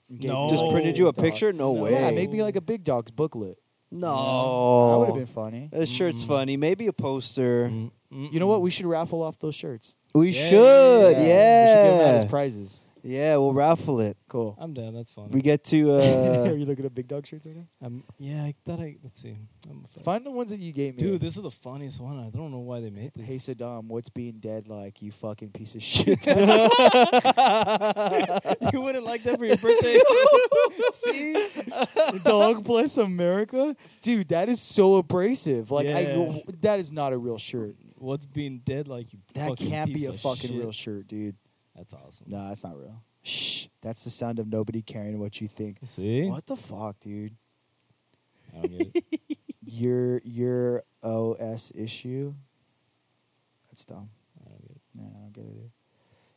Speaker 5: and gave
Speaker 4: No.
Speaker 5: them to
Speaker 2: Just
Speaker 5: Big
Speaker 2: printed you a
Speaker 5: Dog.
Speaker 2: picture? No,
Speaker 4: No.
Speaker 2: way.
Speaker 5: Yeah, maybe like a Big Dogs booklet. That
Speaker 2: no.
Speaker 5: would have been Mm. funny.
Speaker 2: That shirt's
Speaker 4: Mm-mm.
Speaker 2: funny. Maybe a poster.
Speaker 5: You know what? We should raffle off those shirts.
Speaker 2: We
Speaker 4: Yeah,
Speaker 2: should.
Speaker 4: yeah,
Speaker 2: Yeah.
Speaker 5: We should give them out
Speaker 2: Yeah.
Speaker 5: as prizes.
Speaker 2: we'll raffle it.
Speaker 5: Cool.
Speaker 4: I'm down. That's funny.
Speaker 2: We get to.
Speaker 5: Are
Speaker 2: Uh,
Speaker 5: you looking at big dog shirts right now?
Speaker 4: Um, yeah, I thought I. Let's see. I'm a
Speaker 5: Find the ones that you gave me.
Speaker 4: Dude, this is the funniest one. I don't know why they made this.
Speaker 5: Hey Saddam, what's being dead like? You fucking piece of shit.
Speaker 4: you wouldn't like that for your birthday. See?
Speaker 5: dog bless America, dude. That is so abrasive. Like
Speaker 4: Yeah.
Speaker 5: I, that is not a real shirt.
Speaker 4: What's being dead like you?
Speaker 5: That
Speaker 4: fucking
Speaker 5: can't be
Speaker 4: piece
Speaker 5: a
Speaker 4: of
Speaker 5: fucking
Speaker 4: shit.
Speaker 5: real shirt, dude.
Speaker 4: That's awesome.
Speaker 5: No, that's not real. Shh. That's the sound of nobody caring what you think.
Speaker 4: See?
Speaker 5: What the fuck, dude?
Speaker 4: I don't get it.
Speaker 5: Your your OS issue. That's dumb.
Speaker 4: I don't get it.
Speaker 5: Yeah, I don't get it. Either.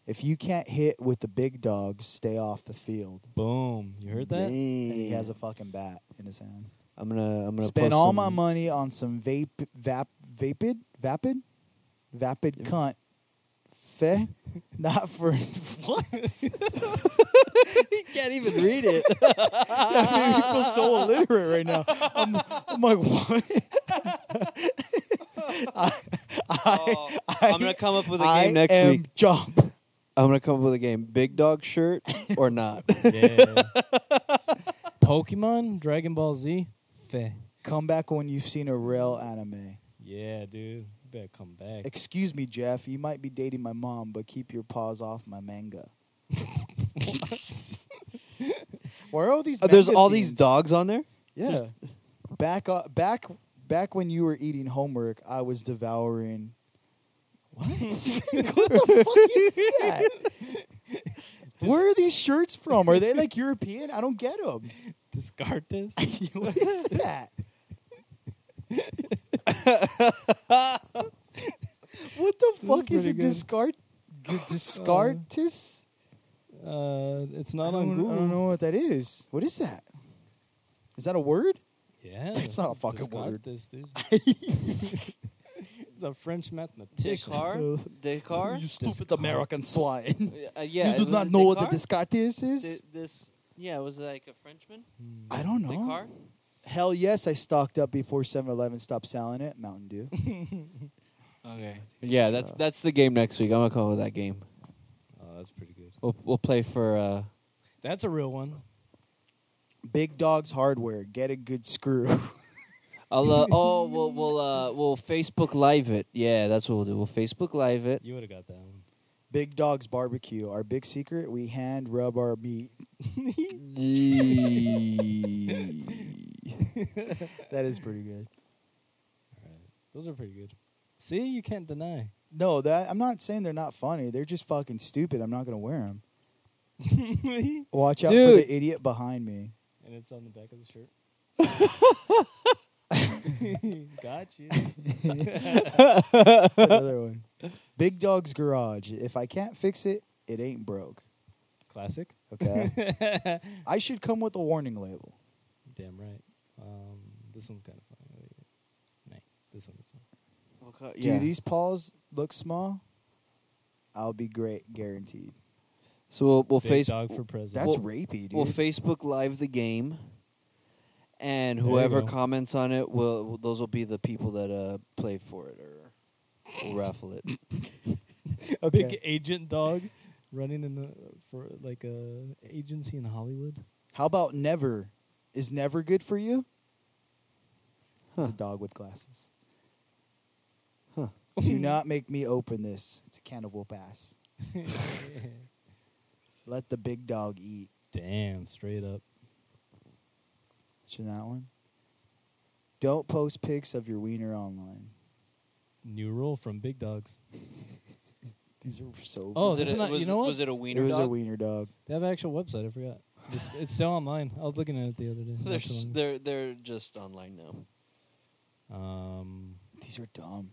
Speaker 5: If you can't hit with the big dogs, stay off the field.
Speaker 4: Boom. You heard that?
Speaker 5: And he
Speaker 2: Damn.
Speaker 5: has a fucking bat in his hand.
Speaker 2: I'm gonna. I'm gonna
Speaker 5: Spend
Speaker 2: post
Speaker 5: all
Speaker 2: some-
Speaker 5: my money on some vape, vap, vapid, vapid, vapid cunt. Fe, not for what?
Speaker 2: He can't even read it.
Speaker 5: I mean, feel so illiterate right now. I'm, I'm like, what?
Speaker 2: Oh, I'm gonna come up with a game
Speaker 5: I
Speaker 2: next
Speaker 5: am
Speaker 2: week.
Speaker 5: Jump.
Speaker 2: I'm gonna come up with a game. Big dog shirt or not?
Speaker 4: Yeah. Pokemon, Dragon Ball Z, Feh.
Speaker 5: Come back when you've seen a real anime.
Speaker 4: Yeah, dude. You better come back.
Speaker 5: Excuse me, Jeff. You might be dating my mom, but keep your paws off my manga. Where are Oh, all these?
Speaker 2: Uh, there's
Speaker 5: manga
Speaker 2: all these
Speaker 5: themes?
Speaker 2: dogs on there.
Speaker 5: Yeah. Back uh, back back when you were eating homework, I was devouring. What? what the fuck is that? Where are these shirts from? Are they like European? I don't get them.
Speaker 4: Discard this.
Speaker 5: what is that? what the fuck is
Speaker 4: pretty
Speaker 5: a
Speaker 4: good.
Speaker 5: discard g- discartis?
Speaker 4: Uh, it's
Speaker 5: I
Speaker 4: not on
Speaker 5: don't,
Speaker 4: Google.
Speaker 5: I don't know what that is. What is that? Is that a word?
Speaker 4: Yeah.
Speaker 5: That's not a fucking
Speaker 4: discard
Speaker 5: word.
Speaker 4: This, dude. it's a French mathematician.
Speaker 2: Descartes. Descartes.
Speaker 5: You stupid
Speaker 4: Discard.
Speaker 5: American swine.
Speaker 2: Uh, yeah.
Speaker 5: you do
Speaker 2: was
Speaker 5: not
Speaker 2: it
Speaker 5: know what the
Speaker 2: Descartes?
Speaker 5: Descartes is?
Speaker 2: Th- This. Yeah, was it like a Frenchman?
Speaker 4: Hmm.
Speaker 5: I don't know.
Speaker 2: Descartes.
Speaker 5: Hell yes, I stocked up before 7-Eleven stopped selling it. Mountain Dew.
Speaker 2: Okay. Yeah, that's that's the game next week. I'm gonna come up with that game.
Speaker 4: Oh, that's pretty good.
Speaker 2: We'll we'll play for. Uh,
Speaker 4: That's a real one.
Speaker 5: Big Dog's Hardware. Get a good screw.
Speaker 2: I'll, uh, oh, we'll we'll uh, we'll Facebook Live it. Yeah, that's what we'll do. We'll Facebook Live it.
Speaker 4: You would have got that one.
Speaker 5: Big Dog's Barbecue. Our big secret: we hand rub our meat. That is pretty good.
Speaker 4: Those are pretty good. See, you can't deny.
Speaker 5: No, that I'm not saying they're not funny. They're just fucking stupid. I'm not gonna wear them.
Speaker 4: and
Speaker 5: Watch out for
Speaker 2: Dude.
Speaker 5: the idiot behind me.
Speaker 4: it's on the back of the shirt. Got you.
Speaker 5: That's another one. Big Dog's Garage. If I can't fix it, it ain't broke.
Speaker 4: Classic.
Speaker 5: Okay. I should come with a warning label.
Speaker 4: Damn right. Um, this one's kind of funny. Nah, this one. This one.
Speaker 5: Do these paws look small? I'll be great, guaranteed.
Speaker 2: So we'll, we'll
Speaker 4: Big
Speaker 2: face
Speaker 4: dog for president.
Speaker 5: That's
Speaker 2: Well-
Speaker 5: rapey, dude.
Speaker 2: we'll Facebook Live the game, and
Speaker 4: There you
Speaker 2: whoever
Speaker 4: go.
Speaker 2: comments on it will those will be the people that uh play for it or will raffle it.
Speaker 5: okay.
Speaker 4: Big agent dog running in a, for like a agency in Hollywood.
Speaker 5: How about never? Is never good for you? It's a dog with glasses.
Speaker 2: Huh.
Speaker 5: Do not make me open this. It's a can of whoop ass. Let the big dog eat.
Speaker 4: Damn, straight up.
Speaker 5: Should that one? Don't post pics of your wiener online.
Speaker 4: New rule from big dogs.
Speaker 5: These are so.
Speaker 4: Oh,
Speaker 2: was
Speaker 4: that's
Speaker 2: it a,
Speaker 4: not-
Speaker 2: was,
Speaker 4: you know what?
Speaker 2: was it a
Speaker 5: it
Speaker 2: wiener
Speaker 5: was a
Speaker 2: dog?
Speaker 5: wiener dog.
Speaker 4: They have an actual website. I forgot. It's, it's still online. I was looking at it the other day. not
Speaker 2: They're
Speaker 4: too
Speaker 2: s-
Speaker 5: Mm.
Speaker 4: long
Speaker 2: they're
Speaker 4: ago.
Speaker 2: they're just online now,
Speaker 4: Um,
Speaker 5: These are dumb.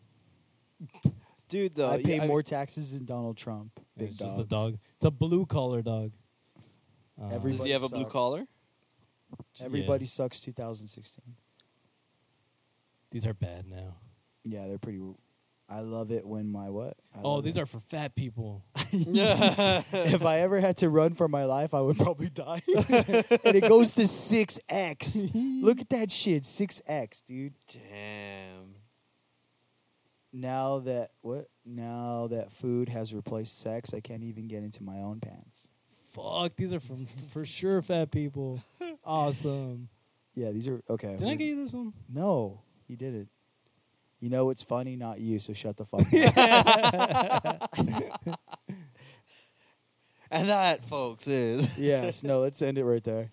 Speaker 2: dude. Though
Speaker 5: I
Speaker 2: yeah,
Speaker 5: pay
Speaker 2: mean-
Speaker 5: more taxes than Donald Trump.
Speaker 4: yeah,
Speaker 5: Big
Speaker 4: it's
Speaker 5: dogs.
Speaker 4: just a dog. It's a blue collar dog. Um,
Speaker 5: Every-
Speaker 2: does he have a blue
Speaker 5: sucks.
Speaker 2: collar?
Speaker 5: Everybody sucks. 2016.
Speaker 4: these are bad now.
Speaker 5: Yeah, they're pretty. I love it when my what? I
Speaker 4: Oh,
Speaker 5: love
Speaker 4: these
Speaker 5: it.
Speaker 4: are for fat people.
Speaker 5: if I ever had to run for my life, I would probably die. and it goes to six X. Look at that shit, six X, dude.
Speaker 2: Damn.
Speaker 5: Now that what? Now that food has replaced sex, I can't even get into my own pants.
Speaker 4: Fuck, these are from for sure fat people. Awesome.
Speaker 5: Yeah, these are okay.
Speaker 4: Did I get you this one?
Speaker 5: No, he did it. You know it's funny, not you. So shut the fuck up.
Speaker 2: And that, folks, is
Speaker 5: yes, no. Let's end it right there.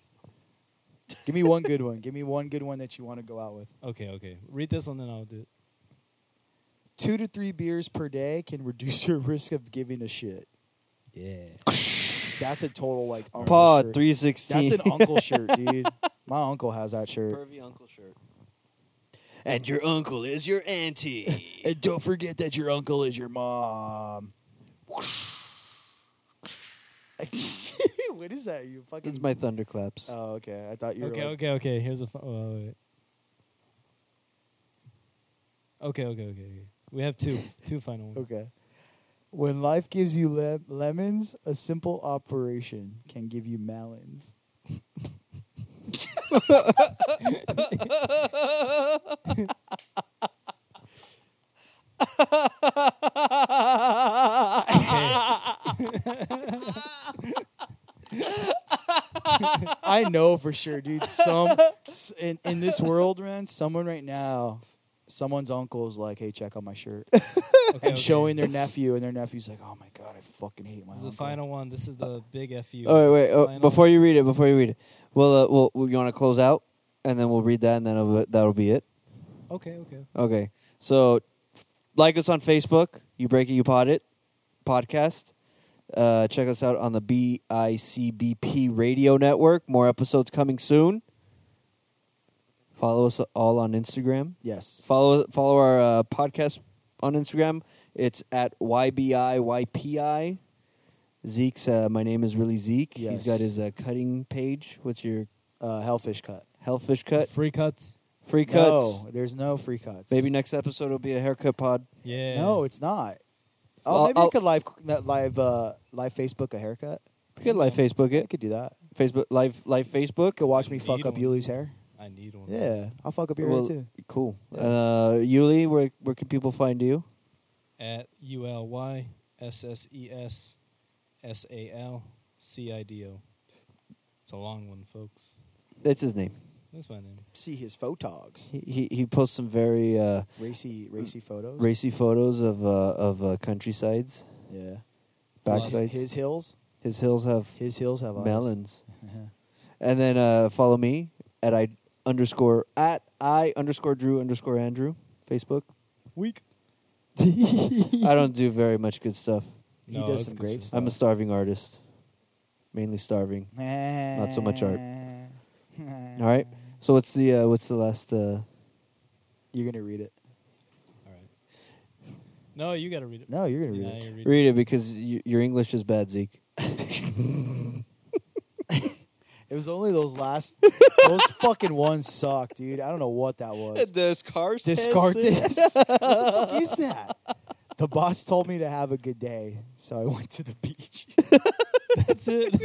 Speaker 5: Give me one good one. Give me one good one that you want to go out with.
Speaker 4: Okay, okay. Read this one, then I'll do it.
Speaker 5: Two to three beers per day can reduce your risk of giving a shit.
Speaker 4: Yeah.
Speaker 5: That's a total like uncle
Speaker 2: Pod
Speaker 5: shirt.
Speaker 2: three
Speaker 5: That's
Speaker 2: sixteen.
Speaker 5: an uncle shirt, dude. My uncle has that shirt.
Speaker 2: pervy uncle shirt. And your uncle is your auntie.
Speaker 5: And don't forget that your uncle is your mom. what is that? You fucking.
Speaker 2: it's my thunderclaps.
Speaker 5: oh, okay. I thought you were.
Speaker 4: Okay,
Speaker 5: like-
Speaker 4: okay, okay. Here's a. Fu- oh, wait. Okay, okay, okay, okay. We have two, two final ones.
Speaker 5: Okay. When life gives you le- lemons, a simple operation can give you melons. I know for sure, dude. Some s- in, in this world, man, someone right now, someone's uncle is like, "Hey, check out my shirt," and
Speaker 4: okay, okay.
Speaker 5: showing their nephew, and their nephew's like, "Oh my god, I fucking hate my."
Speaker 4: This is the
Speaker 5: uncle."
Speaker 4: final one. This is the big fu.
Speaker 2: All right, wait. Oh,
Speaker 4: Final-
Speaker 2: before you read it, before you read it, well, uh, well, you want to close out, and then we'll read that, and then it'll- that'll be it.
Speaker 4: Okay, okay.
Speaker 2: Okay. So, like us on Facebook. You break it, you pod it. Podcast. Uh, check us out on the BICBP Radio Network. More episodes coming soon. Follow us all on Instagram.
Speaker 5: Yes.
Speaker 2: Follow follow our uh, podcast on Instagram. It's at YBIYPI. Zeke's, uh, my name is really Zeke.
Speaker 5: Yes.
Speaker 2: He's got his uh, cutting page. What's your
Speaker 5: Uh, Hellfish cut.
Speaker 2: hellfish cut?
Speaker 4: Free cuts.
Speaker 2: Free cuts.
Speaker 5: No, there's no free cuts.
Speaker 2: Maybe next episode will be a haircut pod.
Speaker 4: Yeah.
Speaker 5: No, it's not. Oh,
Speaker 2: Well,
Speaker 5: maybe i
Speaker 2: I'll-
Speaker 5: could live live uh, live Facebook a haircut.
Speaker 2: We could live Facebook
Speaker 5: I
Speaker 2: it.
Speaker 5: could do that.
Speaker 2: Facebook live live Facebook.
Speaker 5: Could watch me
Speaker 4: Need
Speaker 5: fuck up
Speaker 4: one.
Speaker 5: Yuli's hair.
Speaker 4: I need one.
Speaker 5: Yeah, I'll fuck up your
Speaker 2: Well,
Speaker 5: hair too.
Speaker 2: Cool. Uh, Yuli, where where can people find you?
Speaker 4: At U L Y S S E S S A L C I D O. It's a long one, folks.
Speaker 2: That's his name.
Speaker 4: That's my name.
Speaker 5: See his photogs.
Speaker 2: He he, he posts some very uh,
Speaker 5: Racy, racy photos.
Speaker 2: racy photos of uh, of uh, countrysides.
Speaker 5: Yeah.
Speaker 2: Back
Speaker 5: His-
Speaker 2: sides.
Speaker 5: His hills.
Speaker 2: His hills have
Speaker 5: His hills have eyes. Uh-huh.
Speaker 2: melons. And then uh, follow me at I underscore at I underscore Drew underscore Andrew Facebook.
Speaker 4: Week.
Speaker 2: I don't do very much good stuff.
Speaker 5: He
Speaker 4: No,
Speaker 5: does
Speaker 4: that's
Speaker 5: some
Speaker 4: good
Speaker 5: great
Speaker 4: shit.
Speaker 5: stuff.
Speaker 2: I'm a starving artist, mainly starving.
Speaker 5: Not
Speaker 2: so much art.
Speaker 5: All
Speaker 2: All right. So what's the uh, what's the last? Uh,
Speaker 5: You're gonna read it.
Speaker 4: All right. No, you got to read it.
Speaker 5: No, you're gonna
Speaker 4: Yeah,
Speaker 5: read it.
Speaker 4: you read
Speaker 2: read it because y- your English is bad, Zeke.
Speaker 5: It was only those last, those fucking ones suck, dude. I don't know what that was.
Speaker 2: Descartes.
Speaker 5: Discard this. what the fuck is that? The boss told me to have a good day, so I went to the beach.
Speaker 4: That's it.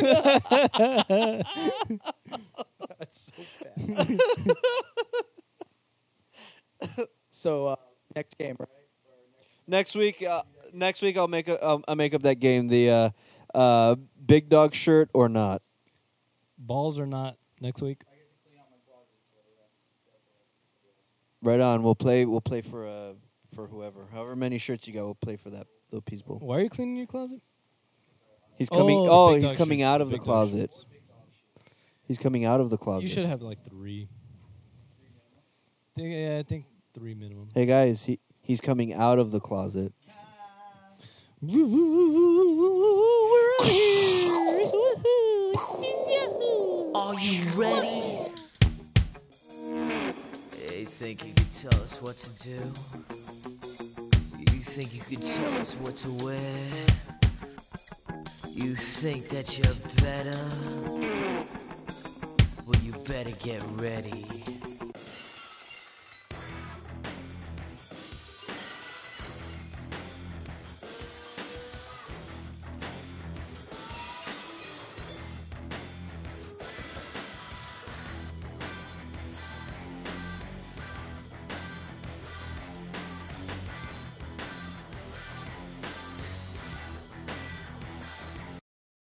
Speaker 5: That's so bad. so uh, next game, right?
Speaker 2: Next week, uh, next week I'll make a, I'll, I'll make up that game. The uh, uh, big dog shirt or not?
Speaker 4: Balls or not next week.
Speaker 2: Right on. We'll play. We'll play for uh, for whoever, however many shirts you got. We'll play for that little peas bowl.
Speaker 4: Why are you cleaning your closet?
Speaker 2: He's
Speaker 4: Oh,
Speaker 2: coming.
Speaker 4: the
Speaker 2: Oh,
Speaker 4: big
Speaker 2: he's
Speaker 4: dog
Speaker 2: coming
Speaker 4: shirts,
Speaker 2: out
Speaker 4: the
Speaker 2: of the
Speaker 4: big dog
Speaker 2: closet. He's coming out of the closet.
Speaker 4: You should have like three. Think- yeah, I think three minimum.
Speaker 2: Hey guys, he he's coming out of the closet.
Speaker 4: Woo, woo, woo, woo, woo, woo, woo, woo, we're out of here.
Speaker 6: Are you ready? You think you could tell us what to do? You think you could tell us what to wear? You think that you're better? Well, you better get ready.